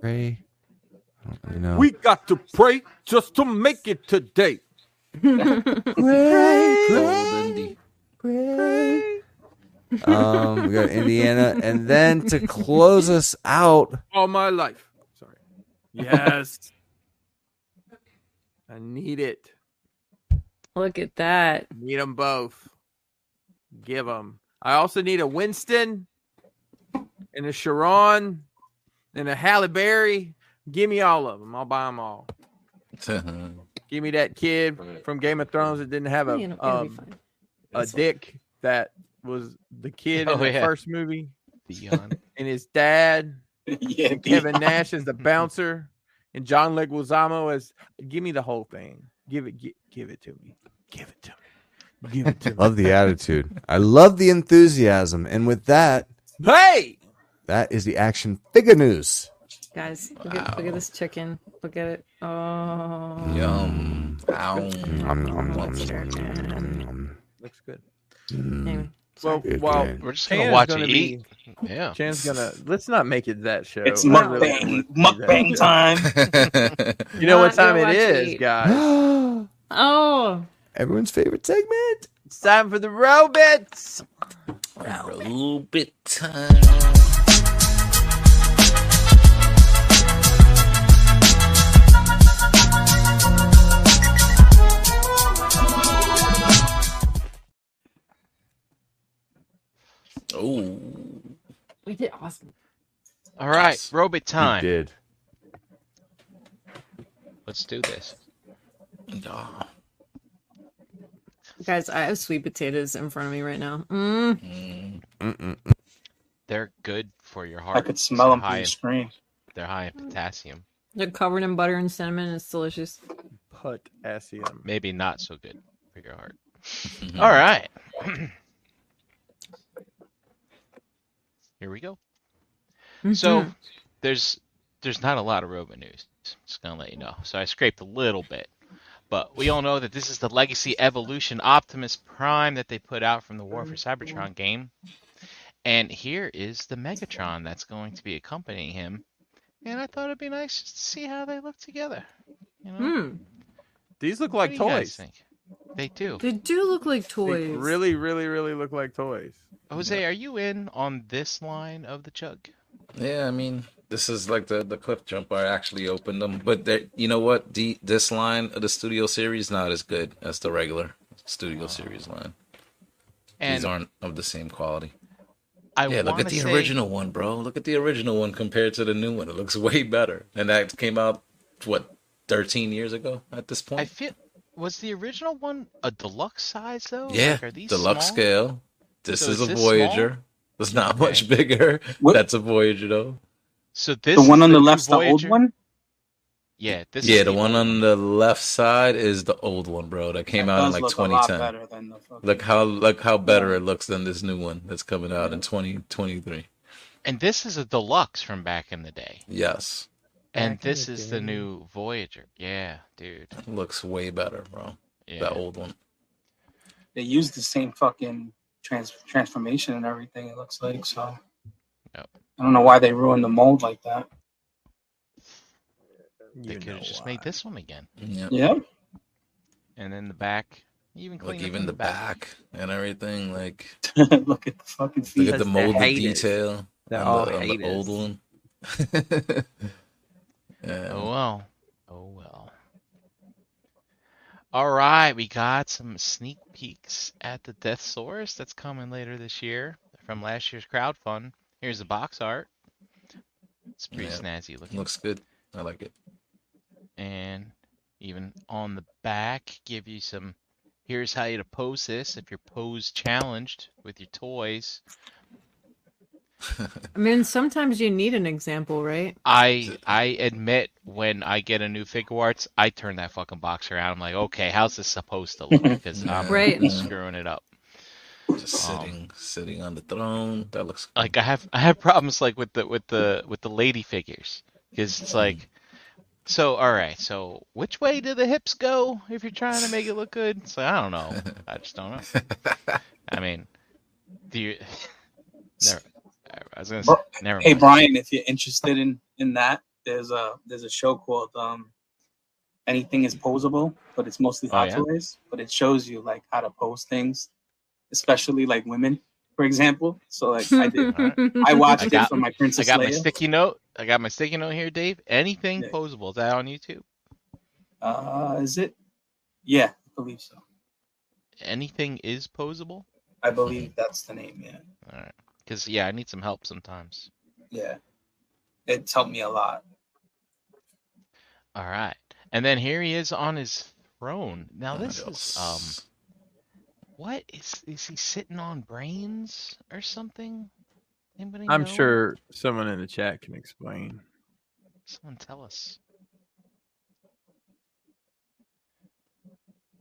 prey? I don't really know. We got to pray just to make it today. *laughs* Golden D. um, we got Indiana, and then to close us out, All my life. *laughs* Sorry. Yes. I need it. Look at that. Need them both. Give them. I also need a Winston and a Sharon and a Halle Berry. Give me all of them. I'll buy them all. Give me that kid from Game of Thrones that didn't have You know, a it'll be um, fine. a dick that was the kid Oh, in the yeah. first movie, Dion. and his dad *laughs* *laughs* yeah, Kevin Nash is the bouncer, and John Leguizamo is. Give me the whole thing. Give it. Give, give it to me. Give it to me. Give it *laughs* to me. love the attitude. I love the enthusiasm, and with that, hey, that is the action figure news. Guys, look, at, look at this chicken. Look at it. Oh. Yum. *laughs* Ow. Nom, nom, nom, nom, nom, nom, nom. looks good. Anyway, Well, Good while game. We're just gonna Chan's watch gonna it be- eat. Yeah. Chan's gonna. Let's not make it that show. It's I really mukbang. wanna see that Mukbang show. time. You know what Not time gonna it watch it is, eat. guys. Oh. *gasps* Everyone's favorite segment. It's time for the robots. a little bit time. Oh, We did awesome. All right, robot You time. did. Let's do this. yeah. Guys, I have sweet potatoes in front of me right now. Mm. Mm. Mm-mm. They're good for your heart. I could smell them They're high, through the in- screen. they're high in potassium. They're covered in butter and cinnamon. and It's delicious. Put E SEM. Maybe not so good for your heart. Mm-hmm. All right. *clears throat* Here we go. So Mm-hmm. Mhm. there's there's not a lot of robot news. Just gonna let you know. So I scraped a little bit, but we all know that this is the Legacy Evolution Optimus Prime that they put out from the War for Cybertron game, and here is the Megatron that's going to be accompanying him. And I thought it'd be nice just to see how they look together. You know, Mm. These look What like do you toys. guys think? They do. They do look like They toys. really, really, really look like toys. Jose, are you in on this line of the chug? Yeah, I mean, this is like the the cliff jumper. I actually opened them, but they- you know what? The this line of the studio series not as good as the regular studio series line. These Ah. And aren't of the same quality. I yeah, look wanna at the say- original one, bro. Look at the original one compared to the new one. It looks way better, and that came out what 13 years ago at this I point. feel was the original one a deluxe size though? Yeah, Like, are these deluxe small? scale. This So is is a this Voyager. small? It's not much bigger. That's a Voyager though. So this the one on the left's the old one. Yeah, this yeah, is the one on the left side is the old one, bro. That came That out in does like look a lot 2010. better than the fucking- Look how look how better it looks than this new one that's coming out in 2023. and this is a deluxe from back in the day. Yes, And this is the new Voyager. Yeah, dude. looks way better, bro. That old one. They use the same fucking trans- transformation and everything. It looks like so. I don't know why they ruined the mold like that. They could have just made this one again. Yeah. Yeah. *laughs* And then the back, even clean Like up even in the back and everything. Like *laughs* look at the fucking look feet. at the Because they're molded haters. detail They're all on the, on the haters. old E one. *laughs* Yeah. Oh well. Oh well. All right, we got some sneak peeks at the Death Source that's coming later this year from last year's crowdfund. Here's the box art. It's pretty Yeah. snazzy looking. Looks good. I like it. *laughs* and even on the back give you some here's how you to pose this if you're pose challenged with your toys I mean, sometimes you need an example, right? i i admit when i get a new figure arts i turn that fucking box around i'm like okay how's this supposed to look *laughs* because i'm Right. screwing it up Just sitting sitting on the throne. That looks like i have i have problems like with the with the with the lady figures because it's Mm. like so all right so which way do the hips go if you're trying to make it look good it's like i don't know i just don't know i mean do you *laughs* never, i was gonna say Bro- never Hey mind. Brian, if you're interested in in that, there's a there's a show called um, Anything Is Posable, but it's mostly Oh, hot yeah? toys. But it shows you like how to pose things, especially like women, for example. So like I did, *laughs* *laughs* I watched I it got- for my i Princess got my Leia. sticky note i got my sticky note here dave anything Yeah. posable is that on youtube uh, is it? Yeah, I believe so. anything is posable I believe that's the name. Yeah, all right because yeah i need some help sometimes yeah. It's helped me a lot. All right. And then here he is on his throne. Now What this is um else? what is is he sitting on brains or something? Anybody I'm know? sure someone in the chat can *laughs* explain. Someone tell us.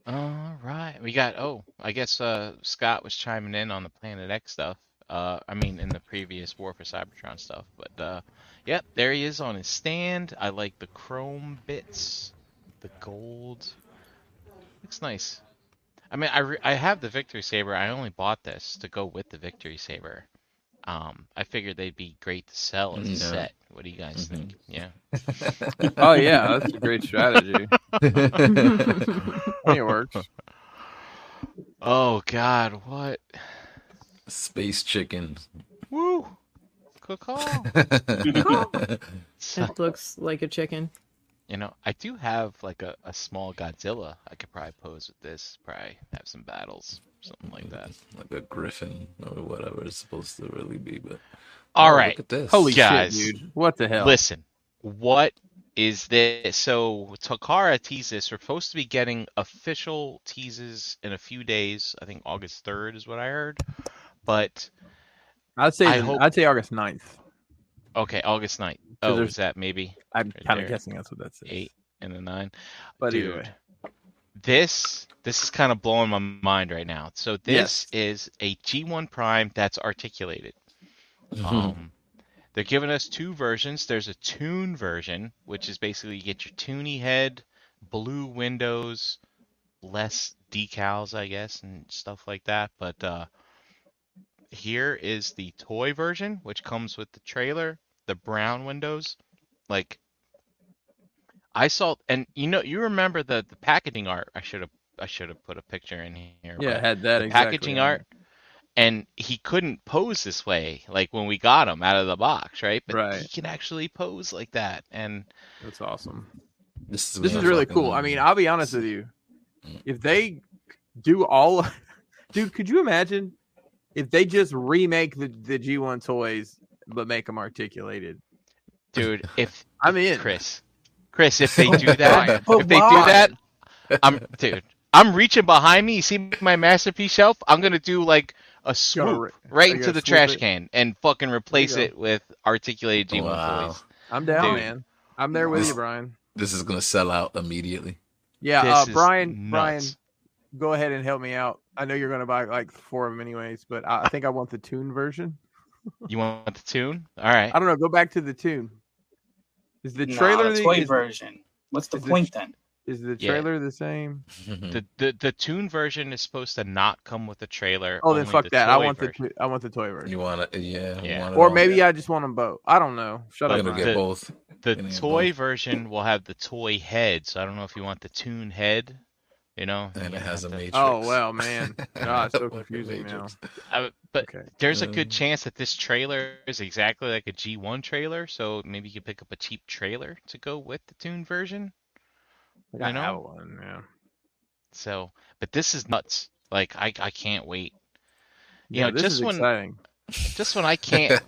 All right. We got oh, I guess uh Scott was chiming in on the Planet X stuff. Uh I mean in the previous War for Cybertron stuff, but uh yep, there he is on his stand. I like the chrome bits, the gold. Looks nice. I mean, I re- I have the Victory Saber. I only bought this to go with the Victory Saber. Um, I figured they'd be great to sell as a Yeah. set. What do you guys think? Yeah. um, *laughs* *laughs* Oh yeah, that's a great strategy. it *laughs* works. Oh God, what? *laughs* Space chicken. Woo! Good *laughs* call. So, That looks like a chicken. you know, I do have like a, a small Godzilla. I could probably pose with this. Probably have some battles, something like that. like a griffin or whatever it's supposed to really be. But All Oh, right, look at this. Holy Guys. shit, dude! What the hell? listen. What is this? So Takara teased this. We're supposed to be getting official teases in a few days. I think August third is what I heard. But I'd say I the- hope- I'd say August 9th. okay, August 9th. Oh, there's- is that maybe I'm Right kind there. of guessing that's what that's. eight and a nine? But Dude, either way, this this is kind of blowing my mind right now. So this is a G1 prime that's articulated. Uh-huh. Mm-hmm. Mm-hmm. Um, they're giving us two versions. There's a tune version, which is basically you get your tuny head, blue windows, less decals, I guess, and stuff like that. But uh, here is the toy version, which comes with the trailer, the brown windows. Like I saw, and you know, you remember the the packaging art. I should have I should have put a picture in here. yeah, but it had that exactly packaging on art and he couldn't pose this way like when we got him out of the box right but Right. he can actually pose like that *laughs* and it. That's awesome. This is, This is really cool. I mean, I'll be honest with you. Mm. If they do all, *laughs* dude, could you imagine if they just remake the the G1 toys but make them articulated? dude if I'm in. chris chris if they do that *laughs* Brian. if they do But why? that *laughs* I'm dude. I'm reaching behind me. You see my masterpiece shelf? I'm gonna do like a swoop re- right you into gotta the swoop trash it. can and fucking replace go. it with articulated G1 Wow. toys. I'm down, Dude. man. I'm there with This- you, Brian. This is gonna sell out immediately. *laughs* Yeah, This uh, is Brian. Brian, nuts. go ahead and help me out. I know you're going to buy like four of them anyways, but I, I think I want the tune version. You want the tune? All right. I don't know. Go back to the tune. Is the Nah, trailer the the- toy is, version. What's the is the- point then? Mm-hmm. is the Yeah. trailer the same? The, the the tune version is supposed to not come with a trailer. Oh, then only fuck the that. I toy want version. the t- I want the toy version. you want to, uh, yeah, you Yeah. want it Or all. maybe I just want them both. I don't know. Shut I'm up. gonna Ryan. get The- both. The Gonna get toy both. version will have the toy head, so I don't know if you want the tune head. You know, And you it has a have to- matrix. Oh well, *laughs* man. God, it's so Fucking confusing now. Matrix. I- but Okay. there's a good Um, chance that this trailer is exactly like a G1 trailer, so maybe you could pick up a cheap trailer to go with the tune version. I, I know. have one. Yeah. So, but this is nuts. Like I I can't wait. You Yeah, know, this just is when exciting. just *laughs* when *laughs* I can't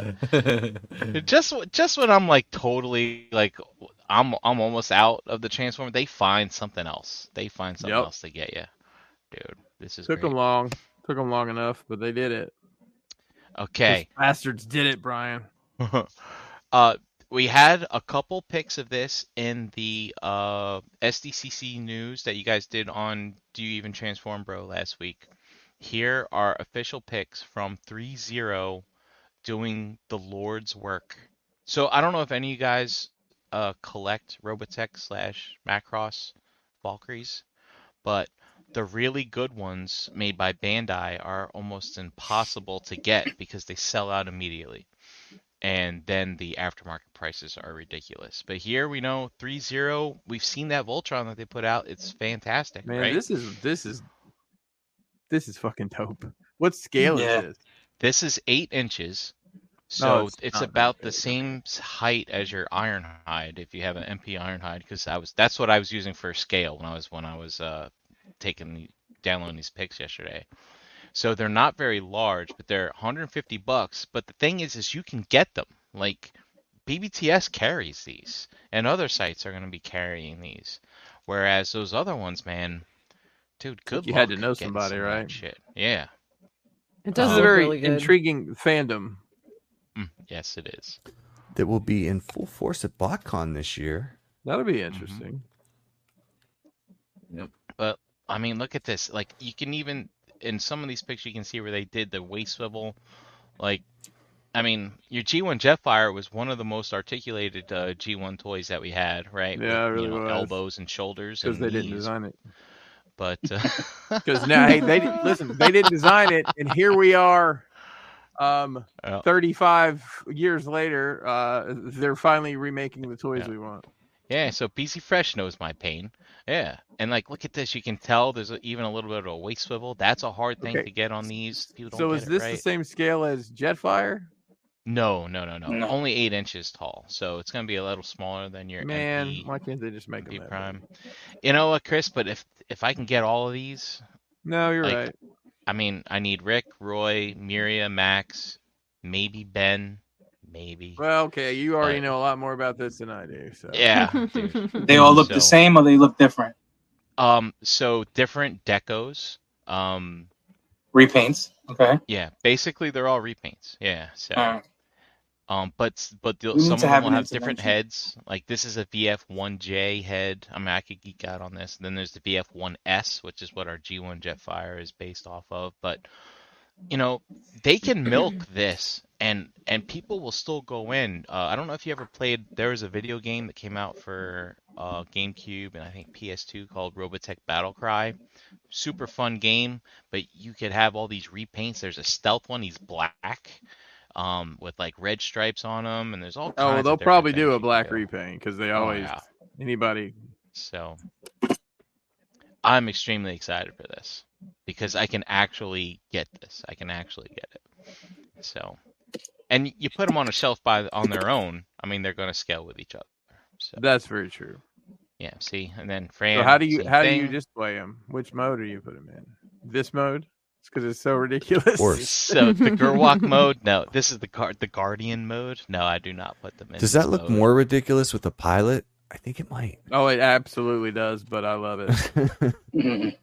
Dude, just w- just when I'm like totally like I'm I'm almost out of the transformer, they find something else. They find something Yep. else to get you, dude. This is Took great. them long. Took them long enough, but they did it. okay. Those bastards did it, Brian. *laughs* uh, we had a couple pics of this in the uh, SDCC news that you guys did on Do You Even Transform Bro last week. Here are official pics from 3 0 doing the Lord's work. So I don't know if any of you guys uh, collect Robotech slash Macross Valkyries, but the really good ones made by Bandai are almost impossible to get because they sell out immediately and then the aftermarket prices are ridiculous. But here we know 3-0, we've seen that Voltron that they put out. It's fantastic, Man, right? This... this is this is this is fucking dope. What scale Yeah. is this? is 8 inches. So No, it's, it's not that about the big. same s- height as your Ironhide if you have an MP Ironhide cuz I was that's what I was using for scale when I was when I was uh taking the- downloading these pics yesterday. So they're not very large, but they're 150 bucks, but the thing is is you can get them. Like BBTS carries these, and other sites are going to be carrying these. Whereas those other ones, man, dude, good you luck. had to know getting somebody, some of that right? Shit. Yeah. It This does is look a very really good. *laughs* intriguing fandom. Mm, yes, it is. that will be in full force at BotCon this year. That'll Mm-hmm. be interesting. I mean, look at this. Like, you can even in some of these pictures, you can see where they did the waist swivel. Like, I mean, your G1 Jetfire was one of the most articulated uh, G1 toys that we had, right? Yeah, it With, really you know, was. elbows and shoulders Because and they didn't knees, design *laughs* it. But *laughs* uh, Because now, hey, they didn't listen. They didn't design it, and here we are, um, Yeah. thirty-five years later. Uh, they're finally remaking the toys Yeah. we want. *laughs* Yeah, so PC Fresh knows my pain. Yeah, and like, look at this. You can tell there's a, even a little bit of a waist swivel. That's a hard thing Okay. to get on these. People don't So get is it this the right. same scale as Jetfire? No, no, no, no, No. Only eight inches tall, so it's gonna be a little smaller than your Man, MP, why can't they just make them MP that big? Prime. You know what, Chris? But if if I can get all of these, No, you're Like- right. I mean, I need Rick, Roy, Miria, Max, maybe Ben, maybe. Well, okay, you already But- know a lot more about this than I do. So *laughs* Yeah, dude. they all look So- the same or they look different? Um, so different decos. Um, Repaints. Okay. yeah, basically they're all repaints. Yeah, so. All right. Um, but s- but the, We need some of to them have will an have different intervention. heads. Like this is a VF1J head. I mean, I could geek out on this. then there's the VF1S, which is what our G1 Jetfire is based off of. But you know, they can milk this, and and people will still go in. Uh, I don't know if you ever played. There was a video game that came out for uh, GameCube and I think PS2 called Robotech Battle Cry. Super fun game, but you could have all these repaints. There's a stealth one. He's black um, with like red stripes on them, and there's Oh, all. kinds well, of they'll different probably things do you a can black repaint because they Oh, always yeah. anybody. So, I'm extremely excited for this because I can actually get this. I can actually get it. So, and you put them on a shelf by on their own. I mean, they're going to scale with each other. So That's very true. yeah, see, and then Fran. So how do you same how do you thing. display them? Which mode are you put them in? This mode? It's because it's so ridiculous. Worse. So the Gerwalk mode? No, this is the guard the Guardian mode. No, I do not put them in. Does this that look mode. more ridiculous with the pilot I think it might. Oh, it absolutely does, but I *laughs* love it.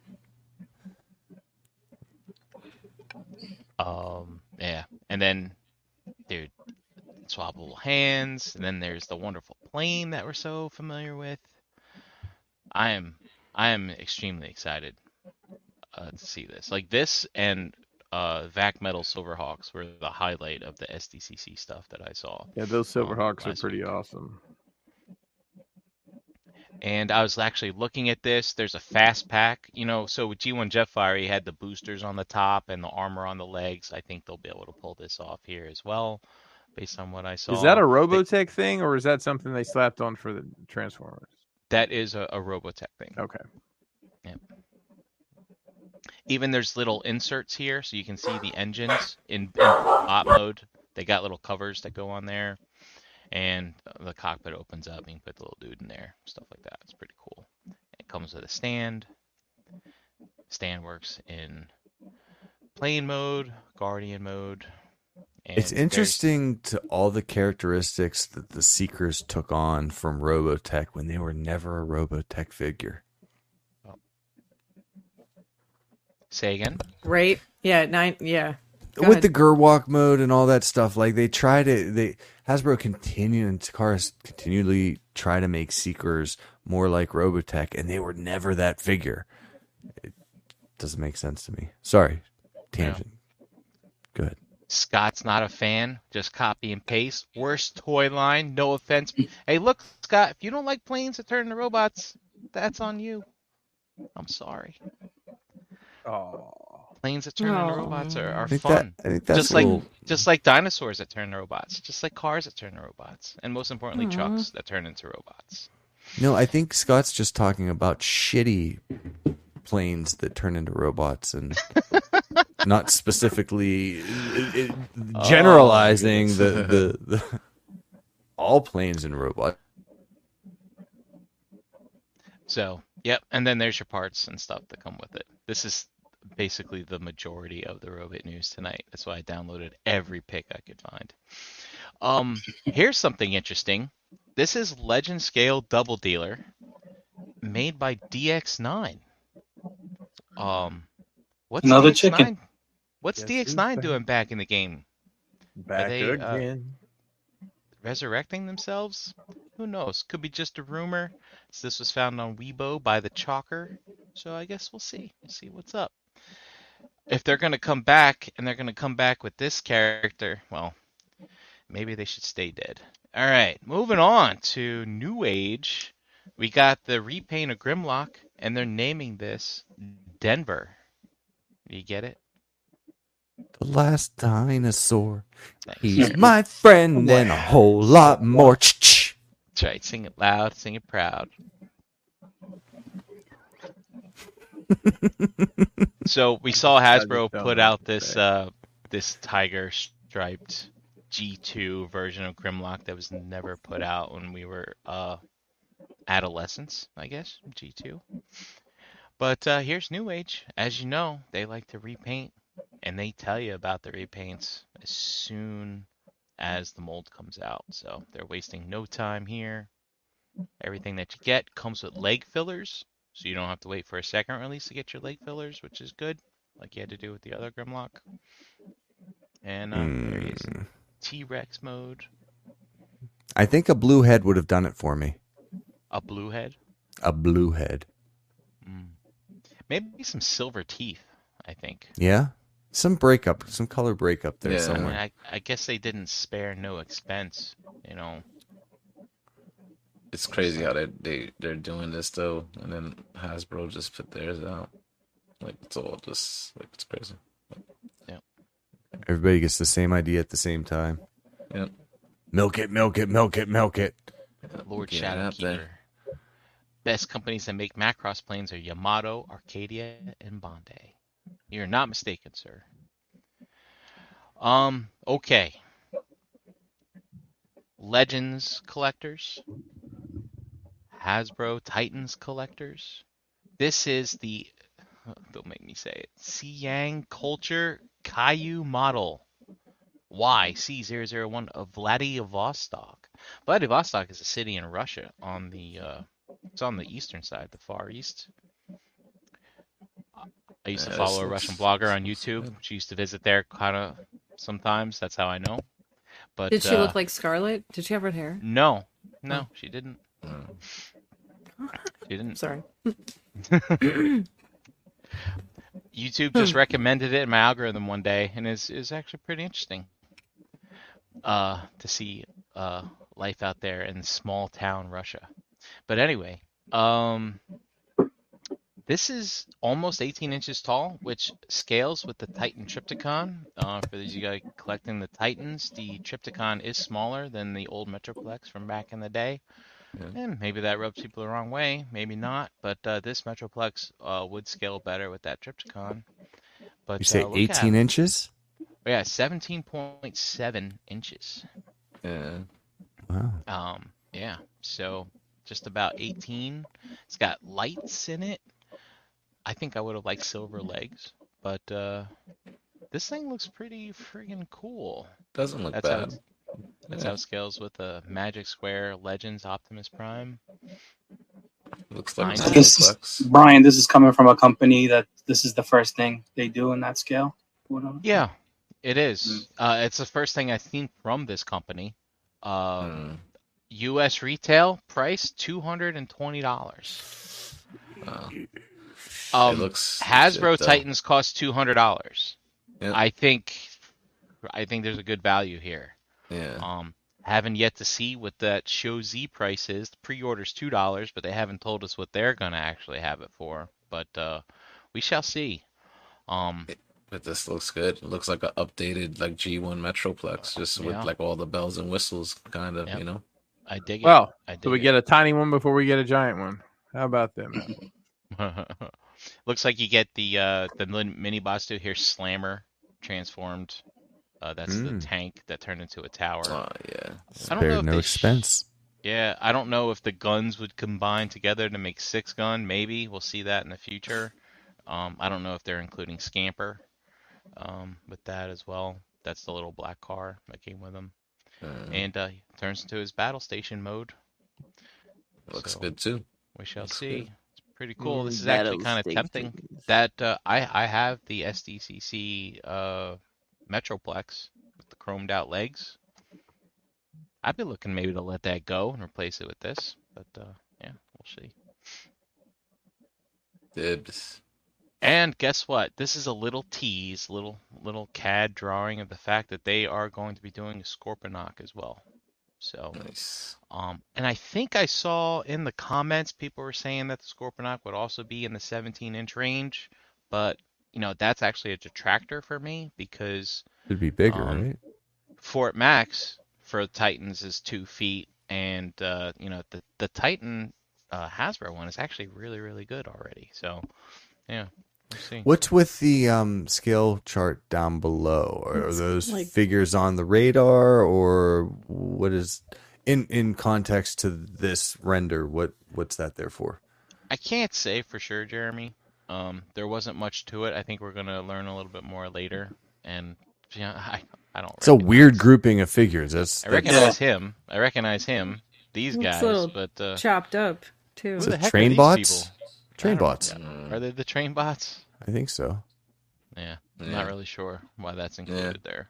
Um, yeah, and then, dude, swappable hands, and then there's the wonderful plane that we're so familiar with. I am, I am extremely excited uh, to see this. Like this and uh, Vac Metal Silverhawks were the highlight of the SDCC stuff that I saw. yeah, those um, Silverhawks are last pretty awesome. and I was actually looking at this. There's a fast pack, you know. So with G1 Jetfire, he had the boosters on the top and the armor on the legs. I think they'll be able to pull this off here as well, based on what I saw. Is that a Robotech thing, or is that something they slapped on for the Transformers? That is a, a Robotech thing. Okay. Even there's little inserts here, so you can see the engines in, in bot mode. They got little covers that go on there, and the cockpit opens up. And you can put the little dude in there, stuff like that. It's pretty cool. It comes with a stand. Stand works in plane mode, guardian mode. And it's there's- interesting to all the characteristics that the Seekers took on from Robotech when they were never a Robotech figure. Say again. Right? Yeah, nine. Yeah. Go With ahead. the Gerwalk mode and all that stuff, like they try to, they Hasbro continue and Takaris continually try to make Seekers more like Robotech, and they were never that figure. It doesn't make sense to me. Sorry, tangent. Good. Scott's not a fan. Just copy and paste. Worst toy line. No offense. Hey, look, Scott. If you don't like planes that turn into robots, that's on you. I'm sorry. Oh. Planes that turn into robots are, I are think fun. that- I think that's just a like little- just like dinosaurs that turn into robots. Just like cars that turn into robots. And most importantly, trucks that turn into robots. No, I think Scott's just talking about shitty planes that turn into robots *laughs* and not specifically uh, uh, generalizing Oh, the, the, the all planes and robots. So, yep. And then there's your parts and stuff that come with it. This is basically the majority of the Robit news tonight. That's why I downloaded every pick I could find. Um, here's something interesting. This is Legend Scale Double Dealer, made by DX9. Um, what's Another DX9? chicken. What's Yes, he's DX9 back. doing back in the game? Back they, uh, again. resurrecting themselves? Who knows? Could be just a rumor. So this was found on Weibo by the Chalker. So I guess we'll see. We'll see what's up. If they're going to come back and they're going to come back with this character, well, maybe they should stay dead. All right, moving on to New Age. We got the repaint of Grimlock, and they're naming this Denver. You get it? The last *laughs* dinosaur. Thanks. He's my friend and a whole lot more. Ch-ch. That's right. Sing it loud, sing it proud. so we saw decided Hasbro to put download out it this today. uh, this tiger striped G2 version of Grimlock that was never put out when we were uh, adolescents, I guess, G2. But uh, here's New Age. As you know, they like to repaint, and they tell you about the repaints as soon as the mold comes out. So they're wasting no time here. Everything that you get comes with leg fillers, so you don't have to wait for a second release to get your leg fillers, which is good, like you had to do with the other Grimlock. And uh, there he is. Mm. T Rex mode, I think a blue head would have done it for me. a blue head, Hmm. A blue head. maybe some silver teeth, I think. Yeah? Some breakup, some color breakup there Yeah. I, mean, somewhere. I, I guess they didn't spare no expense, you know. It's crazy how they they they're doing this though, and then Hasbro just put theirs out. Like it's all just like it's crazy. Everybody gets the same idea at the same time. Yep. Milk it, milk it, milk it, milk it. Lord Get it up Shadowkeeper. there. Best companies that make Macross planes are Yamato, Arcadia, and Bondi. You're not mistaken, sir. Um, okay. Legends collectors, Hasbro Titans collectors. This is the *laughs* don't make me say it. Siang Culture Caillou model. Y C001 of Vladivostok. Vladivostok is a city in Russia on the uh, it's on the eastern side, the far east. I used to Yeah, follow a it's- Russian blogger on YouTube. She used to visit there kind of sometimes. That's how I know. But Did she uh, look like Scarlet? Did she have red hair? No, no, she didn't. Hmm. She didn't. Sorry. YouTube just recommended it in my algorithm one day, and it's is actually pretty interesting. Uh, to see uh life out there in small town Russia. But anyway, um, this is almost 18 inches tall, which scales with the Titan Triptychon. Uh, for those of you guys collecting the Titans, the Triptychon is smaller than the old Metroplex from back in the day. And maybe that rubs people the wrong way, maybe not. But uh, this Metroplex uh, would scale better with that Triptychon. But You say uh, look at- 18 inches? Yeah, 17.7 inches. Yeah. Wow. Um, yeah, so just about 18. It's got lights in it. I think I would have liked silver legs, but uh, this thing looks pretty friggin' cool. Doesn't look That's how bad. it's- That's Yeah. how it scales with the Magic Square Legends Optimus Prime. Looks like Nice. a This Metroplex. Brian, this is coming from a company that this is the first thing they do in that scale. Whatever. Yeah, it is. Uh, it's the first thing I've seen from this company. Um, Mm, U.S. retail price two hundred and twenty dollars. wow. Um, it Uh, looks Hasbro legit, though. Titans cost two hundred dollars. Yeah. I think, I think there's a good value here. Yeah. Um, haven't yet to see what that show Z price is. The pre-order's two dollars, but they haven't told us what they're gonna actually have it for. But uh, we shall see. Um, But this looks good. It looks like an updated like G1 Metroplex, just with Uh, Yeah. like all the bells and whistles, kind of. Yep. You know. I dig it. Well, I dig So we it. get a tiny one before we get a giant one. How *laughs* about them? *laughs* Looks like you get the uh the min- mini boss too here, Slammer transformed. Uh, that's Mm. Hmm. the tank that turned into a tower. Oh yeah. I don't know Spared if no they sh- expense. Yeah, I don't know if the guns would combine together to make six gun. Maybe we'll see that in the future. Um, I don't know if they're including Scamper um, with that as well. That's the little black car that came with him, Mm, and uh, turns into his battle station mode. looks So- good too. We shall Looks see. good. It's pretty cool. This Mm, is actually battle kind of station. tempting. That uh, I I have the SDCC uh, Metroplex with the chromed out legs. I'd be looking maybe to let that go and replace it with this, but uh, yeah, we'll see. Dibs. And guess what? This is a little tease, little little CAD drawing of the fact that they are going to be doing a Scorponok as well. So. Nice. Um, and I think I saw in the comments people were saying that the Scorponok would also be in the 17 inch range, but you know, that's actually a detractor for me because Should be bigger, Um, right? Fort Max for Titans is two feet, and uh, you know, the, the Titan uh, Hasbro one is actually really, really good already. So, yeah, we'll see. What's with the um, scale chart down below? Are It's those like- figures on the radar, or what is in in context to this render? What what's that there for? I can't say for sure, Jeremy. Um, there wasn't much to it. I think we're gonna learn a little bit more later, and yeah, I, I don't. It's a recognize- weird grouping of figures. That's, I that's- recognize him. I recognize him. These Looks a guys, little but uh, Chopped up too. who So the heck train are these bots? people? train I don't- bots. Mm, Are they the train bots? I think so. Yeah, I'm Yeah. not really sure why that's included there.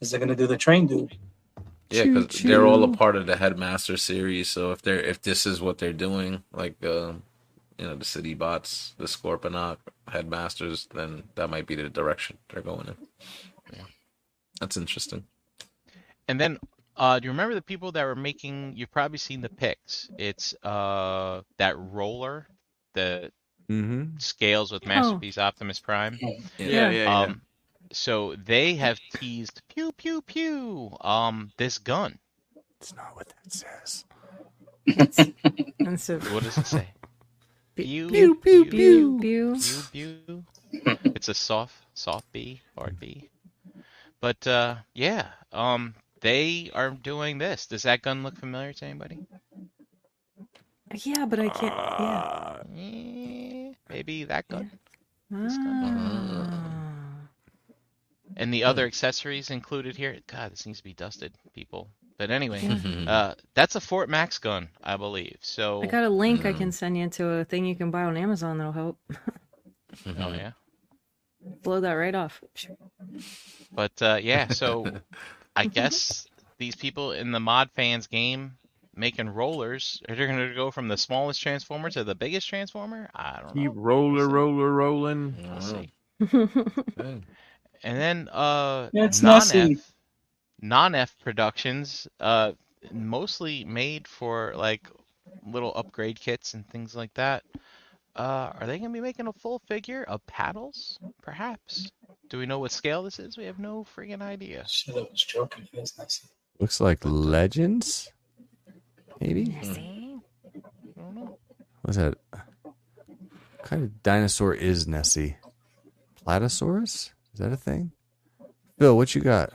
Is they're gonna do the train dude? Yeah, because they're all a part of the Headmaster series. So if they're if this is what they're doing, like uh, you know the City Bots, the Scorponok, Headmasters, then that might be the direction they're going in. Yeah. That's interesting. And then, uh, do you remember the people that were making? You've probably seen the pics. It's uh that roller, the Mm-hmm. scales with Masterpiece Optimus Prime. Yeah. Um, so they have teased pew pew pew. Um, this gun. It's not what that says. And so What does it *laughs* say? pew pew, pew pew. You view. It's a soft, soft B, hard B. But uh, yeah, um, they are doing this. Does that gun look familiar to anybody? Yeah, but I can't. Yeah. Ah, Eh, Maybe that gun. this Ah. And the other accessories included here. God, this needs to be dusted, people. But anyway, Mm-hmm. uh, that's a Fort Max gun, I believe. So I got a link I can send you to a thing you can buy on Amazon that'll help. Mm-hmm. Oh yeah. Blow that right off. Sure. But uh, yeah, so I guess these people in the mod fans game making rollers are they going to go from the smallest transformer to the biggest transformer? I don't Keep know. roller, roller, rolling. Oh, We'll see. Good. And then uh Yeah, it's non messy. F non F productions, uh mostly made for like little upgrade kits and things like that. Uh are they gonna be making a full figure of paddles? Perhaps. Do we know what scale this is? We have no freaking idea. Shit, I was joking. It is nice. Looks like Legends, maybe. See? I don't know. What's that? What kind of dinosaur is Nessie? Platosaurus? Is that a thing? Bill, what you got?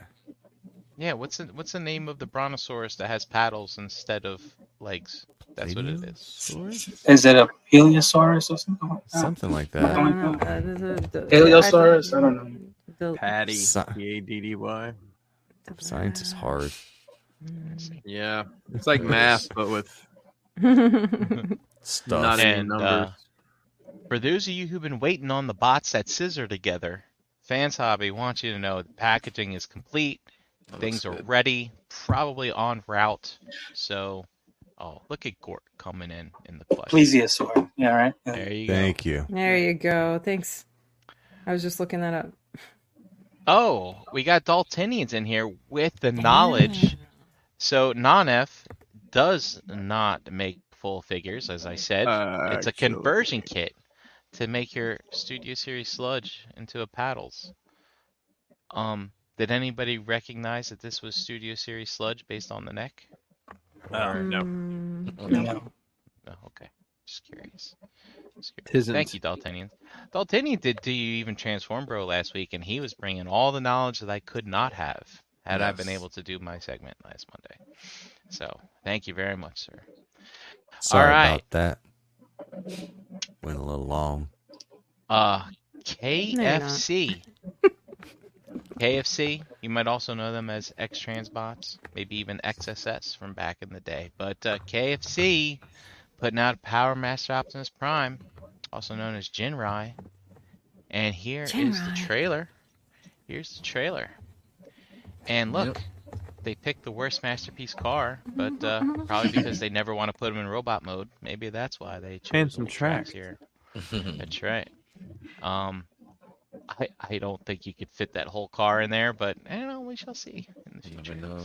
Yeah, what's the, what's the name of the brontosaurus that has paddles instead of legs? That's what it is. Plesiosaurus? Is it a Heliosaurus or something like that? Something like I that. don't know. Uh, the- the- the- Heliosaurus? I don't know. The, Patty. Si- P A D D Y. Science is hard. Yeah. It's *laughs* like math, but with Stuff. not any And, numbers. uh, For those of you who've been waiting on the bots that scissor together, Fans Hobby wants you to know the packaging is complete. Things are ready, probably on route. So, oh, look at Gort coming in in the clutch. Plesiosaur. Yeah, right. Yeah. There you go. Thank you. *laughs* There you go. Thanks. I was just looking that up. Oh, we got Daltonians in here with the knowledge. So Nanef does not make full figures, as I said. it's a Actually. conversion kit to make your Studio Series sludge into a paddles. Um, did anybody recognize that this was Studio Series sludge based on the neck? Oh, no. Mm, No. No, okay. Just curious. Just curious. Tisn't. Thank you, Daltonian. Daltonian did Do You Even Transform Bro last week, and he was bringing all the knowledge that I could not have had I been Yes. able to do my segment last Monday. So, thank you very much, sir. Sorry right. about that. Went a little long. Uh, No, you're not. *laughs* KFC. KFC, you might also know them as X Transbots, maybe even XSS from back in the day. But uh, KFC putting out Power Master Optimus Prime, also known as Jinrai. And here is the Jinrai. trailer. Here's the trailer. And look, they picked the worst masterpiece car, but uh, probably because they never want to put them in robot mode. Maybe that's why they chose Handsome old tracks track. here. *laughs* That's right. Um, I I don't think you could fit that whole car in there, but I don't know. We shall see in the You future. *laughs* never know.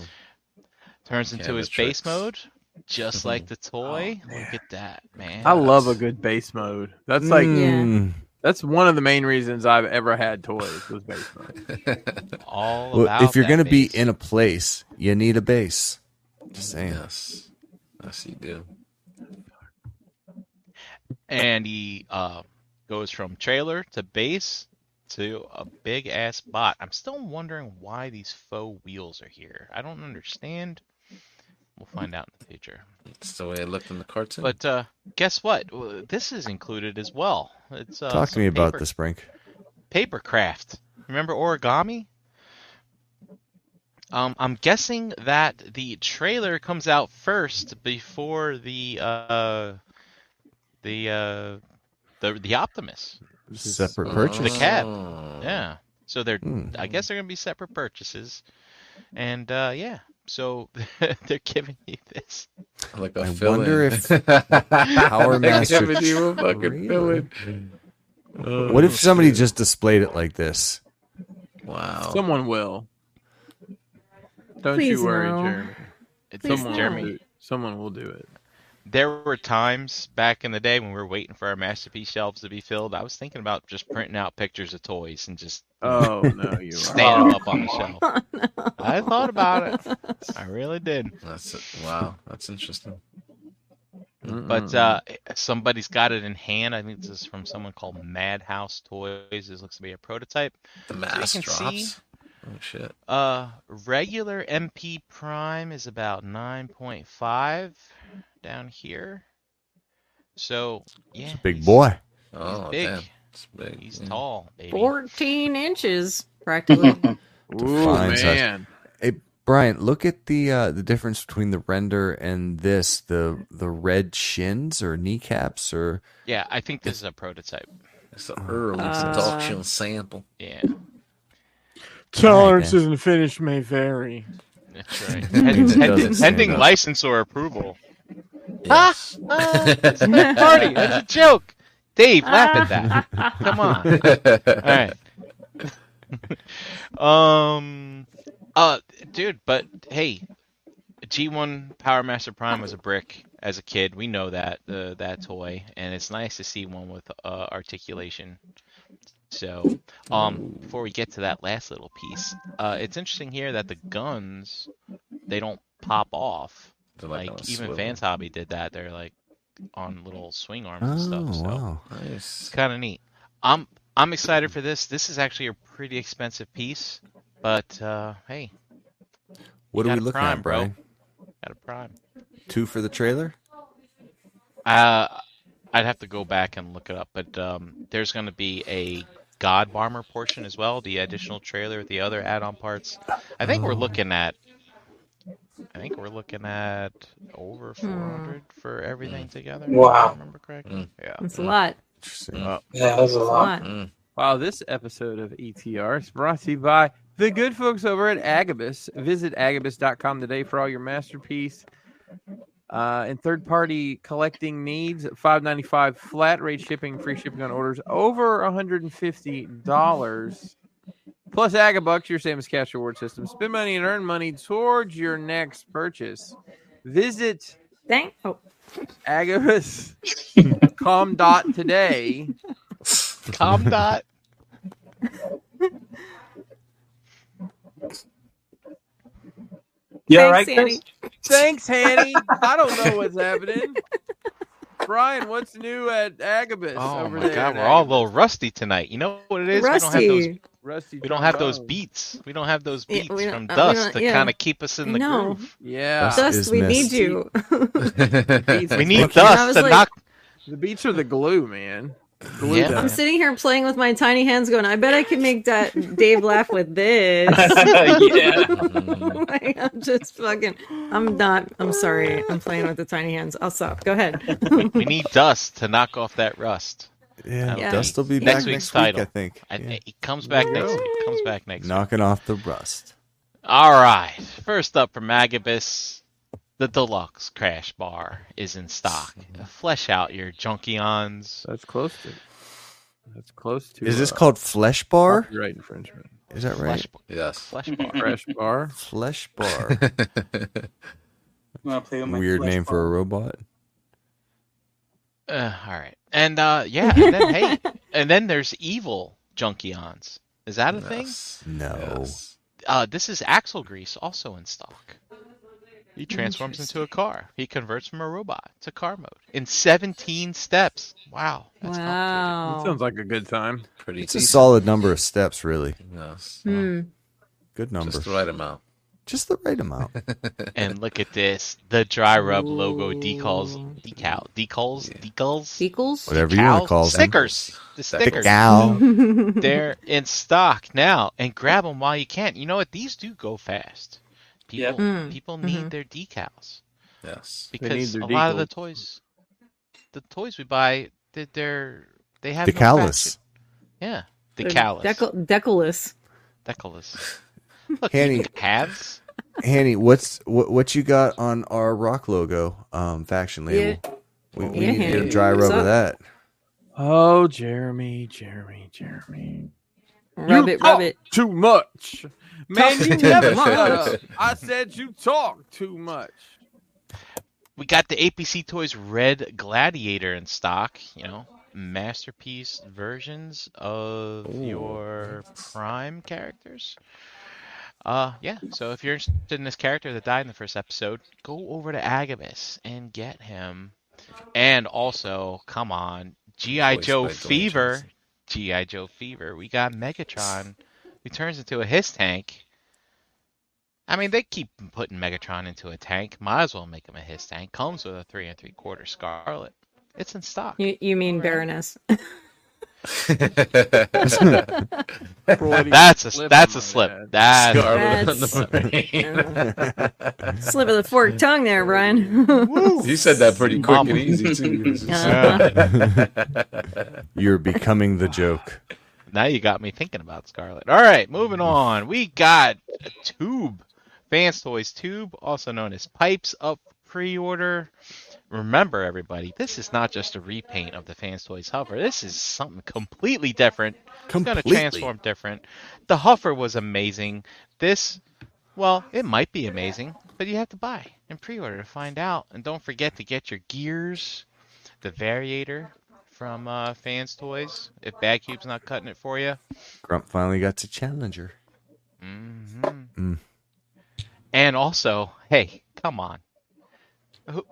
Turns into Camera his base tricks. Oh, mode, just like *laughs* the toy. Look at that, man. I love a good base mode. That's like Mm. that's one of the main reasons I've ever had toys was base mode. all Well, about. if you're that going to be base. in a place, you need a base. Just saying. Yes. Yes, you do. and he uh goes from trailer to base to a big ass bot. I'm still wondering why these faux wheels are here. I don't understand. We'll find out in the future. It's the way it looked in the cartoon. But uh, guess what? Uh, This is included as well. It's uh, Talk to some me about paper- this, Brink. paper craft. Remember origami? Um, I'm guessing that the trailer comes out first before the uh, the uh, the the Optimus. Separate Oh. purchase. The cab. Yeah. So they're Hmm. I guess they're gonna be separate purchases, and uh, yeah. So *laughs* they're giving you this. Like a I fill-in. wonder *laughs* if Power Master Master you a fucking Oh, Really? villain. What if somebody just displayed it like this? Oh. Wow. Someone will. Don't Please you worry, no. Jeremy. It's Please someone no. will do- someone will do *laughs* it. there were times back in the day when we were waiting for our masterpiece shelves to be filled. I was thinking about just printing out pictures of toys and just Oh no, you are. standing them Oh. up on the *laughs* shelf. I thought about it. I really did. That's it. wow. That's interesting. But Hmm. uh, somebody's got it in hand. I think this is from someone called Madhouse Toys. This looks to be a prototype. The can mask drops. see- Oh shit. Uh, regular MP prime is about 9.5 down here. So, yeah. Big he's- boy. He's Oh big. damn. It's big. Mm. He's yeah. tall, baby. *laughs* Fourteen inches practically. Ooh Defines us. man, Hey, Brian, look at the uh, the difference between the render and this the the red shins or kneecaps or Yeah, I think this is a prototype. It's an early Uh, production sample. Yeah, Tolerances Alright, and finish may vary. *laughs* that's Maybe right. Pend- it pending doesn't pending stand up. license or approval. Yes. *laughs* Ah, it's a *laughs* third party. That's a joke. Dave, laugh at that. Come on. All right. *laughs* um. Uh, dude, but hey, G1 Power Master Prime was a brick as a kid. We know that uh, that toy, and it's nice to see one with uh, articulation. So, um, before we get to that last little piece, uh, it's interesting here that the guns they don't pop off. They're Like, like on a even swivel. Vans Hobby did that. They're like on little swing arms and stuff. Mm-hmm. Oh, wow. So it's *laughs* Nice. kind of neat. I'm I'm excited for this. This is actually a pretty expensive piece, but uh, hey, What You are we got a looking prime, at, bro. Brian? got a prime. Two for the trailer? Uh, I'd have to go back and look it up, but um, there's going to be a God Bomber portion as well, the additional trailer with the other add-on parts. I think we're looking at, I think we're looking at over Hmm. 400 for everything together. if I Wow. remember correctly. Hmm. Mm. Yeah. That's a *laughs* lot. Interesting. Yeah, that's a That's a lot. lot. Mm. Wow, this episode of ETR is brought to you by the good folks over at Agabus. Visit agabus.com today for all your masterpiece uh, and third party collecting needs. Five ninety five flat rate shipping, free shipping on orders over hundred and fifty dollars. Plus Agabucks, your same as cash reward system. Spend money and earn money towards your next purchase. Visit Thank. Oh, agabus.com dot today. Calm *laughs* dot. Yeah, right, Thanks, Annie. Chris? Thanks, Hanny. I don't know what's happening. Brian, what's new at Agabus Oh over my there? God, at we're all a Agabus? little rusty tonight. You know what it is? We don't have those. Rusty. rusty. We don't have those trombone. beats. We don't have those Yeah, beats we don't- from uh, we Dust don't- to yeah. kind of keep us in the No. groove. Yeah, Rusty. Dust, is we missed. need you. *laughs* We need you. I Dust was to like- knock the beats are the glue, man. Glue Yeah. them. I'm sitting here playing with my tiny hands, going, "I bet I can make da- Dave laugh with this." Yeah. *laughs* Like, I'm just fucking. I'm not. I'm sorry. I'm playing with the tiny hands. I'll stop. Go ahead. we need dust to knock off that rust. Yeah, Yeah. Dust will be Next back next week's week, title. I think. I, Yeah. It comes back next week. Comes back next. week. Knocking off the rust. All right. First up from Agabus, the deluxe crash bar is in stock. Flesh out your junkions. That's close to. That's close to. Is this uh, called Flesh Bar? copyright infringement? Is that right? Flesh, *laughs* Yes. flesh bar. Crash bar. Flesh Bar. *laughs* You wanna play with my Weird flesh name for a bone? robot. Uh, all right. And uh, yeah, and *laughs* then hey, and then there's evil junkions. Is that a thing? Yes. No. Yes. Uh, this is Axle Grease, also in stock. He transforms into a car. He converts from a robot to car mode in 17 steps. Wow. That's complicated. That wow. sounds like a good time. Pretty It's a decent. solid number of steps, really. Yes. Hmm. Good number. Just the right amount. Just the right *laughs* amount. And look at this. The dry rub logo decals Ooh. decal decals Yeah. decals Sequels. Whatever you want decals? to call them. stickers. The *laughs* stickers. *laughs* Decal. They're in stock now and grab them while you can. You know what? These do go fast. Yep. People Mm, people need mhm. their decals Yes. They need because a their lot of the decals. toys the toys we buy they- they're they have no Decalis. fashion. Yeah. Decalus. Decal- decalus. Decalus. Look, Hanny- you can halves. Hanny, what's what what you got on our rock logo um faction label? We, we Yeah, need to get a Hanny. dry What's rub of up? that. Oh, Jeremy, Jeremy, Jeremy. Rub You it. Rub talk it. Too much, man. You too never much. shut up. I said you talk too *laughs* much. We got the APC Toys Red Gladiator in stock, you know, masterpiece versions of your prime characters. Uh yeah, so if you're interested in this character that died in the first episode, go over to Agabus and get him. And also, come on, GI Voiced Joe by Dwayne Fever. Johnson. GI Joe Fever. We got Megatron who turns into a his tank. I mean, they keep putting Megatron into a tank. Might as well make him a his tank. Comes with a three and three quarter Scarlet. It's in stock. You, you mean Baroness? *laughs* that's a slip that's a on slip. that. That's Scar a with the brain. Slip of the forked tongue there, Brian. *laughs* *laughs* you said that pretty quick and easy too. Uh-huh. You're becoming the *laughs* joke. Now you got me thinking about Scarlet. All right, moving on. We got a Tube, Fans Toys Tube, also known as Pipes Up pre-order. Remember, everybody, this is not just a repaint of the Fans Toys Huffer. This is something completely different. It's Completely. going to transform different. The Huffer was amazing. This, well, it might be amazing, but you have to buy and pre-order to find out. And don't forget to get your gears, the variator from uh, Fans Toys. If Bad Cube's not cutting it for you, Grump finally got to Challenger. Mm-hmm. Mm. And also, hey, come on. Who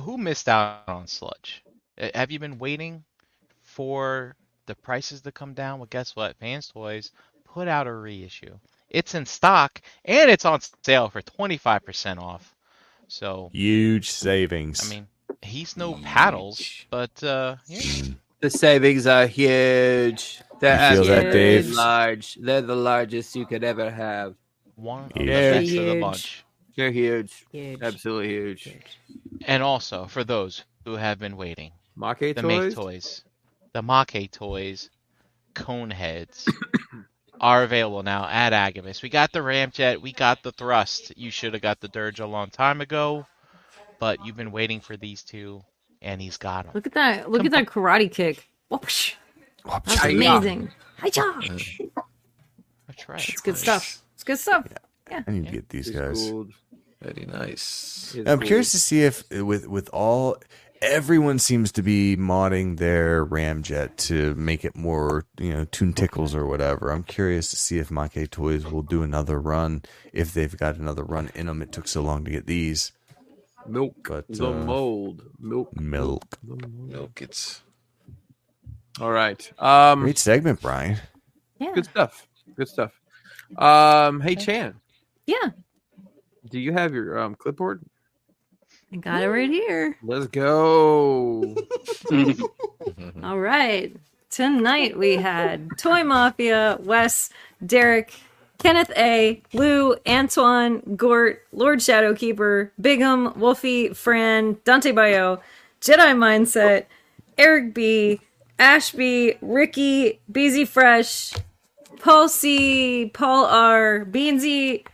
who missed out on sludge? Uh, Have you been waiting for the prices to come down? Well, guess what? Fans Toys put out a reissue. It's in stock and it's on sale for 25% off. So, Huge savings. I mean, he's no paddles, but uh yeah. Mm. The savings are huge. They're You feel that, absolutely Dave? large. They're the largest you could ever have. one of Yeah. the best of the Huge. bunch. They're huge. Huge. Absolutely huge. And also for those who have been waiting, Mach the toys? make toys, the Make toys, cone heads *coughs* are available now at Agamis. We got the Ramjet, we got the Thrust. You should have got the Dirge a long time ago, but you've been waiting for these two, and he's got them. Look at that! Look at that karate kick! Whoosh. That's Hi-ya. amazing. Hi, John. That's right. It's good stuff. It's good stuff. I need to get these It's guys. cool. Very nice. It's I'm cool. curious to see if with with all everyone seems to be modding their ramjet to make it more you know tune tickles or whatever. I'm curious to see if Mach Toys will do another run if they've got another run in them. It took so long to get these Milk. But, the uh, mold. Milk. milk. The mold. Milk it's All right. Um, Great segment, Brian. Yeah. good stuff. Good stuff. Um, hey Chan, Yeah. do you have your um clipboard? I got it right here. Let's go. All right. Tonight we had Toy Mafia, Wes, Derek, Kenneth A, Lou, Antoine, Gort, Lord Shadowkeeper, Bigham, Wolfie, Fran, Dante Bio, Jedi Mindset, Eric B, Ashby, Ricky, Beezy Fresh, Paul C, Paul R, Beansy,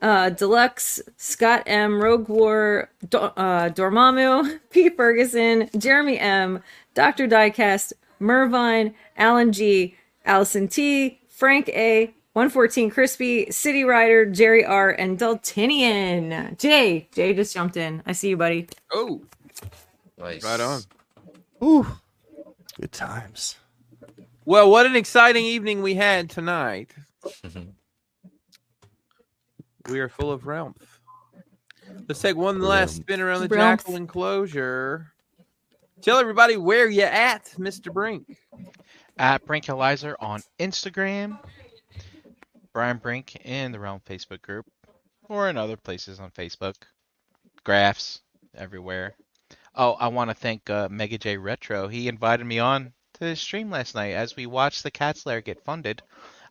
uh, Deluxe, Scott M, Rogue War, Do- uh, Dormammu, *laughs* P. Ferguson, Jeremy M, Dr. Diecast, Mervine, Alan G, Allison T, Frank A, 114 Crispy, City Rider, Jerry R, and Deltinian. Jay, Jay just jumped in. I see you, buddy. oh, nice. right *laughs* on. Ooh, good times. Well, what an exciting evening we had tonight. Mhm. we are full of Ralph. Let's take one Rumpf. last spin around the Rumpf. jackal enclosure. Tell everybody where you at, Mr. Brink. At Brink Elizer on Instagram, Brian Brink in the Realm Facebook group, or in other places on Facebook, graphs everywhere. Oh, I want to thank uh, Mega J Retro. He invited me on to his stream last night as we watched the Cat's Lair get funded.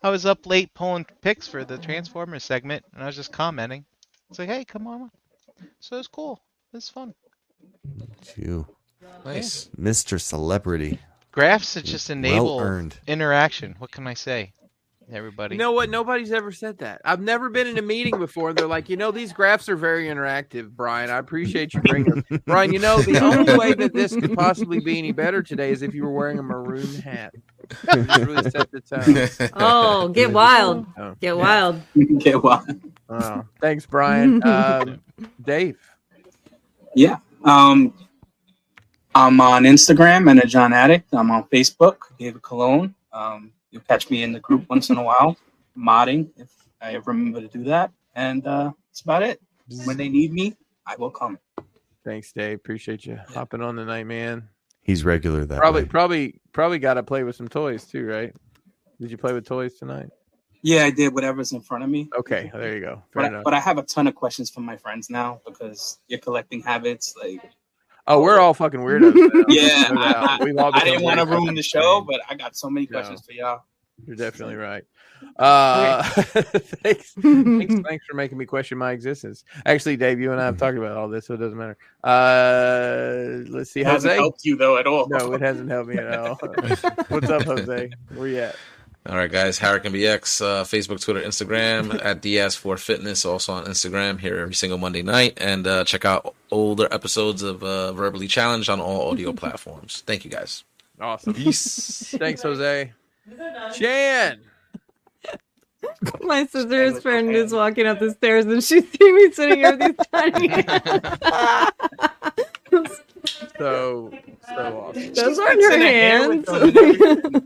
I was up late pulling pics for the Transformers segment, and I was just commenting. It's like, hey, come on. So it's cool. It's fun. You, Nice. Mr. Celebrity. Graphs that just enable earned. interaction. What can I say, everybody? You know what? Nobody's ever said that. I've never been in a meeting before, and they're like, you know, these graphs are very interactive, Brian. I appreciate you bringing them. Brian, you know, the only way that this could possibly be any better today is if you were wearing a maroon hat. You really set the *laughs* tone. Oh, get wild. Oh. Get wild. *laughs* Okay, well, Oh, thanks, Brian. Um, Dave. yeah. Um, I'm on Instagram and a John Addict. I'm on Facebook, David Cologne. Um, you'll catch me in the group once in a while, modding if I remember to do that. And uh, that's about it. When they need me, I will come. Thanks, Dave. Appreciate you hopping on tonight, man. He's regular that Probably, way. probably, probably got to play with some toys too, right? Did you play with toys tonight? Yeah, I did whatever's in front of me. Okay, there you go. Fair But I, enough. but I have a ton of questions from my friends now because your collecting habits, like Oh, we're all fucking weirdos. now. *laughs* yeah, No doubt. I, We've I, all I didn't become want to weirdos. ruin the show, but I got so many No. questions for y'all. You're definitely right. Uh, *laughs* thanks, thanks, thanks for making me question my existence. Actually, Dave, you and I have talked about all this, so it doesn't matter. Uh, let's see, It hasn't Jose. helped you though at all. No, it hasn't helped me at *laughs* all. What's up, Jose? Where you at? All right, guys. Harrick and BX, uh, Facebook, *laughs* Twitter, Instagram at DS4 Fitness, also on Instagram here every single Monday night. And uh, check out older episodes of uh, Verbally Challenged on all audio *laughs* platforms. Thank you, guys. Awesome. Thanks, Jose. Chan. *laughs* My sister's friend is walking up the stairs and she see me sitting here with these tiny *laughs* hands. So so awesome. Those aren't her hands. *laughs* *laughs*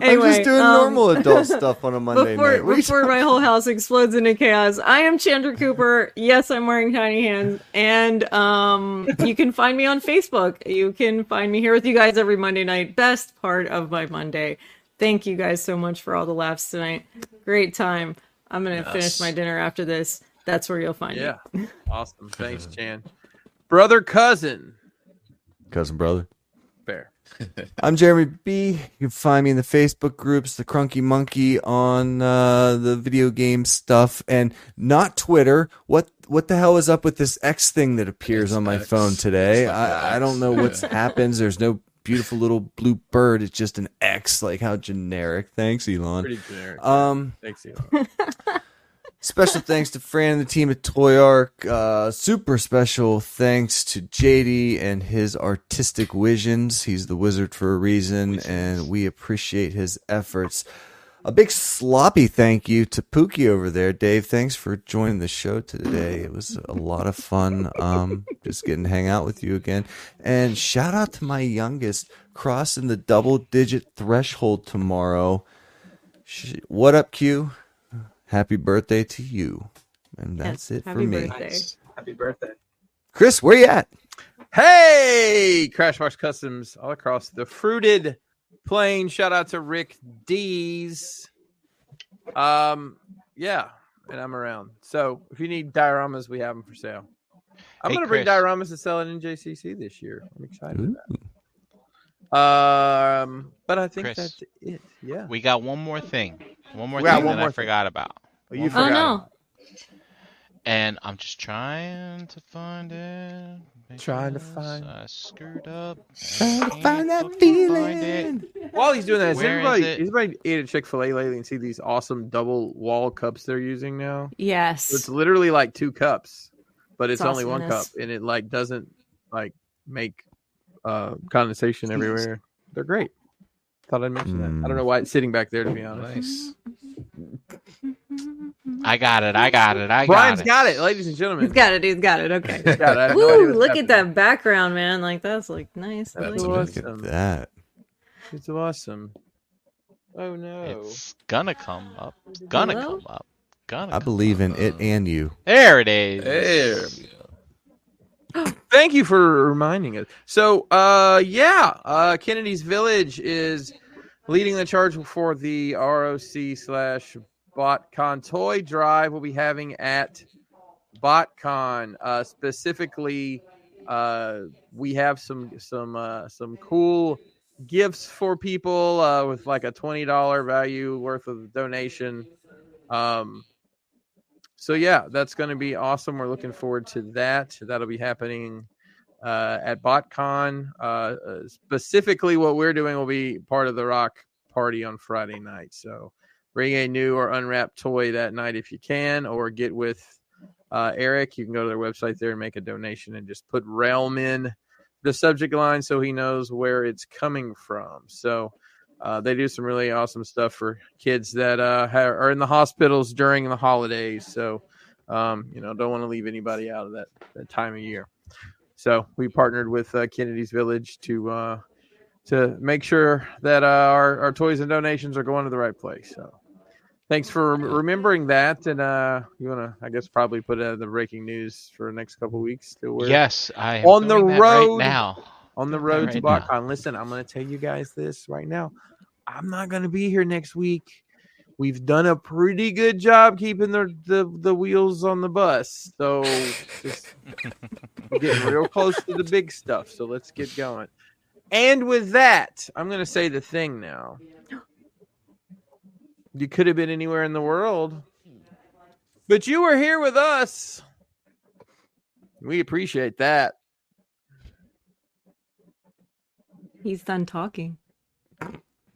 Oh. I'm just doing um, *laughs* normal adult stuff on a Monday before, night. What are you Before my whole house explodes into chaos, I am Chandra Cooper. Yes, I'm wearing tiny hands, and um, you can find me on Facebook. You can find me here with you guys every Monday night. Best part of my Monday. Thank you guys so much for all the laughs tonight. Great time. I'm gonna finish Yes. my dinner after this. That's where you'll find me. Yeah. Awesome. Thanks, Chan. Brother cousin. Cousin brother. Fair. I'm Jeremy B. You can find me in the Facebook groups, the Crunky Monkey on uh, the video game stuff, and not Twitter. What what the hell is up with this X thing that appears on my phone today? I, I don't know what *laughs* happens. There's no beautiful little blue bird. It's just an X. Like how generic. Thanks, Elon. Pretty generic. Um, Thanks, Elon. Special thanks to Fran and the team at Toy Arc. Uh, super special thanks to JD and his artistic visions. He's the wizard for a reason, and we appreciate his efforts. A big sloppy thank you to Pookie over there, Dave. Thanks for joining the show today. It was a lot of fun. Um, just getting to hang out with you again. And shout out to my youngest crossing the double digit threshold tomorrow. Sh- What up, Q? Happy birthday to you. And that's it for me. Happy birthday. Chris, where you at? Hey, Crash Wash Customs all across the fruited plain. Shout out to Rick D's. Um, yeah, and I'm around. So if you need dioramas, we have them for sale. I'm Hey, gonna bring Chris. dioramas to sell at NJCC this year. I'm excited. Um, but I think Chris. that's it. Yeah. We got one more thing. One more We got thing one that I more thing. forgot about. Oh, you One Oh more- no! And I'm just trying to find it. Trying to because find- I screwed up. Trying to find that feeling. While he's doing that, has Where is anybody, it? has anybody ate at Chick Fil A lately and see these awesome double wall cups they're using now? Yes. So it's literally like two cups, but it's, It's only one cup, awesomeness. and it like doesn't like make uh condensation everywhere. They're great. Thought I'd mention that. Mm. I don't know why it's sitting back there to be honest. Nice. I got it. I got it. I Brian's got got it. it, ladies and He's gentlemen. got it. He's got it. Okay. *laughs* He's got it. I have no idea Woo! what's Look happening. at that background, man. Like that's like nice. I That's like it. awesome. Look at that. It's awesome. Oh no. It's gonna come up. Gonna Hello? come up. Gonna. I come- believe in it and you. There it is. There. Thank you for reminding us. So, uh, yeah, uh, Kennedy's Village is leading the charge for the ROC slash BotCon toy drive we'll be having at BotCon. Uh, specifically, uh, we have some some uh, some cool gifts for people uh, with like a twenty dollar value worth of donation. Um, so yeah, that's going to be awesome. We're looking forward to that. That'll be happening uh, at BotCon. Uh, uh, specifically, what we're doing will be part of the rock party on Friday night. So bring a new or unwrapped toy that night if you can, or get with uh, Eric. You can go to their website there and make a donation and just put Realm in the subject line so he knows where it's coming from. So. Uh, they do some really awesome stuff for kids that uh, ha- are in the hospitals during the holidays. So, um, you know, don't want to leave anybody out of that, that time of year. So we partnered with uh, Kennedy's Village to uh, to make sure that uh, our, our toys and donations are going to the right place. So thanks for rem- remembering that. And uh, you want to, I guess, probably put uh, the breaking news for the next couple weeks. Till we're Yes, I am On the doing that right road. now. on the Doing that road to right now. BotCon. Listen, I'm going to tell you guys this right now. I'm not going to be here next week. We've done a pretty good job keeping the the, the wheels on the bus. So just We're getting real close to the big stuff, so let's get going. And with that, I'm going to say the thing now. You could have been anywhere in the world, but you were here with us. We appreciate that. He's done talking.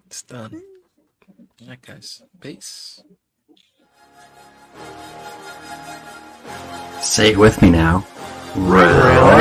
It's done. Mm-hmm. All right, guys. Peace. Um, Say it with me now. Roll.